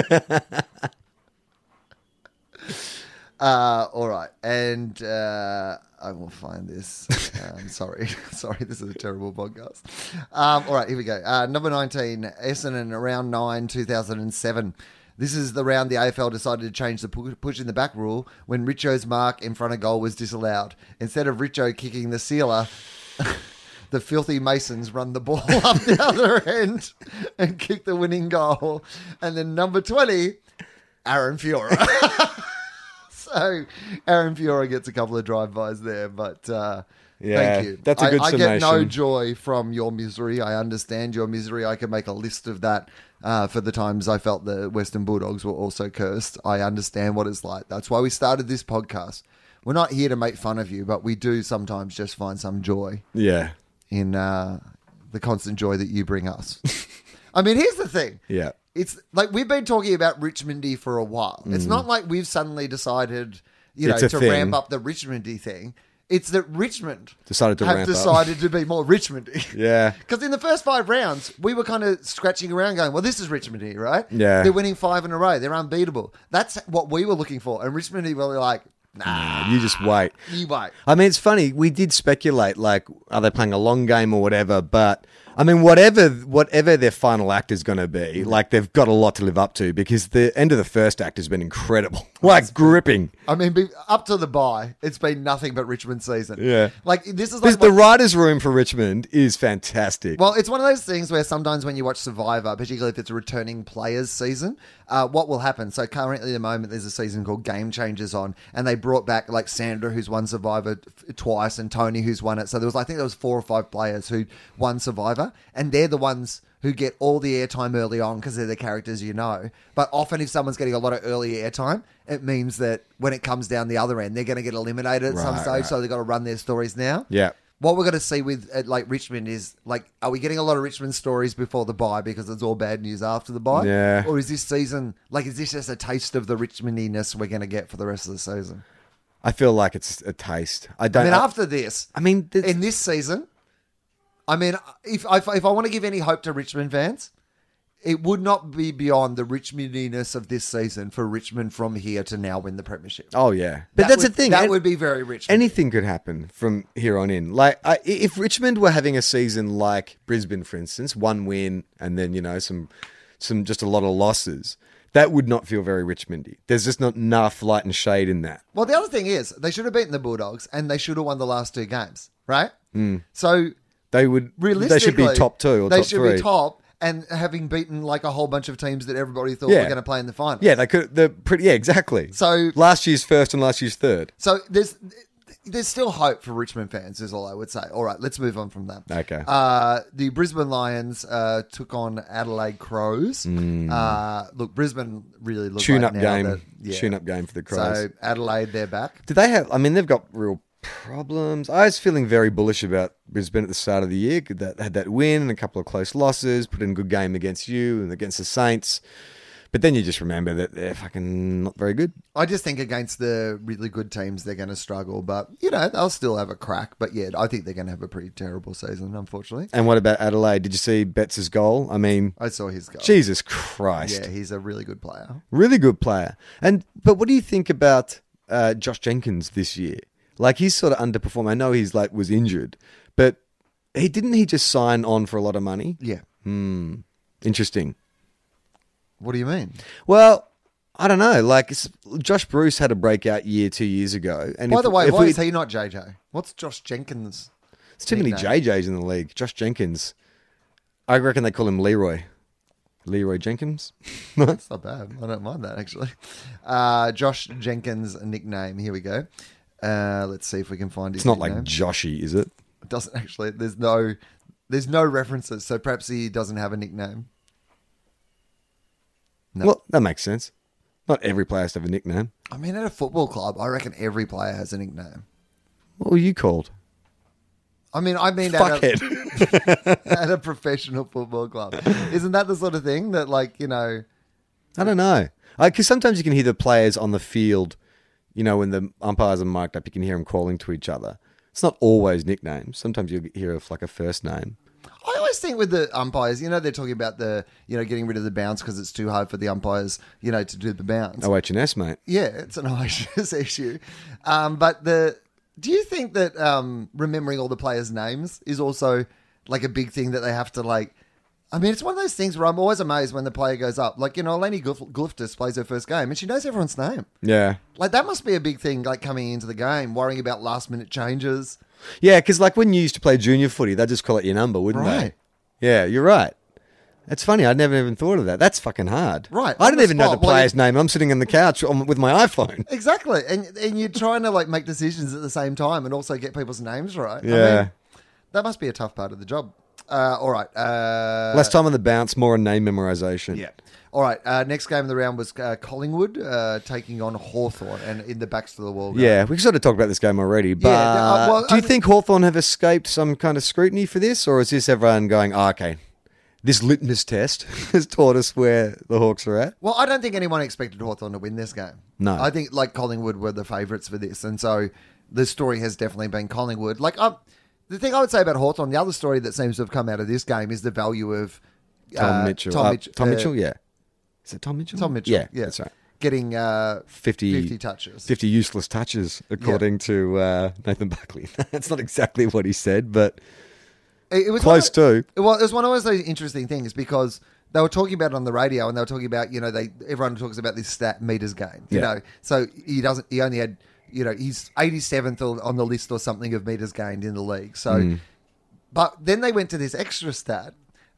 [SPEAKER 2] Uh, all right, and uh, I will find this. Um, sorry, sorry, this is a terrible podcast. Um, all right, here we go. Uh, number nineteen, Essendon, round nine, two thousand and seven. This is the round the AFL decided to change the pu- push in the back rule when Richo's mark in front of goal was disallowed. Instead of Richo kicking the sealer, the filthy Masons run the ball up the other end and kick the winning goal. And then number 20, Aaron Fiora. so Aaron Fiora gets a couple of drive-bys there, but uh,
[SPEAKER 3] Yeah,
[SPEAKER 2] thank you.
[SPEAKER 3] that's a
[SPEAKER 2] I-
[SPEAKER 3] good
[SPEAKER 2] I, get no
[SPEAKER 3] summation.
[SPEAKER 2] joy from your misery. I understand your misery. I can make a list of that uh, for the times I felt the Western Bulldogs were also cursed. I understand what it's like. That's why we started this podcast. We're not here to make fun of you, but we do sometimes just find some joy
[SPEAKER 3] Yeah.
[SPEAKER 2] in uh, the constant joy that you bring us. I mean, here's the thing.
[SPEAKER 3] Yeah.
[SPEAKER 2] It's like we've been talking about Richmondy for a while. It's not like we've suddenly decided, you know,
[SPEAKER 3] Mm. It's
[SPEAKER 2] to
[SPEAKER 3] a thing.
[SPEAKER 2] ramp up the Richmondy thing. It's that Richmond
[SPEAKER 3] Decided to
[SPEAKER 2] have
[SPEAKER 3] ramp up.
[SPEAKER 2] decided to be more Richmondy.
[SPEAKER 3] Yeah.
[SPEAKER 2] Because in the first five rounds, we were kind of scratching around going, well, this is Richmond here, right?
[SPEAKER 3] Yeah.
[SPEAKER 2] They're winning five in a row. They're unbeatable. That's what we were looking for. And Richmond were like, nah,
[SPEAKER 3] You just wait.
[SPEAKER 2] you wait.
[SPEAKER 3] I mean, it's funny. We did speculate, like, are they playing a long game or whatever? But I mean, whatever, whatever their final act is going to be,
[SPEAKER 2] Mm-hmm.
[SPEAKER 3] like, they've got a lot to live up to because the end of the first act has been incredible, like gripping.
[SPEAKER 2] I mean, be- up to the bye, it's been nothing but Richmond season.
[SPEAKER 3] Yeah.
[SPEAKER 2] Like, this is like.
[SPEAKER 3] This, the writers' room for Richmond is fantastic.
[SPEAKER 2] Well, it's one of those things where sometimes when you watch Survivor, particularly if it's a returning players season, uh, what will happen? So currently, at the moment, there's a season called Game Changers on, and they brought back like Sandra, who's won Survivor f- twice, and Tony, who's won it. So there was, I think, there was four or five players who won Survivor, and they're the ones who get all the airtime early on because they're the characters you know. But often, if someone's getting a lot of early airtime, it means that when it comes down the other end, they're going to get eliminated at some
[SPEAKER 3] Right,
[SPEAKER 2] stage.
[SPEAKER 3] right.
[SPEAKER 2] So they've got to run their stories now
[SPEAKER 3] yeah.
[SPEAKER 2] what we're going to see with uh, like Richmond is like, are we getting a lot of Richmond stories before the buy because it's all bad news after the buy?
[SPEAKER 3] Yeah.
[SPEAKER 2] Or is this season like, is this just a taste of the Richmondiness we're going to get for the rest of the season?
[SPEAKER 3] I feel like it's a taste. I
[SPEAKER 2] I
[SPEAKER 3] don't.
[SPEAKER 2] mean,
[SPEAKER 3] I,
[SPEAKER 2] after this,
[SPEAKER 3] I mean, this-
[SPEAKER 2] in this season, I mean, if if, if I want to give any hope to Richmond fans, it would not be beyond the Richmondiness of this season for Richmond from here to now win the premiership.
[SPEAKER 3] oh yeah. But
[SPEAKER 2] That
[SPEAKER 3] that's
[SPEAKER 2] would-
[SPEAKER 3] the thing.
[SPEAKER 2] That
[SPEAKER 3] and-
[SPEAKER 2] would be very Richmond.
[SPEAKER 3] anything could happen from here on in. Like, I, i- if Richmond were having a season like Brisbane, for instance, one win and then you know some, some just a lot of losses, that would not feel very Richmondy. There's just not enough light and shade in that.
[SPEAKER 2] Well, the other thing is they should have beaten the Bulldogs and they should have won the last two games, right? Mm. So
[SPEAKER 3] Hmm. They would
[SPEAKER 2] realistically,
[SPEAKER 3] They should be top two or
[SPEAKER 2] they
[SPEAKER 3] top
[SPEAKER 2] should
[SPEAKER 3] three.
[SPEAKER 2] be top, and having beaten like a whole bunch of teams that everybody thought were
[SPEAKER 3] Yeah.
[SPEAKER 2] going to play in the final.
[SPEAKER 3] Yeah, they could. They're pretty. Yeah, exactly.
[SPEAKER 2] So-
[SPEAKER 3] last year's first and last year's third.
[SPEAKER 2] So there's there's still hope for Richmond fans, is all I would say. All right, let's move on from that.
[SPEAKER 3] Okay.
[SPEAKER 2] Uh, the Brisbane Lions uh, took on Adelaide Crows. Uh, look, Brisbane really look
[SPEAKER 3] Hmm. Tune
[SPEAKER 2] like
[SPEAKER 3] up
[SPEAKER 2] now
[SPEAKER 3] game.
[SPEAKER 2] that- yeah.
[SPEAKER 3] Tune up game for the Crows.
[SPEAKER 2] So Adelaide, they're back.
[SPEAKER 3] Do they have? I mean, they've got real problems. I was feeling very bullish about Brisbane at the start of the year. That had that win and a couple of close losses. Put in a good game against you and against the Saints. But then you just remember that they're fucking not very good.
[SPEAKER 2] I just think against the really good teams, they're going to struggle, but you know they'll still have a crack. But yeah, I think they're going to have a pretty terrible season, unfortunately.
[SPEAKER 3] And what about Adelaide? Did you see Betts' goal? I mean,
[SPEAKER 2] I saw his goal.
[SPEAKER 3] Jesus Christ,
[SPEAKER 2] Yeah, he's a really good player.
[SPEAKER 3] really good player. And but what do you think about uh, Josh Jenkins this year? Like he's sort of underperformed. I know he's like was injured, but he didn't he just sign on for a lot of money?
[SPEAKER 2] Yeah.
[SPEAKER 3] Interesting.
[SPEAKER 2] What do you mean?
[SPEAKER 3] Well, I don't know. Like it's, Josh Bruce had a breakout year two years ago, and
[SPEAKER 2] By
[SPEAKER 3] if-
[SPEAKER 2] the way,
[SPEAKER 3] if
[SPEAKER 2] why
[SPEAKER 3] we-
[SPEAKER 2] is he not JJ? What's Josh Jenkins?
[SPEAKER 3] It's too many
[SPEAKER 2] nickname?
[SPEAKER 3] JJs in the league. Josh Jenkins. I reckon they call him Leroy. Leroy Jenkins.
[SPEAKER 2] That's not bad. I don't mind that actually. Uh, Josh Jenkins nickname. Here we go. Uh, let's see if we can find his.
[SPEAKER 3] It's not like
[SPEAKER 2] nickname.
[SPEAKER 3] Joshy, is it?
[SPEAKER 2] It doesn't actually. There's no. There's no references, so perhaps he doesn't have a nickname.
[SPEAKER 3] Well, that makes sense. Not every player has to have a nickname.
[SPEAKER 2] I mean, at a football club, I reckon every player has a nickname.
[SPEAKER 3] What were you called?
[SPEAKER 2] I mean, I mean, at a,
[SPEAKER 3] Fuckhead.
[SPEAKER 2] at a professional football club, isn't that the sort of thing that, like, you know,
[SPEAKER 3] I don't know. Because sometimes you can hear the players on the field, you know, when the umpires are mic'd up, you can hear them calling to each other. It's not always nicknames. Sometimes you'll hear of like a first name.
[SPEAKER 2] I always think with the umpires, you know, they're talking about the, you know, getting rid of the bounce because it's too hard for the umpires, you know, to do the bounce.
[SPEAKER 3] Oh, OHS, mate.
[SPEAKER 2] Yeah, it's an IHS issue. Um, but the do you think that um, remembering all the players' names is also like a big thing that they have to like? I mean, it's one of those things where I'm always amazed when the player goes up. Like, you know, Eleni Gluf- Gluftis plays her first game and she knows everyone's name.
[SPEAKER 3] Yeah.
[SPEAKER 2] Like, that must be a big thing, like, coming into the game, worrying about last minute changes.
[SPEAKER 3] Yeah, because like when you used to play junior footy, they'd just call it your number, wouldn't
[SPEAKER 2] Right.
[SPEAKER 3] they? Yeah, you're right. That's funny. I'd never even thought of that. That's fucking hard.
[SPEAKER 2] Right,
[SPEAKER 3] I
[SPEAKER 2] on
[SPEAKER 3] didn't
[SPEAKER 2] the
[SPEAKER 3] even know the
[SPEAKER 2] spot, while you-
[SPEAKER 3] player's name. I'm sitting on the couch on, with my iPhone.
[SPEAKER 2] Exactly. And, and you're trying to, like, make decisions at the same time and also get people's names right. I
[SPEAKER 3] Yeah.
[SPEAKER 2] mean, that must be a tough part of the job. Uh, all right. Uh,
[SPEAKER 3] Less time on the bounce, more on name memorization.
[SPEAKER 2] All right. Uh, next game of the round was uh, Collingwood uh, taking on Hawthorn and in the backs to the wall. game.
[SPEAKER 3] Yeah, we sort of talked about this game already, but
[SPEAKER 2] uh, well,
[SPEAKER 3] do you
[SPEAKER 2] I-
[SPEAKER 3] think Hawthorn have escaped some kind of scrutiny for this, or is this everyone going, oh, okay, this litmus test has taught us where the Hawks are at?
[SPEAKER 2] Well, I don't think anyone expected Hawthorn to win this game.
[SPEAKER 3] No.
[SPEAKER 2] I think like Collingwood were the favourites for this, and so the story has definitely been Collingwood. Like, um, the thing I would say about Hawthorn, the other story that seems to have come out of this game is the value of uh,
[SPEAKER 3] Tom Mitchell.
[SPEAKER 2] Tom,
[SPEAKER 3] Uh,
[SPEAKER 2] Mitch-
[SPEAKER 3] Tom
[SPEAKER 2] uh,
[SPEAKER 3] Mitchell, yeah. Is it Tom Mitchell?
[SPEAKER 2] Tom Mitchell.
[SPEAKER 3] Yeah, that's right.
[SPEAKER 2] Getting uh,
[SPEAKER 3] 50,
[SPEAKER 2] 50 touches.
[SPEAKER 3] 50 useless touches, according to uh, Nathan Buckley. That's not exactly what he said, but
[SPEAKER 2] It, it was
[SPEAKER 3] Close
[SPEAKER 2] one of,
[SPEAKER 3] too.
[SPEAKER 2] It was, it was one of those those interesting things because they were talking about it on the radio and they were talking about you know they everyone talks about this stat meters game you
[SPEAKER 3] Yeah.
[SPEAKER 2] know so he doesn't he only had you know he's 87th on- on the list or something of meters gained in the league so
[SPEAKER 3] Mm.
[SPEAKER 2] but then they went to this extra stat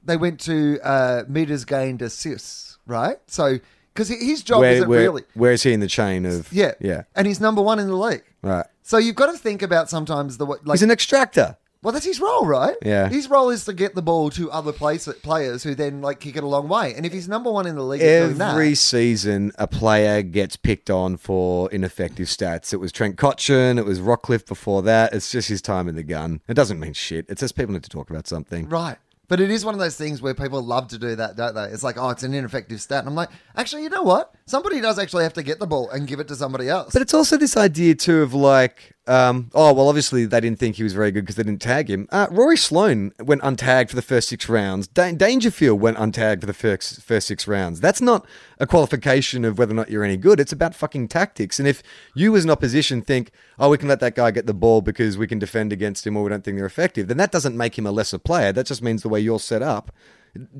[SPEAKER 2] they went to uh, meters gained assists right so because his job
[SPEAKER 3] where,
[SPEAKER 2] isn't
[SPEAKER 3] where,
[SPEAKER 2] Oh, really
[SPEAKER 3] where is he in the chain of.
[SPEAKER 2] yeah
[SPEAKER 3] Yeah.
[SPEAKER 2] and he's number one in the league
[SPEAKER 3] Right.
[SPEAKER 2] so you've got to think about sometimes the way like
[SPEAKER 3] He's an extractor.
[SPEAKER 2] well, that's his role, right?
[SPEAKER 3] Yeah.
[SPEAKER 2] His role is to get the ball to other place, players who then like kick it a long way. And if he's number one in the league, he's doing that.
[SPEAKER 3] Every season, a player gets picked on for ineffective stats. It was Trent Cotchin, it was Rockcliffe before that. It's just his time in the gun. It doesn't mean shit. It's just people need to talk about something.
[SPEAKER 2] right. But it is one of those things where people love to do that, don't they? It's like, oh, it's an ineffective stat. And I'm like, actually, you know what? Somebody does actually have to get the ball and give it to somebody else.
[SPEAKER 3] But it's also this idea, too, of like, um, oh, well, obviously they didn't think he was very good because they didn't tag him. Uh, Rory Sloan went untagged for the first six rounds. Dan- Dangerfield went untagged for the first, first six rounds. That's not a qualification of whether or not you're any good. It's about fucking tactics. And if you as an opposition think, oh, we can let that guy get the ball because we can defend against him or we don't think they're effective, then that doesn't make him a lesser player. That just means the way you're set up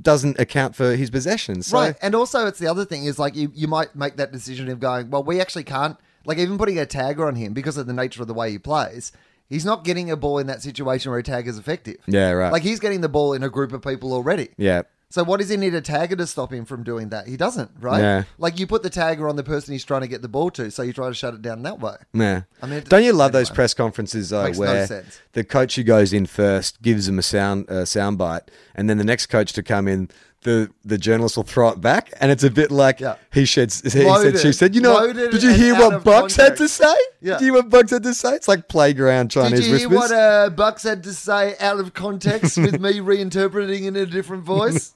[SPEAKER 3] doesn't account for his possessions. So-
[SPEAKER 2] right. And also, it's the other thing is like, you, you might make that decision of going, well, we actually can't, like, even putting a tagger on him because of the nature of the way he plays. He's not getting a ball in that situation where a tag is effective.
[SPEAKER 3] Yeah, right.
[SPEAKER 2] Like he's getting the ball in a group of people already.
[SPEAKER 3] Yeah.
[SPEAKER 2] So what does he need a tagger to stop him from doing that? He doesn't, right?
[SPEAKER 3] Yeah.
[SPEAKER 2] Like you put the tagger on the person he's trying to get the ball to, so you try to shut it down that way.
[SPEAKER 3] Yeah.
[SPEAKER 2] I mean, it-
[SPEAKER 3] don't you love those
[SPEAKER 2] anyway.
[SPEAKER 3] press conferences though,
[SPEAKER 2] Makes no
[SPEAKER 3] where
[SPEAKER 2] sense.
[SPEAKER 3] the coach who goes in first gives them a sound uh, sound bite, and then the next coach to come in, the the journalist will throw it back, and it's a bit like
[SPEAKER 2] Yeah.
[SPEAKER 3] he said, he
[SPEAKER 2] Loaded.
[SPEAKER 3] said, she said. You know,
[SPEAKER 2] Loaded
[SPEAKER 3] did you
[SPEAKER 2] and
[SPEAKER 3] hear
[SPEAKER 2] out
[SPEAKER 3] what
[SPEAKER 2] of
[SPEAKER 3] Bucks had to
[SPEAKER 2] context.
[SPEAKER 3] say?
[SPEAKER 2] Yeah.
[SPEAKER 3] Did you hear what Bucks had to say? It's like playground Chinese
[SPEAKER 2] Did you hear
[SPEAKER 3] whispers.
[SPEAKER 2] what uh, Bucks had to say out of context with me reinterpreting in a different voice?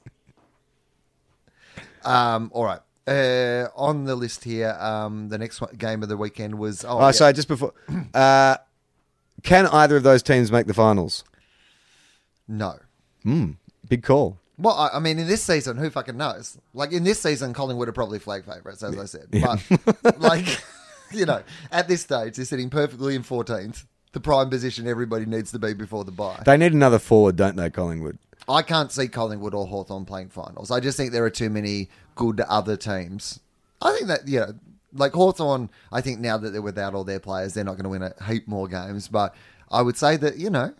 [SPEAKER 2] um, all right. Uh, on the list here, um, the next one, game of the weekend was oh,
[SPEAKER 3] oh,
[SPEAKER 2] yeah.
[SPEAKER 3] sorry, just before. Uh, can either of those teams make the finals?
[SPEAKER 2] no.
[SPEAKER 3] Big call.
[SPEAKER 2] Well, I, I mean, in this season, who fucking knows? Like in this season, Collingwood are probably flag favourites, as I said. But like, you know, at this stage, they're sitting perfectly in 14th, the prime position everybody needs to be before the bye.
[SPEAKER 3] They need another forward, don't they, Collingwood?
[SPEAKER 2] I can't see Collingwood or Hawthorn playing finals. I just think there are too many good other teams. I think that, you know, like Hawthorn, I think now that they're without all their players, they're not going to win a heap more games. But I would say that, you know,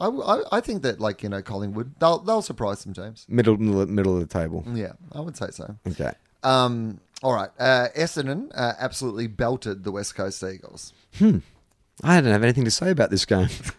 [SPEAKER 2] I, I, I think that, like, you know, Collingwood, they'll, they'll surprise some teams.
[SPEAKER 3] Middle middle, middle of the table.
[SPEAKER 2] Yeah, I would say so.
[SPEAKER 3] Okay.
[SPEAKER 2] Um, all right. Uh, Essendon uh, absolutely belted the West Coast Eagles.
[SPEAKER 3] I don't have anything to say about this game.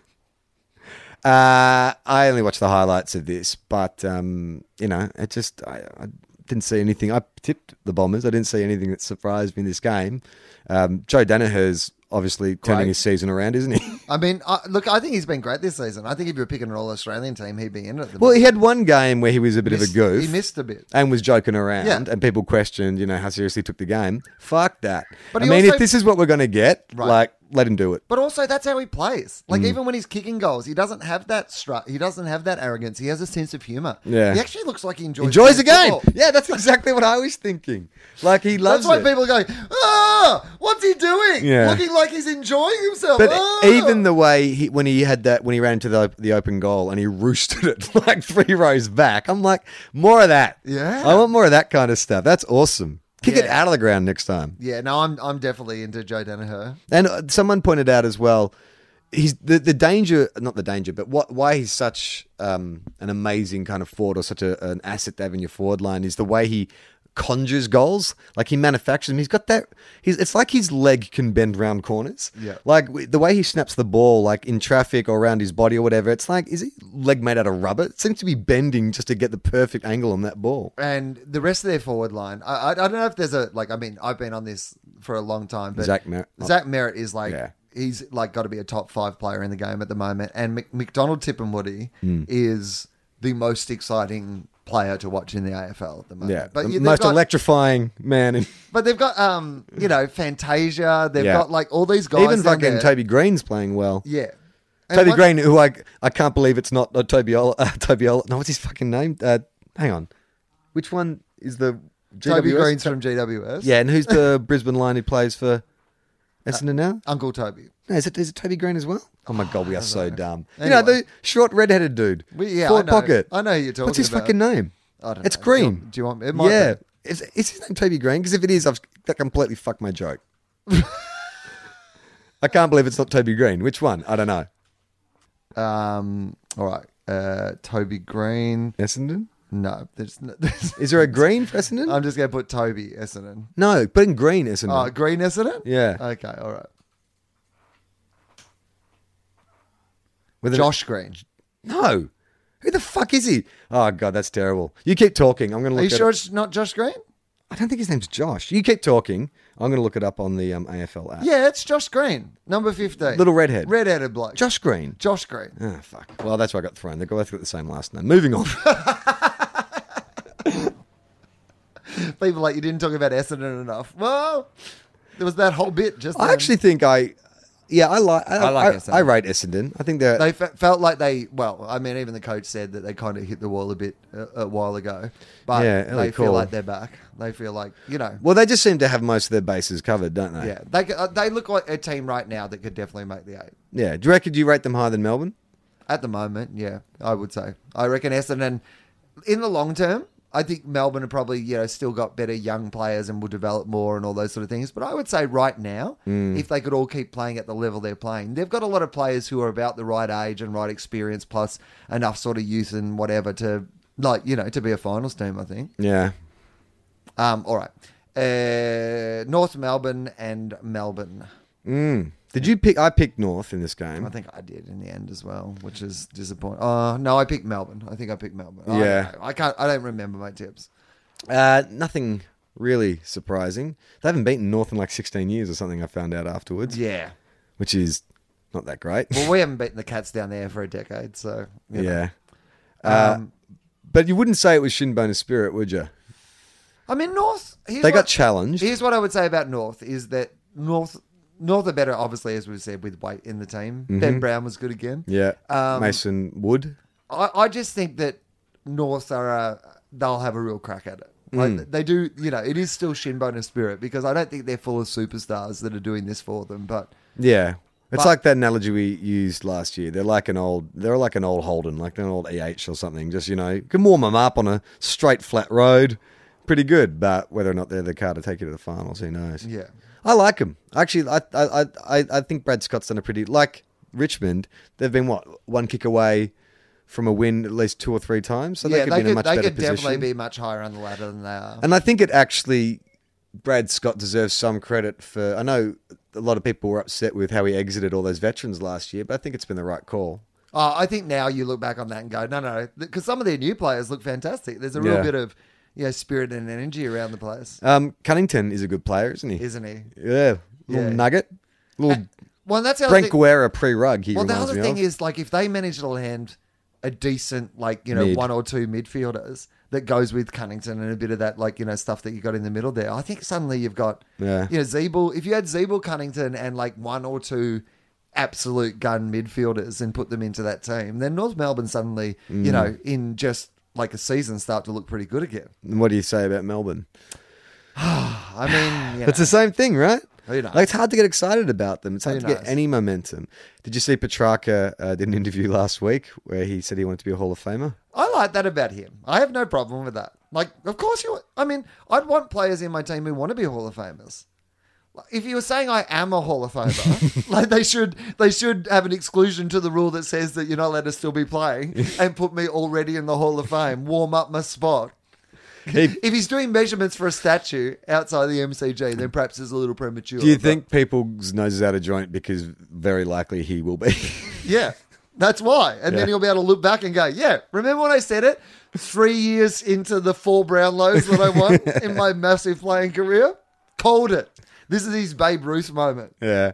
[SPEAKER 3] uh, I only watched the highlights of this, but um, you know, it just I, I didn't see anything. I tipped the Bombers. I didn't see anything that surprised me in this game. Um, Joe Danaher's obviously turning
[SPEAKER 2] Great.
[SPEAKER 3] his season around, isn't he?
[SPEAKER 2] I mean, I, look, I think he's been great this season. I think if you were picking an All Australian team, he'd be in it. At the
[SPEAKER 3] Well,
[SPEAKER 2] moment.
[SPEAKER 3] he had one game where he was a bit of a
[SPEAKER 2] Missed-
[SPEAKER 3] goof.
[SPEAKER 2] He missed a bit.
[SPEAKER 3] and was joking around,
[SPEAKER 2] Yeah.
[SPEAKER 3] and people questioned, you know, how seriously he took the game. Fuck that.
[SPEAKER 2] But
[SPEAKER 3] I
[SPEAKER 2] he
[SPEAKER 3] mean,
[SPEAKER 2] also-
[SPEAKER 3] if this is what we're going to get,
[SPEAKER 2] Right.
[SPEAKER 3] like, let him do it.
[SPEAKER 2] But also, that's how he plays.
[SPEAKER 3] Mm.
[SPEAKER 2] Like even when he's kicking goals, he doesn't have that strut. He doesn't have that arrogance. He has a sense of humor.
[SPEAKER 3] Yeah.
[SPEAKER 2] he actually looks like he enjoys
[SPEAKER 3] Enjoys the
[SPEAKER 2] playing
[SPEAKER 3] game.
[SPEAKER 2] football.
[SPEAKER 3] Yeah, that's exactly what I was thinking. Like, he loves
[SPEAKER 2] That's why
[SPEAKER 3] it.
[SPEAKER 2] people go, ah, what's he doing?
[SPEAKER 3] Yeah.
[SPEAKER 2] Looking like he's enjoying himself.
[SPEAKER 3] But
[SPEAKER 2] ah."
[SPEAKER 3] even the way he, when he had that, when he ran into the, the open goal and he roosted it like three rows back, I'm like, more of that.
[SPEAKER 2] Yeah.
[SPEAKER 3] I want more of that kind of stuff. That's awesome. Kick it
[SPEAKER 2] Yeah.
[SPEAKER 3] out of the ground next time.
[SPEAKER 2] yeah, no, I'm I'm definitely into Joe Danaher.
[SPEAKER 3] And uh, someone pointed out as well, he's the, the danger, not the danger, but what why he's such um, an amazing kind of forward or such a, an asset to have in your forward line is the way he conjures goals. Like he manufactures them. He's got that. He's it's like his leg can bend round corners.
[SPEAKER 2] Yeah.
[SPEAKER 3] Like w- the way he snaps the ball, like in traffic or around his body or whatever. It's like is his leg made out of rubber? It seems to be bending just to get the perfect angle on that ball.
[SPEAKER 2] And the rest of their forward line, I, I, I don't know if there's a like. I mean, I've been on this for a long time, but
[SPEAKER 3] Zach Merritt.
[SPEAKER 2] Zach Merritt is like
[SPEAKER 3] Yeah.
[SPEAKER 2] he's like got to be a top five player in the game at the moment. And Mc, McDonald Tippenwoody
[SPEAKER 3] Hmm.
[SPEAKER 2] is the most exciting player to watch in the AFL at the moment.
[SPEAKER 3] Yeah, the
[SPEAKER 2] you- they've
[SPEAKER 3] most
[SPEAKER 2] got-
[SPEAKER 3] electrifying man, in,
[SPEAKER 2] But they've got um, you know, Fantasia. They've
[SPEAKER 3] Yeah.
[SPEAKER 2] got like all these guys.
[SPEAKER 3] even
[SPEAKER 2] down
[SPEAKER 3] fucking
[SPEAKER 2] there.
[SPEAKER 3] Toby Green's playing well.
[SPEAKER 2] Yeah. And
[SPEAKER 3] Toby
[SPEAKER 2] one-
[SPEAKER 3] Green, who I I can't believe it's not uh, Toby Ola, uh, Toby Ola, No, what's his fucking name? Uh, hang on, which one is the
[SPEAKER 2] Toby
[SPEAKER 3] GWS?
[SPEAKER 2] Green's from GWS.
[SPEAKER 3] Yeah, and who's the Brisbane line who plays for Essendon now?
[SPEAKER 2] Uncle Toby.
[SPEAKER 3] No, is it is it Toby Green as well? Oh my god, we are so dumb. You know
[SPEAKER 2] Anyway.
[SPEAKER 3] the short red-headed dude,
[SPEAKER 2] We- yeah, I
[SPEAKER 3] forward
[SPEAKER 2] know.
[SPEAKER 3] pocket.
[SPEAKER 2] I know who you're
[SPEAKER 3] What's
[SPEAKER 2] talking
[SPEAKER 3] his
[SPEAKER 2] about.
[SPEAKER 3] fucking name?
[SPEAKER 2] I don't
[SPEAKER 3] it's
[SPEAKER 2] know.
[SPEAKER 3] Green.
[SPEAKER 2] Do you want- it might
[SPEAKER 3] yeah,
[SPEAKER 2] be.
[SPEAKER 3] is, is his name Toby Green? Because if it is, I've that completely fucked my joke. I can't believe it's not Toby Green. Which one? I don't know.
[SPEAKER 2] Um. All right. Uh, Toby Green.
[SPEAKER 3] Essendon.
[SPEAKER 2] No, there's. No, there's
[SPEAKER 3] Is there a green for Essendon?
[SPEAKER 2] I'm just gonna put Toby Essendon.
[SPEAKER 3] Uh, no, but in green, isn't
[SPEAKER 2] Oh,
[SPEAKER 3] it?
[SPEAKER 2] Green Essendon.
[SPEAKER 3] Yeah.
[SPEAKER 2] Okay. All right.
[SPEAKER 3] With an-
[SPEAKER 2] Josh Green.
[SPEAKER 3] no. Who the fuck is he? Oh god, that's terrible. You keep talking. I'm gonna look.
[SPEAKER 2] Are you
[SPEAKER 3] at
[SPEAKER 2] sure
[SPEAKER 3] It.
[SPEAKER 2] it's not Josh Green?
[SPEAKER 3] I don't think his name's Josh. You keep talking. I'm gonna look it up on the um, AFL app.
[SPEAKER 2] Yeah, it's Josh Green, number fifteen.
[SPEAKER 3] Little redhead.
[SPEAKER 2] Redheaded bloke.
[SPEAKER 3] Josh Green.
[SPEAKER 2] Josh Green.
[SPEAKER 3] Oh, fuck. Well, that's why I got thrown. They both got the same last name. Moving on.
[SPEAKER 2] People like you didn't talk about Essendon enough. Well, there was that whole bit just.
[SPEAKER 3] I
[SPEAKER 2] then.
[SPEAKER 3] actually think I. Yeah, I like. I,
[SPEAKER 2] I like
[SPEAKER 3] I-
[SPEAKER 2] Essendon.
[SPEAKER 3] I rate Essendon. I think they're.
[SPEAKER 2] they fe- felt like they. Well, I mean, even the coach said that they kind of hit the wall a bit a, a while ago, but
[SPEAKER 3] Yeah, early
[SPEAKER 2] they feel
[SPEAKER 3] call.
[SPEAKER 2] like they're back. They feel like you know.
[SPEAKER 3] well, they just seem to have most of their bases covered, don't they?
[SPEAKER 2] Yeah, they c- uh, they look like a team right now that could definitely make the eight.
[SPEAKER 3] Yeah. Do you reckon you rate them higher than Melbourne?
[SPEAKER 2] At the moment, yeah, I would say. I reckon Essendon, in the long term, I think Melbourne have probably you know still got better young players and will develop more and all those sort of things. But I would say right now, if they could all keep playing at the level they're playing, they've got a lot of players who are about the right age and right experience, plus enough sort of youth and whatever to like you know to be a finals team. I think.
[SPEAKER 3] Yeah.
[SPEAKER 2] Um, all right, uh, North Melbourne and Melbourne.
[SPEAKER 3] Mm. Did you pick? I picked North in this game.
[SPEAKER 2] I think I did in the end as well, which is disappointing. Oh no, I picked Melbourne. I think I picked Melbourne. I
[SPEAKER 3] Yeah.
[SPEAKER 2] don't know. I, can't. I don't remember my tips.
[SPEAKER 3] Uh, nothing really surprising. They haven't beaten North in like 16 years or something. I found out afterwards,
[SPEAKER 2] Yeah.
[SPEAKER 3] which is not that great.
[SPEAKER 2] Well, we haven't beaten the cats down there for a decade, so you know.
[SPEAKER 3] yeah. Uh,
[SPEAKER 2] Um,
[SPEAKER 3] but you wouldn't say it was Shinbone Spirit, would you?
[SPEAKER 2] I mean, North. Here's
[SPEAKER 3] They got
[SPEAKER 2] what-
[SPEAKER 3] challenged.
[SPEAKER 2] Here's what I would say about North is that North, North are better, obviously, as we've said, with weight in the team. Ben Brown was good again.
[SPEAKER 3] Mm-hmm. Yeah.
[SPEAKER 2] Um,
[SPEAKER 3] Mason Wood.
[SPEAKER 2] I, I just think that North are a, they'll have a real crack at it. Like
[SPEAKER 3] Mm.
[SPEAKER 2] they do, you know, it is still Shinbone and Spirit because I don't think they're full of superstars that are doing this for them. But
[SPEAKER 3] Yeah. It's
[SPEAKER 2] But-
[SPEAKER 3] like that analogy we used last year. They're like an old, they're like an old Holden, like an old EH or something. Just you know, you can warm them up on a straight flat road, pretty good. But whether or not they're the car to take you to the finals, who knows?
[SPEAKER 2] Yeah.
[SPEAKER 3] I like them actually. I I I- I I think Brad Scott's done a pretty like Richmond. They've been what one kick away from a win at least two or three times, so
[SPEAKER 2] yeah,
[SPEAKER 3] they could
[SPEAKER 2] they
[SPEAKER 3] be in a
[SPEAKER 2] could,
[SPEAKER 3] much
[SPEAKER 2] they
[SPEAKER 3] better
[SPEAKER 2] could
[SPEAKER 3] position.
[SPEAKER 2] definitely be much higher on the ladder than they are.
[SPEAKER 3] And I think it actually, Brad Scott deserves some credit for. I know a lot of people were upset with how he exited all those veterans last year, but I think it's been the right call.
[SPEAKER 2] Oh, I think now you look back on that and go, no, no, because some of their new players look fantastic. There's a real
[SPEAKER 3] Yeah.
[SPEAKER 2] bit of you know, spirit and energy around the place,
[SPEAKER 3] Um, Cunnington is a good player, isn't he?
[SPEAKER 2] isn't he?
[SPEAKER 3] yeah, little
[SPEAKER 2] Yeah.
[SPEAKER 3] nugget, little
[SPEAKER 2] Well, that's the other
[SPEAKER 3] Brent
[SPEAKER 2] thing-
[SPEAKER 3] Guerra pre rug. He
[SPEAKER 2] Well, the
[SPEAKER 3] reminds
[SPEAKER 2] other
[SPEAKER 3] me
[SPEAKER 2] thing
[SPEAKER 3] of.
[SPEAKER 2] is, like, if they manage to land a decent, like, you know,
[SPEAKER 3] Mid.
[SPEAKER 2] one or two midfielders that goes with Cunnington and a bit of that, like, you know, stuff that you got in the middle there, I think suddenly you've got,
[SPEAKER 3] Yeah.
[SPEAKER 2] you know, Zeeble. If you had Zeeble, Cunnington, and like one or two absolute gun midfielders and put them into that team, then North Melbourne suddenly,
[SPEAKER 3] Mm.
[SPEAKER 2] you know, in just like a season start to look pretty good again.
[SPEAKER 3] what do you say about Melbourne?
[SPEAKER 2] I mean, you know,
[SPEAKER 3] It's the same thing, right?
[SPEAKER 2] Who knows?
[SPEAKER 3] Like, it's hard to get excited about them. It's hard
[SPEAKER 2] Who
[SPEAKER 3] to
[SPEAKER 2] knows?
[SPEAKER 3] get any momentum. Did you see Petrarca uh, did an interview last week where he said he wanted to be a Hall of Famer?
[SPEAKER 2] I like that about him. I have no problem with that. Like, of course you. I mean, I'd want players in my team who want to be Hall of Famers. Like, If you were saying I am a Hall of Famer, like they should, they should have an exclusion to the rule that says that you're not allowed to still be playing, and put me already in the Hall of Fame. Warm up my spot.
[SPEAKER 3] He-
[SPEAKER 2] If he's doing measurements for a statue outside the MCG, then perhaps it's a little premature.
[SPEAKER 3] do you
[SPEAKER 2] but-
[SPEAKER 3] think people's noses out of joint because very likely he will be?
[SPEAKER 2] Yeah, that's why. And
[SPEAKER 3] Yeah.
[SPEAKER 2] then he'll be able to look back and go, yeah, remember when I said it? Three years into the four brown lows that I won in my massive playing career, called it. This is his Babe Ruth moment.
[SPEAKER 3] yeah.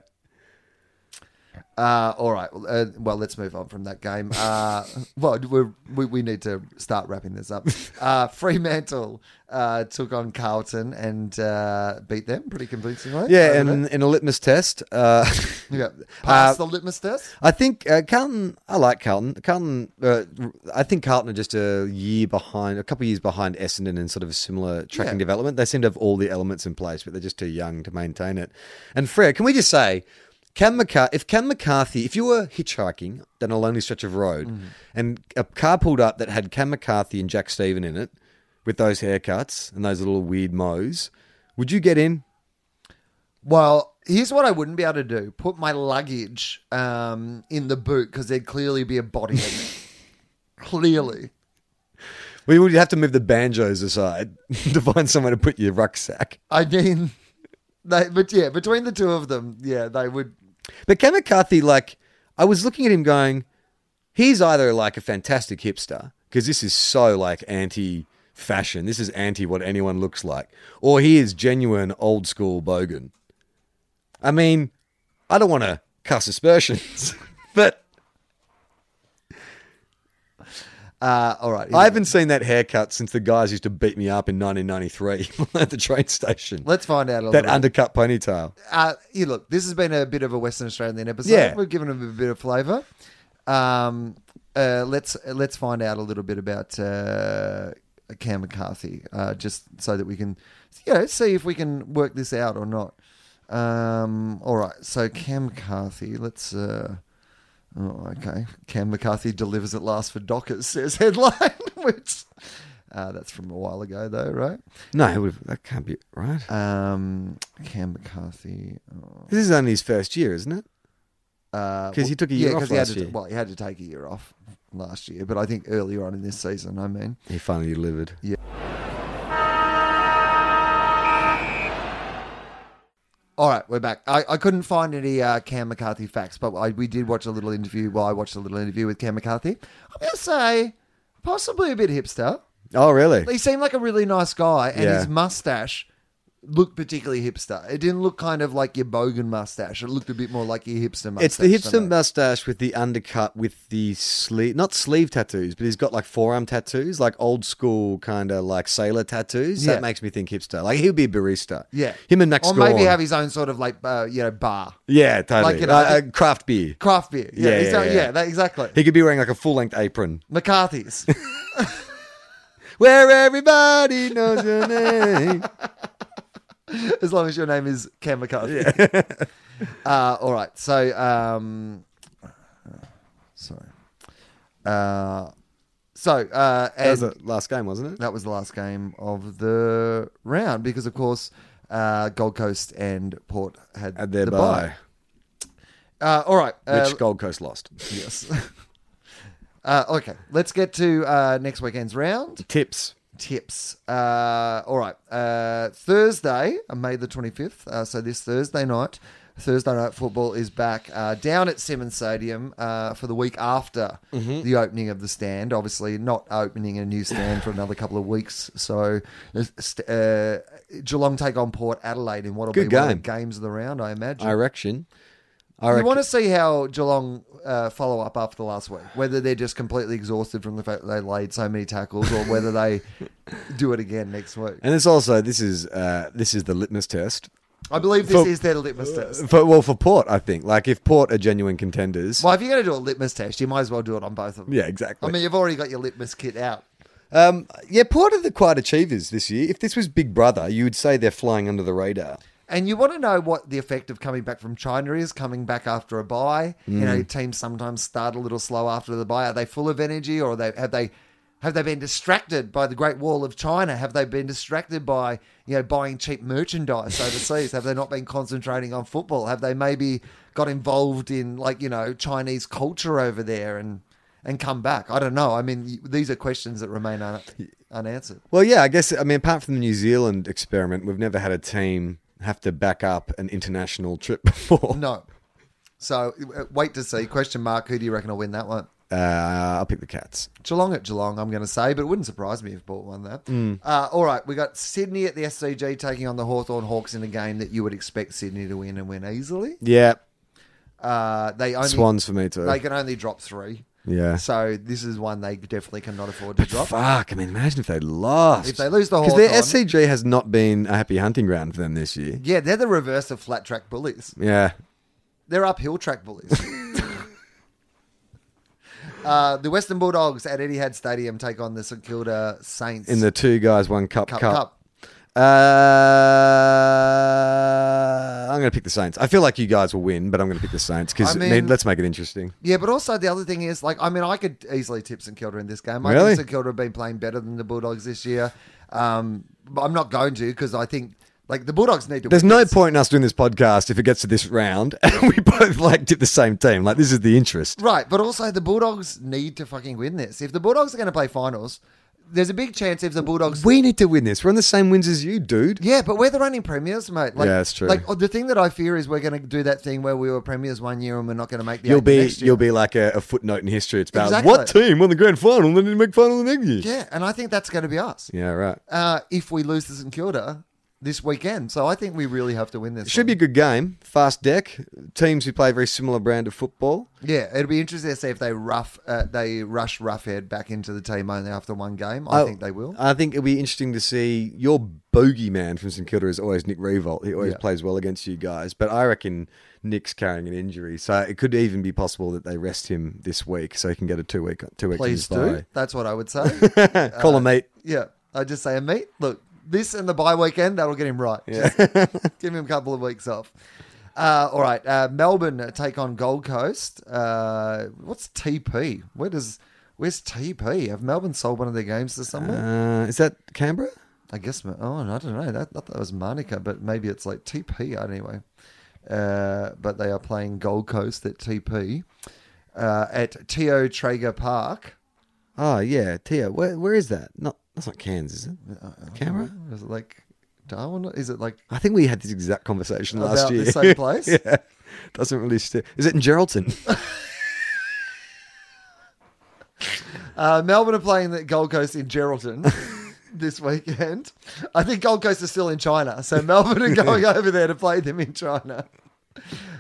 [SPEAKER 2] Uh, all right. well, Uh, well, let's move on from that game. Uh, well, we're, we we need to start wrapping this up. Uh, Fremantle uh, took on Carlton and uh, beat them pretty convincingly.
[SPEAKER 3] Yeah,
[SPEAKER 2] Over
[SPEAKER 3] and in a litmus test, uh,
[SPEAKER 2] there. yeah, pass the
[SPEAKER 3] uh,
[SPEAKER 2] litmus test.
[SPEAKER 3] I think uh, Carlton. I like Carlton. Carlton. Uh, I think Carlton are just a year behind, a couple of years behind Essendon in sort of a similar tracking
[SPEAKER 2] Yeah.
[SPEAKER 3] development. They seem to have all the elements in place, but they're just too young to maintain it. And Freya, can we just say, Cam McCarthy? If Cam McCarthy, if you were hitchhiking down a lonely stretch of road, and a car pulled up that had Cam McCarthy and Jack Stephen in it, with those haircuts and those little weird mows, would you get in?
[SPEAKER 2] Well, here's what I wouldn't be able to do: put my luggage um, in the boot because there'd clearly be a body in it. clearly,
[SPEAKER 3] We would have to move the banjos aside to find somewhere to put your rucksack.
[SPEAKER 2] I mean, they, but yeah, between the two of them, yeah, they would.
[SPEAKER 3] But Ken McCarthy, like, I was looking at him going, he's either like a fantastic hipster, because this is so like anti fashion, this is anti what anyone looks like, or he is genuine old school bogan. I mean, I don't want to cuss aspersions, but
[SPEAKER 2] Uh, all right,
[SPEAKER 3] I haven't seen that haircut since the guys used to beat me up in 1993 at the train station.
[SPEAKER 2] Let's find out a
[SPEAKER 3] that
[SPEAKER 2] little.
[SPEAKER 3] undercut ponytail.
[SPEAKER 2] uh, you look, this has been a bit of a Western Australian episode.
[SPEAKER 3] Yeah.
[SPEAKER 2] We've given them a bit of flavour. Um, uh, let's let's find out a little bit about uh, Cam McCarthy, uh, just so that we can, you know, see if we can work this out or not. Um, all right, so Cam McCarthy, let's. Uh, oh, okay. Cam McCarthy delivers at last for Dockers, says headline, which. Uh, that's from a while ago, though, right?
[SPEAKER 3] No, it would- that can't be right.
[SPEAKER 2] Um, Cam McCarthy. oh.
[SPEAKER 3] This is only his first year, isn't it?
[SPEAKER 2] because
[SPEAKER 3] 'Cause he took a year off
[SPEAKER 2] he had
[SPEAKER 3] last
[SPEAKER 2] to,
[SPEAKER 3] year.
[SPEAKER 2] Well, he had to take a year off last year, but I think earlier on in this season, I mean,
[SPEAKER 3] He finally delivered.
[SPEAKER 2] all right, we're back. I, I couldn't find any uh, Cam McCarthy facts, but I, we did watch a little interview. Well, I watched a little interview with Cam McCarthy. I'm gonna say possibly a bit hipster.
[SPEAKER 3] Oh, really?
[SPEAKER 2] He seemed like a really nice guy, and
[SPEAKER 3] Yeah.
[SPEAKER 2] his mustache looked particularly hipster. It didn't look kind of like your bogan mustache. It looked a bit more like your hipster mustache.
[SPEAKER 3] It's
[SPEAKER 2] to
[SPEAKER 3] the hipster
[SPEAKER 2] me.
[SPEAKER 3] mustache with the undercut, with the sleeve, not sleeve tattoos, but he's got like forearm tattoos, like old school kind of like sailor tattoos.
[SPEAKER 2] Yeah.
[SPEAKER 3] That makes me think hipster. Like he would be a barista.
[SPEAKER 2] Yeah,
[SPEAKER 3] him and Max.
[SPEAKER 2] or maybe
[SPEAKER 3] Gorn.
[SPEAKER 2] have his own sort of like uh, you know bar
[SPEAKER 3] yeah, totally.
[SPEAKER 2] like, you know,
[SPEAKER 3] Uh,
[SPEAKER 2] I
[SPEAKER 3] uh, craft beer.
[SPEAKER 2] craft beer. Yeah,
[SPEAKER 3] Yeah,
[SPEAKER 2] yeah,
[SPEAKER 3] yeah, yeah.
[SPEAKER 2] yeah that, exactly.
[SPEAKER 3] He could be wearing like a full length apron.
[SPEAKER 2] McCarthy's.
[SPEAKER 3] Where everybody knows your name.
[SPEAKER 2] as long as your name is Cam McCarthy. uh, all right. So, um, sorry. Uh, so, uh,
[SPEAKER 3] That
[SPEAKER 2] and
[SPEAKER 3] was the last game, wasn't it?
[SPEAKER 2] that was the last game of the round because, of course, uh, Gold Coast and Port had
[SPEAKER 3] At their
[SPEAKER 2] the
[SPEAKER 3] bye,
[SPEAKER 2] bye. Uh, all right. Uh,
[SPEAKER 3] which Gold Coast lost.
[SPEAKER 2] yes. uh, okay. Let's get to uh, next weekend's round.
[SPEAKER 3] Tips.
[SPEAKER 2] tips. Uh, all right. Uh, Thursday, uh, May the 25th. Uh, so this Thursday night, Thursday night football is back uh, down at Simmons Stadium uh, for the week after
[SPEAKER 3] Mm-hmm.
[SPEAKER 2] the opening of the stand. Obviously, not opening a new stand for another couple of weeks. So uh, st- uh, Geelong take on Port Adelaide in what will be
[SPEAKER 3] Good
[SPEAKER 2] one of
[SPEAKER 3] game.
[SPEAKER 2] the games of the round, I imagine.
[SPEAKER 3] I reckon. I reckon.
[SPEAKER 2] You want to see how Geelong uh, follow up after last week, whether they're just completely exhausted from the fact that they laid so many tackles, or whether they do it again next week.
[SPEAKER 3] and it's also this is uh, this is the litmus test.
[SPEAKER 2] I believe this
[SPEAKER 3] For- Uh,
[SPEAKER 2] is their litmus test.
[SPEAKER 3] For, well, for Port, I think. Like if Port are genuine contenders,
[SPEAKER 2] Well, if you're going to do a litmus test, you might as well do it on both of them.
[SPEAKER 3] yeah, exactly.
[SPEAKER 2] I mean, you've already got your litmus kit out.
[SPEAKER 3] Um, yeah, Port are the quiet achievers this year. If this was Big Brother, you would say they're flying under the radar.
[SPEAKER 2] And you want to know what the effect of coming back from China is, coming back after a bye. You know, teams sometimes start a little slow after the bye. Are they full of energy or are they have they have they been distracted by the Great Wall of China? Have they been distracted by, you know, buying cheap merchandise overseas? have they not been concentrating on football? Have they maybe got involved in like, you know, Chinese culture over there and and come back? I don't know. I mean, y- these are questions that remain un- unanswered.
[SPEAKER 3] Well, yeah, I guess. I mean, apart from the New Zealand experiment, we've never had a team have to back up an international trip before.
[SPEAKER 2] No. So uh, wait to see. Question mark. Who do you reckon will win that one?
[SPEAKER 3] Uh, I'll pick the Cats.
[SPEAKER 2] Geelong at Geelong, I'm going to say, but it wouldn't surprise me if Port won that.
[SPEAKER 3] Hmm.
[SPEAKER 2] Uh, all right, we got Sydney at the SCG taking on the Hawthorn Hawks in a game that you would expect Sydney to win and win easily.
[SPEAKER 3] Yeah,
[SPEAKER 2] Uh, they only
[SPEAKER 3] Swans for me too.
[SPEAKER 2] they can only drop three,
[SPEAKER 3] yeah.
[SPEAKER 2] so this is one they definitely cannot afford to drop.
[SPEAKER 3] Fuck! I mean, imagine if they lost.
[SPEAKER 2] If they lose the
[SPEAKER 3] because their
[SPEAKER 2] Hawthorn-
[SPEAKER 3] SCG has not been a happy hunting ground for them this year.
[SPEAKER 2] Yeah, they're the reverse of flat track bullies.
[SPEAKER 3] Yeah,
[SPEAKER 2] They're uphill track bullies. uh, the Western Bulldogs at Etihad Stadium take on the St Kilda Saints
[SPEAKER 3] in the two guys, one cup,
[SPEAKER 2] Cup
[SPEAKER 3] cup.
[SPEAKER 2] Cup.
[SPEAKER 3] Uh, I'm going to pick the Saints. I feel like you guys will win, but I'm going to pick the Saints because
[SPEAKER 2] I mean-
[SPEAKER 3] let's make it interesting.
[SPEAKER 2] Yeah, but also the other thing is, like, I mean, I could easily tip St Kilda in this game. I
[SPEAKER 3] Really?
[SPEAKER 2] think St Kilda have been playing better than the Bulldogs this year. Um, but I'm not going to because I think, like, the Bulldogs need to.
[SPEAKER 3] There's
[SPEAKER 2] win
[SPEAKER 3] no
[SPEAKER 2] this.
[SPEAKER 3] point in us doing this podcast if it gets to this round and we both like did the same team. Like this is the interest.
[SPEAKER 2] right, but also the Bulldogs need to fucking win this. If the Bulldogs are going to play finals, there's a big chance if the Bulldogs.
[SPEAKER 3] We need to win this. We're on the same wins as you, dude.
[SPEAKER 2] yeah, but we're the running premiers, mate. Like,
[SPEAKER 3] Yeah, that's true.
[SPEAKER 2] Like oh, the thing that I fear is we're going to do that thing where we were premiers one year and we're not going to make the.
[SPEAKER 3] You'll
[SPEAKER 2] eight
[SPEAKER 3] be
[SPEAKER 2] next year.
[SPEAKER 3] you'll be like a, a footnote in history. It's about
[SPEAKER 2] Exactly.
[SPEAKER 3] what team won the grand final and then didn't make final the next year.
[SPEAKER 2] Yeah, and I think that's going to be us.
[SPEAKER 3] Yeah, right.
[SPEAKER 2] Uh, if we lose to St Kilda this weekend, so I think we really have to win this.
[SPEAKER 3] It should be a good game. Fast deck. Teams who play a very similar brand of football.
[SPEAKER 2] Yeah, it'll be interesting to see if they rough uh, they rush Roughhead back into the team only after one game. I think they will.
[SPEAKER 3] Oh, I think it'll be interesting to see your bogeyman from St Kilda is always Nick Revolt. He always
[SPEAKER 2] Yeah.
[SPEAKER 3] plays well against you guys, but I reckon Nick's carrying an injury, so it could even be possible that they rest him this week, so he can get a two week two week.
[SPEAKER 2] Please do. That's what I would say.
[SPEAKER 3] Call him mate.
[SPEAKER 2] yeah, I just say, mate, look, this and the bye weekend that'll get him right. Just give him a couple of weeks off. Uh, all right, uh, Melbourne take on Gold Coast. Uh, what's TP? Where does where's TP? Have Melbourne sold one of their games to someone?
[SPEAKER 3] Uh, is that Canberra?
[SPEAKER 2] I guess. Oh, I don't know. That, I thought that was Monica, but maybe it's like TP anyway. Uh, but they are playing Gold Coast at TP uh, at T.O. Traeger Park.
[SPEAKER 3] Oh yeah, Tia. Where where is that? Not that's not Cairns, is it? Canberra.
[SPEAKER 2] Is it like Darwin? Is it like
[SPEAKER 3] I think we had this exact conversation
[SPEAKER 2] About
[SPEAKER 3] last
[SPEAKER 2] the
[SPEAKER 3] year.
[SPEAKER 2] same place?
[SPEAKER 3] yeah. Doesn't really stick. Is it in Geraldton?
[SPEAKER 2] uh, Melbourne are playing the Gold Coast in Geraldton this weekend? I think Gold Coast is still in China, so Melbourne are going over there to play them in China.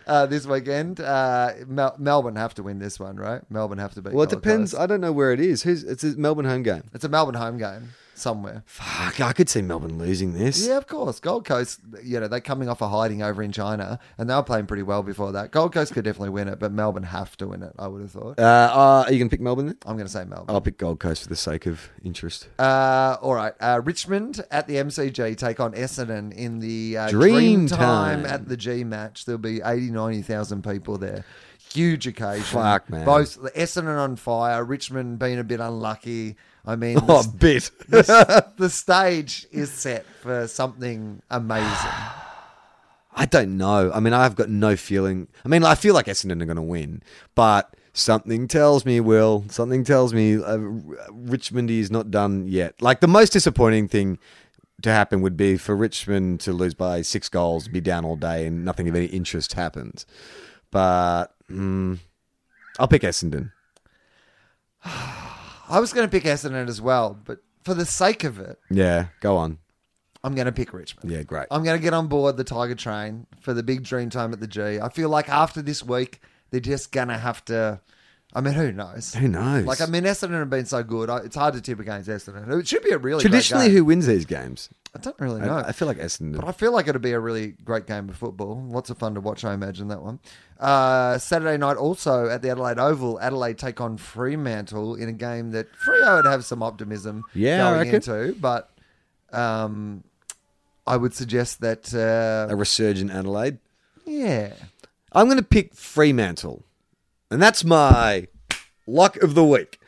[SPEAKER 2] Uh, this weekend, uh, Mel- Melbourne have to win this one, right? Melbourne have to beat.
[SPEAKER 3] well, Oh, it
[SPEAKER 2] Gold
[SPEAKER 3] depends.
[SPEAKER 2] Coast.
[SPEAKER 3] I don't know where it is. Who's it's a Melbourne home game.
[SPEAKER 2] It's a Melbourne home game somewhere.
[SPEAKER 3] Fuck, I could see Melbourne losing this.
[SPEAKER 2] Yeah, of course. Gold Coast, you know, they're coming off a hiding over in China, and they were playing pretty well before that. Gold Coast could definitely win it, but Melbourne have to win it. I would have thought.
[SPEAKER 3] Uh, uh, are you going to pick Melbourne then?
[SPEAKER 2] I'm going to say Melbourne.
[SPEAKER 3] I'll pick Gold Coast for the sake of interest.
[SPEAKER 2] Uh, all right. Uh, Richmond at the MCG take on Essendon in the uh,
[SPEAKER 3] Dream
[SPEAKER 2] Dream Time
[SPEAKER 3] Time.
[SPEAKER 2] at the G match. There'll be 80, 90,000 people there. Huge occasion.
[SPEAKER 3] Fuck, man.
[SPEAKER 2] Both the Essendon on fire, Richmond being a bit unlucky. I mean, the,
[SPEAKER 3] Oh, bit.
[SPEAKER 2] the, the stage is set for something amazing.
[SPEAKER 3] I don't know. I mean, I've got no feeling. I mean, I feel like Essendon are going to win, but something tells me, Will, something tells me uh, R- Richmond is not done yet. Like, the most disappointing thing to happen would be for Richmond to lose by six goals, be down all day, and nothing of any interest happens. But mm, I'll pick Essendon.
[SPEAKER 2] I was going to pick Essendon as well, but for the sake of it,
[SPEAKER 3] Yeah, go on.
[SPEAKER 2] I'm going to pick Richmond.
[SPEAKER 3] Yeah, great.
[SPEAKER 2] I'm going to get on board the Tiger train for the big dream time at the G. I feel like after this week, they're just going to have to. I mean, who knows?
[SPEAKER 3] Who knows?
[SPEAKER 2] Like, I mean, Essendon have been so good. I, it's hard to tip against Essendon. It should be a really great
[SPEAKER 3] Traditionally,
[SPEAKER 2] game.
[SPEAKER 3] who wins these games?
[SPEAKER 2] I don't really
[SPEAKER 3] I,
[SPEAKER 2] know.
[SPEAKER 3] I feel like Essendon.
[SPEAKER 2] Oh. But I feel like it'll be a really great game of football. Lots of fun to watch, I imagine, that one. Uh, Saturday night also at the Adelaide Oval, Adelaide take on Fremantle in a game that Freo would have some optimism
[SPEAKER 3] Yeah, I
[SPEAKER 2] going
[SPEAKER 3] reckon.
[SPEAKER 2] into. But um, I would suggest that, uh,
[SPEAKER 3] a resurgent Adelaide.
[SPEAKER 2] yeah.
[SPEAKER 3] I'm going to pick Fremantle, and that's my luck of the week.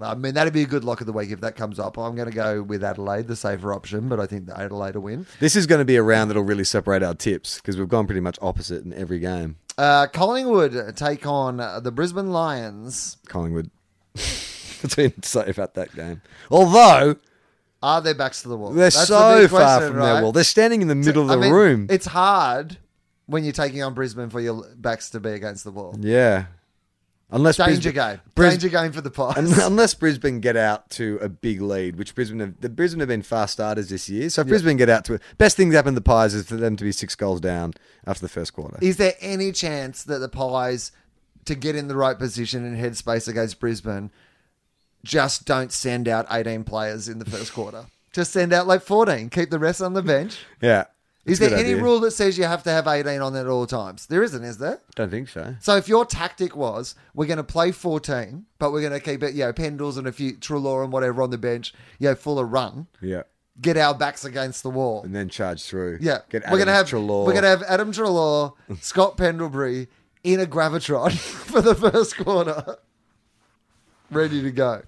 [SPEAKER 2] I mean, that'd be a good lock of the week if that comes up. I'm going to go with Adelaide, the safer option, but I think that Adelaide will win.
[SPEAKER 3] This is going to be a round that'll really separate our tips because we've gone pretty much opposite in every game.
[SPEAKER 2] Uh, Collingwood take on uh, the Brisbane Lions.
[SPEAKER 3] Collingwood. That's what I have to say about that game. Although
[SPEAKER 2] Are their backs to the wall?
[SPEAKER 3] they're
[SPEAKER 2] That's the
[SPEAKER 3] so
[SPEAKER 2] big
[SPEAKER 3] far
[SPEAKER 2] question,
[SPEAKER 3] from
[SPEAKER 2] right?
[SPEAKER 3] their wall, they're standing in the middle of
[SPEAKER 2] I
[SPEAKER 3] the
[SPEAKER 2] mean,
[SPEAKER 3] room.
[SPEAKER 2] It's hard when you're taking on Brisbane for your backs to be against the wall.
[SPEAKER 3] yeah, unless
[SPEAKER 2] Danger
[SPEAKER 3] Brisbane-
[SPEAKER 2] game.
[SPEAKER 3] Bris-
[SPEAKER 2] Danger game for the Pies.
[SPEAKER 3] un- Unless Brisbane get out to a big lead, which Brisbane have, the Brisbane have been fast starters this year. So if Brisbane get out to it, best thing that happened to the Pies is for them to be six goals down after the first quarter.
[SPEAKER 2] Is there any chance that the Pies, to get in the right position and headspace against Brisbane, just don't send out 18 players in the first quarter? Just send out like 14. Keep the rest on the bench.
[SPEAKER 3] Yeah.
[SPEAKER 2] Is
[SPEAKER 3] It's a
[SPEAKER 2] there
[SPEAKER 3] good
[SPEAKER 2] any
[SPEAKER 3] idea.
[SPEAKER 2] rule that says you have to have 18 on at all times? There isn't, is there?
[SPEAKER 3] Don't think so.
[SPEAKER 2] So if your tactic was we're going to play 14, but we're going to keep it, you know, Pendles and a few Trelaw and whatever on the bench, you know, full of run,
[SPEAKER 3] Yeah.
[SPEAKER 2] get our backs against the wall.
[SPEAKER 3] And then charge through.
[SPEAKER 2] Yeah,
[SPEAKER 3] Get
[SPEAKER 2] we're gonna have
[SPEAKER 3] Adams, Treloar.
[SPEAKER 2] we're gonna have Adam Trelaw, Scott Pendlebury in a gravitron for the first quarter, ready to go.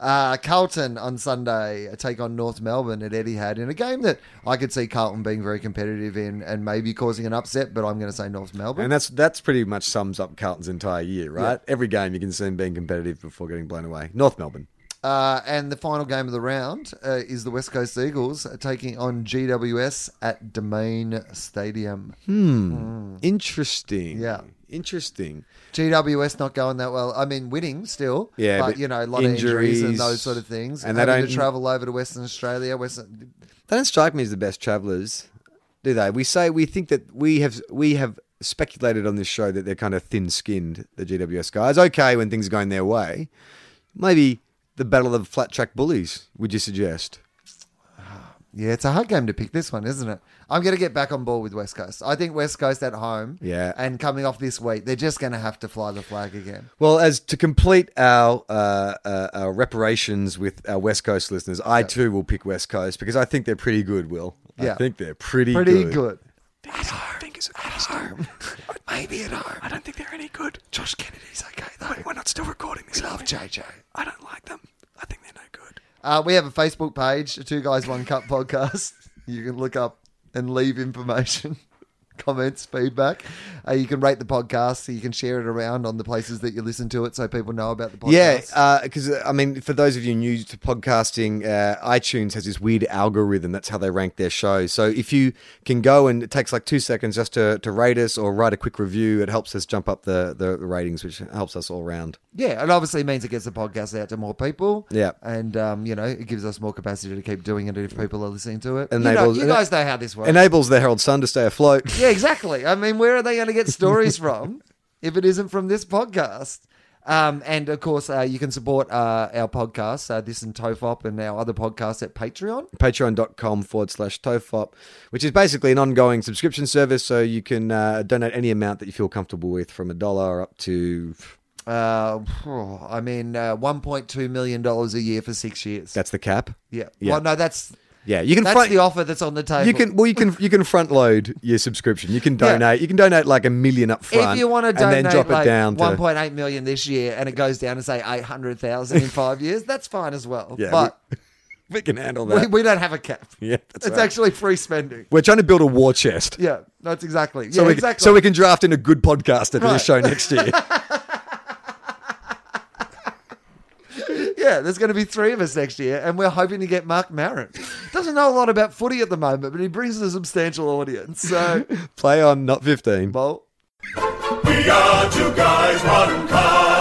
[SPEAKER 2] Uh, Carlton on Sunday uh, take on North Melbourne at Etihad in a game that I could see Carlton being very competitive in and maybe causing an upset, but I'm going to say North Melbourne.
[SPEAKER 3] And that's that's pretty much sums up Carlton's entire year, right? Every game you can see him being competitive before getting blown away. North Melbourne.
[SPEAKER 2] Uh, and the final game of the round uh, is the West Coast Eagles taking on GWS at Domain Stadium.
[SPEAKER 3] Interesting.
[SPEAKER 2] Mm. Yeah.
[SPEAKER 3] Interesting.
[SPEAKER 2] GWS not going that well. I mean, winning still.
[SPEAKER 3] Yeah,
[SPEAKER 2] but,
[SPEAKER 3] but
[SPEAKER 2] you know, a lot of injuries and
[SPEAKER 3] injuries,
[SPEAKER 2] those sort of things. And
[SPEAKER 3] and they
[SPEAKER 2] having to
[SPEAKER 3] don't-
[SPEAKER 2] travel over to Western Australia. Western,
[SPEAKER 3] They don't strike me as the best travellers, do they? We say we think that we have we have speculated on this show that they're kind of thin skinned, the GWS guys. Okay when things are going their way. Maybe the battle of flat track bullies, would you suggest?
[SPEAKER 2] yeah, it's a hard game to pick this one, isn't it? I'm going to get back on board with West Coast. I think West Coast at home.
[SPEAKER 3] Yeah.
[SPEAKER 2] and coming off this week, they're just going to have to fly the flag again.
[SPEAKER 3] Well, as to complete our, uh, uh, our reparations with our West Coast listeners, I too will pick West Coast because I think they're pretty good. Will
[SPEAKER 2] Yeah.
[SPEAKER 3] I think they're pretty
[SPEAKER 2] Pretty
[SPEAKER 3] good.
[SPEAKER 2] good.
[SPEAKER 4] Fingers at home. Maybe at home. I don't think they're any good. Josh Kennedy's okay though. we're not still recording this. Love JJ. I don't like them. I think they're no good.
[SPEAKER 2] Uh, we have a Facebook page, a Two Guys One Cup podcast. You can look up and leave information, comments, feedback. Uh, you can rate the podcast, so you can share it around on the places that you listen to it, so people know about the podcast.
[SPEAKER 3] Yeah, because uh, I mean, for those of you new to podcasting, uh, iTunes has this weird algorithm. That's how they rank their shows. So if you can go and it takes like two seconds just to, to rate us or write a quick review, it helps us jump up the, the ratings, which helps us all round.
[SPEAKER 2] Yeah, it obviously means it gets the podcast out to more people.
[SPEAKER 3] Yeah.
[SPEAKER 2] and um, you know, it gives us more capacity to keep doing it if people are listening to it. you, know,
[SPEAKER 3] Enables-
[SPEAKER 2] you guys know how this works.
[SPEAKER 3] Enables the Herald Sun to stay afloat.
[SPEAKER 2] yeah, exactly. I mean, where are they going to get stories from if it isn't from this podcast? Um, and of course, uh, you can support uh, our podcast, uh, this and Tofop, and our other podcasts at Patreon.
[SPEAKER 3] patreon.com forward slash tofop which is basically an ongoing subscription service so you can uh, donate any amount that you feel comfortable with from a dollar up to
[SPEAKER 2] Uh, phew, I mean, uh, one point two million dollars a year for six years.
[SPEAKER 3] that's the cap
[SPEAKER 2] yeah.
[SPEAKER 3] yeah.
[SPEAKER 2] Well, no, that's
[SPEAKER 3] yeah you can
[SPEAKER 2] that's
[SPEAKER 3] front
[SPEAKER 2] the offer that's on the table.
[SPEAKER 3] you can well you can you can front load your subscription you can
[SPEAKER 2] Yeah.
[SPEAKER 3] donate you can donate like a million up front
[SPEAKER 2] If you want to donate
[SPEAKER 3] and then drop
[SPEAKER 2] like
[SPEAKER 3] it down to
[SPEAKER 2] 1.8 million this year and it goes down to say 800,000 in five years, that's fine as well.
[SPEAKER 3] Yeah,
[SPEAKER 2] but
[SPEAKER 3] we can handle
[SPEAKER 2] we,
[SPEAKER 3] that
[SPEAKER 2] we don't have a cap.
[SPEAKER 3] yeah that's
[SPEAKER 2] it's
[SPEAKER 3] right.
[SPEAKER 2] actually free spending.
[SPEAKER 3] we're trying to build a war chest
[SPEAKER 2] Yeah, that's exactly.
[SPEAKER 3] so
[SPEAKER 2] yeah,
[SPEAKER 3] we
[SPEAKER 2] exactly.
[SPEAKER 3] can, so we can draft in a good podcaster for
[SPEAKER 2] Right.
[SPEAKER 3] this show next year
[SPEAKER 2] yeah, there's going to be three of us next year, and we're hoping to get Mark Maron. Doesn't know a lot about footy at the moment, but he brings a substantial audience. So,
[SPEAKER 3] play on not 15
[SPEAKER 2] well,
[SPEAKER 1] We are two guys, one cup.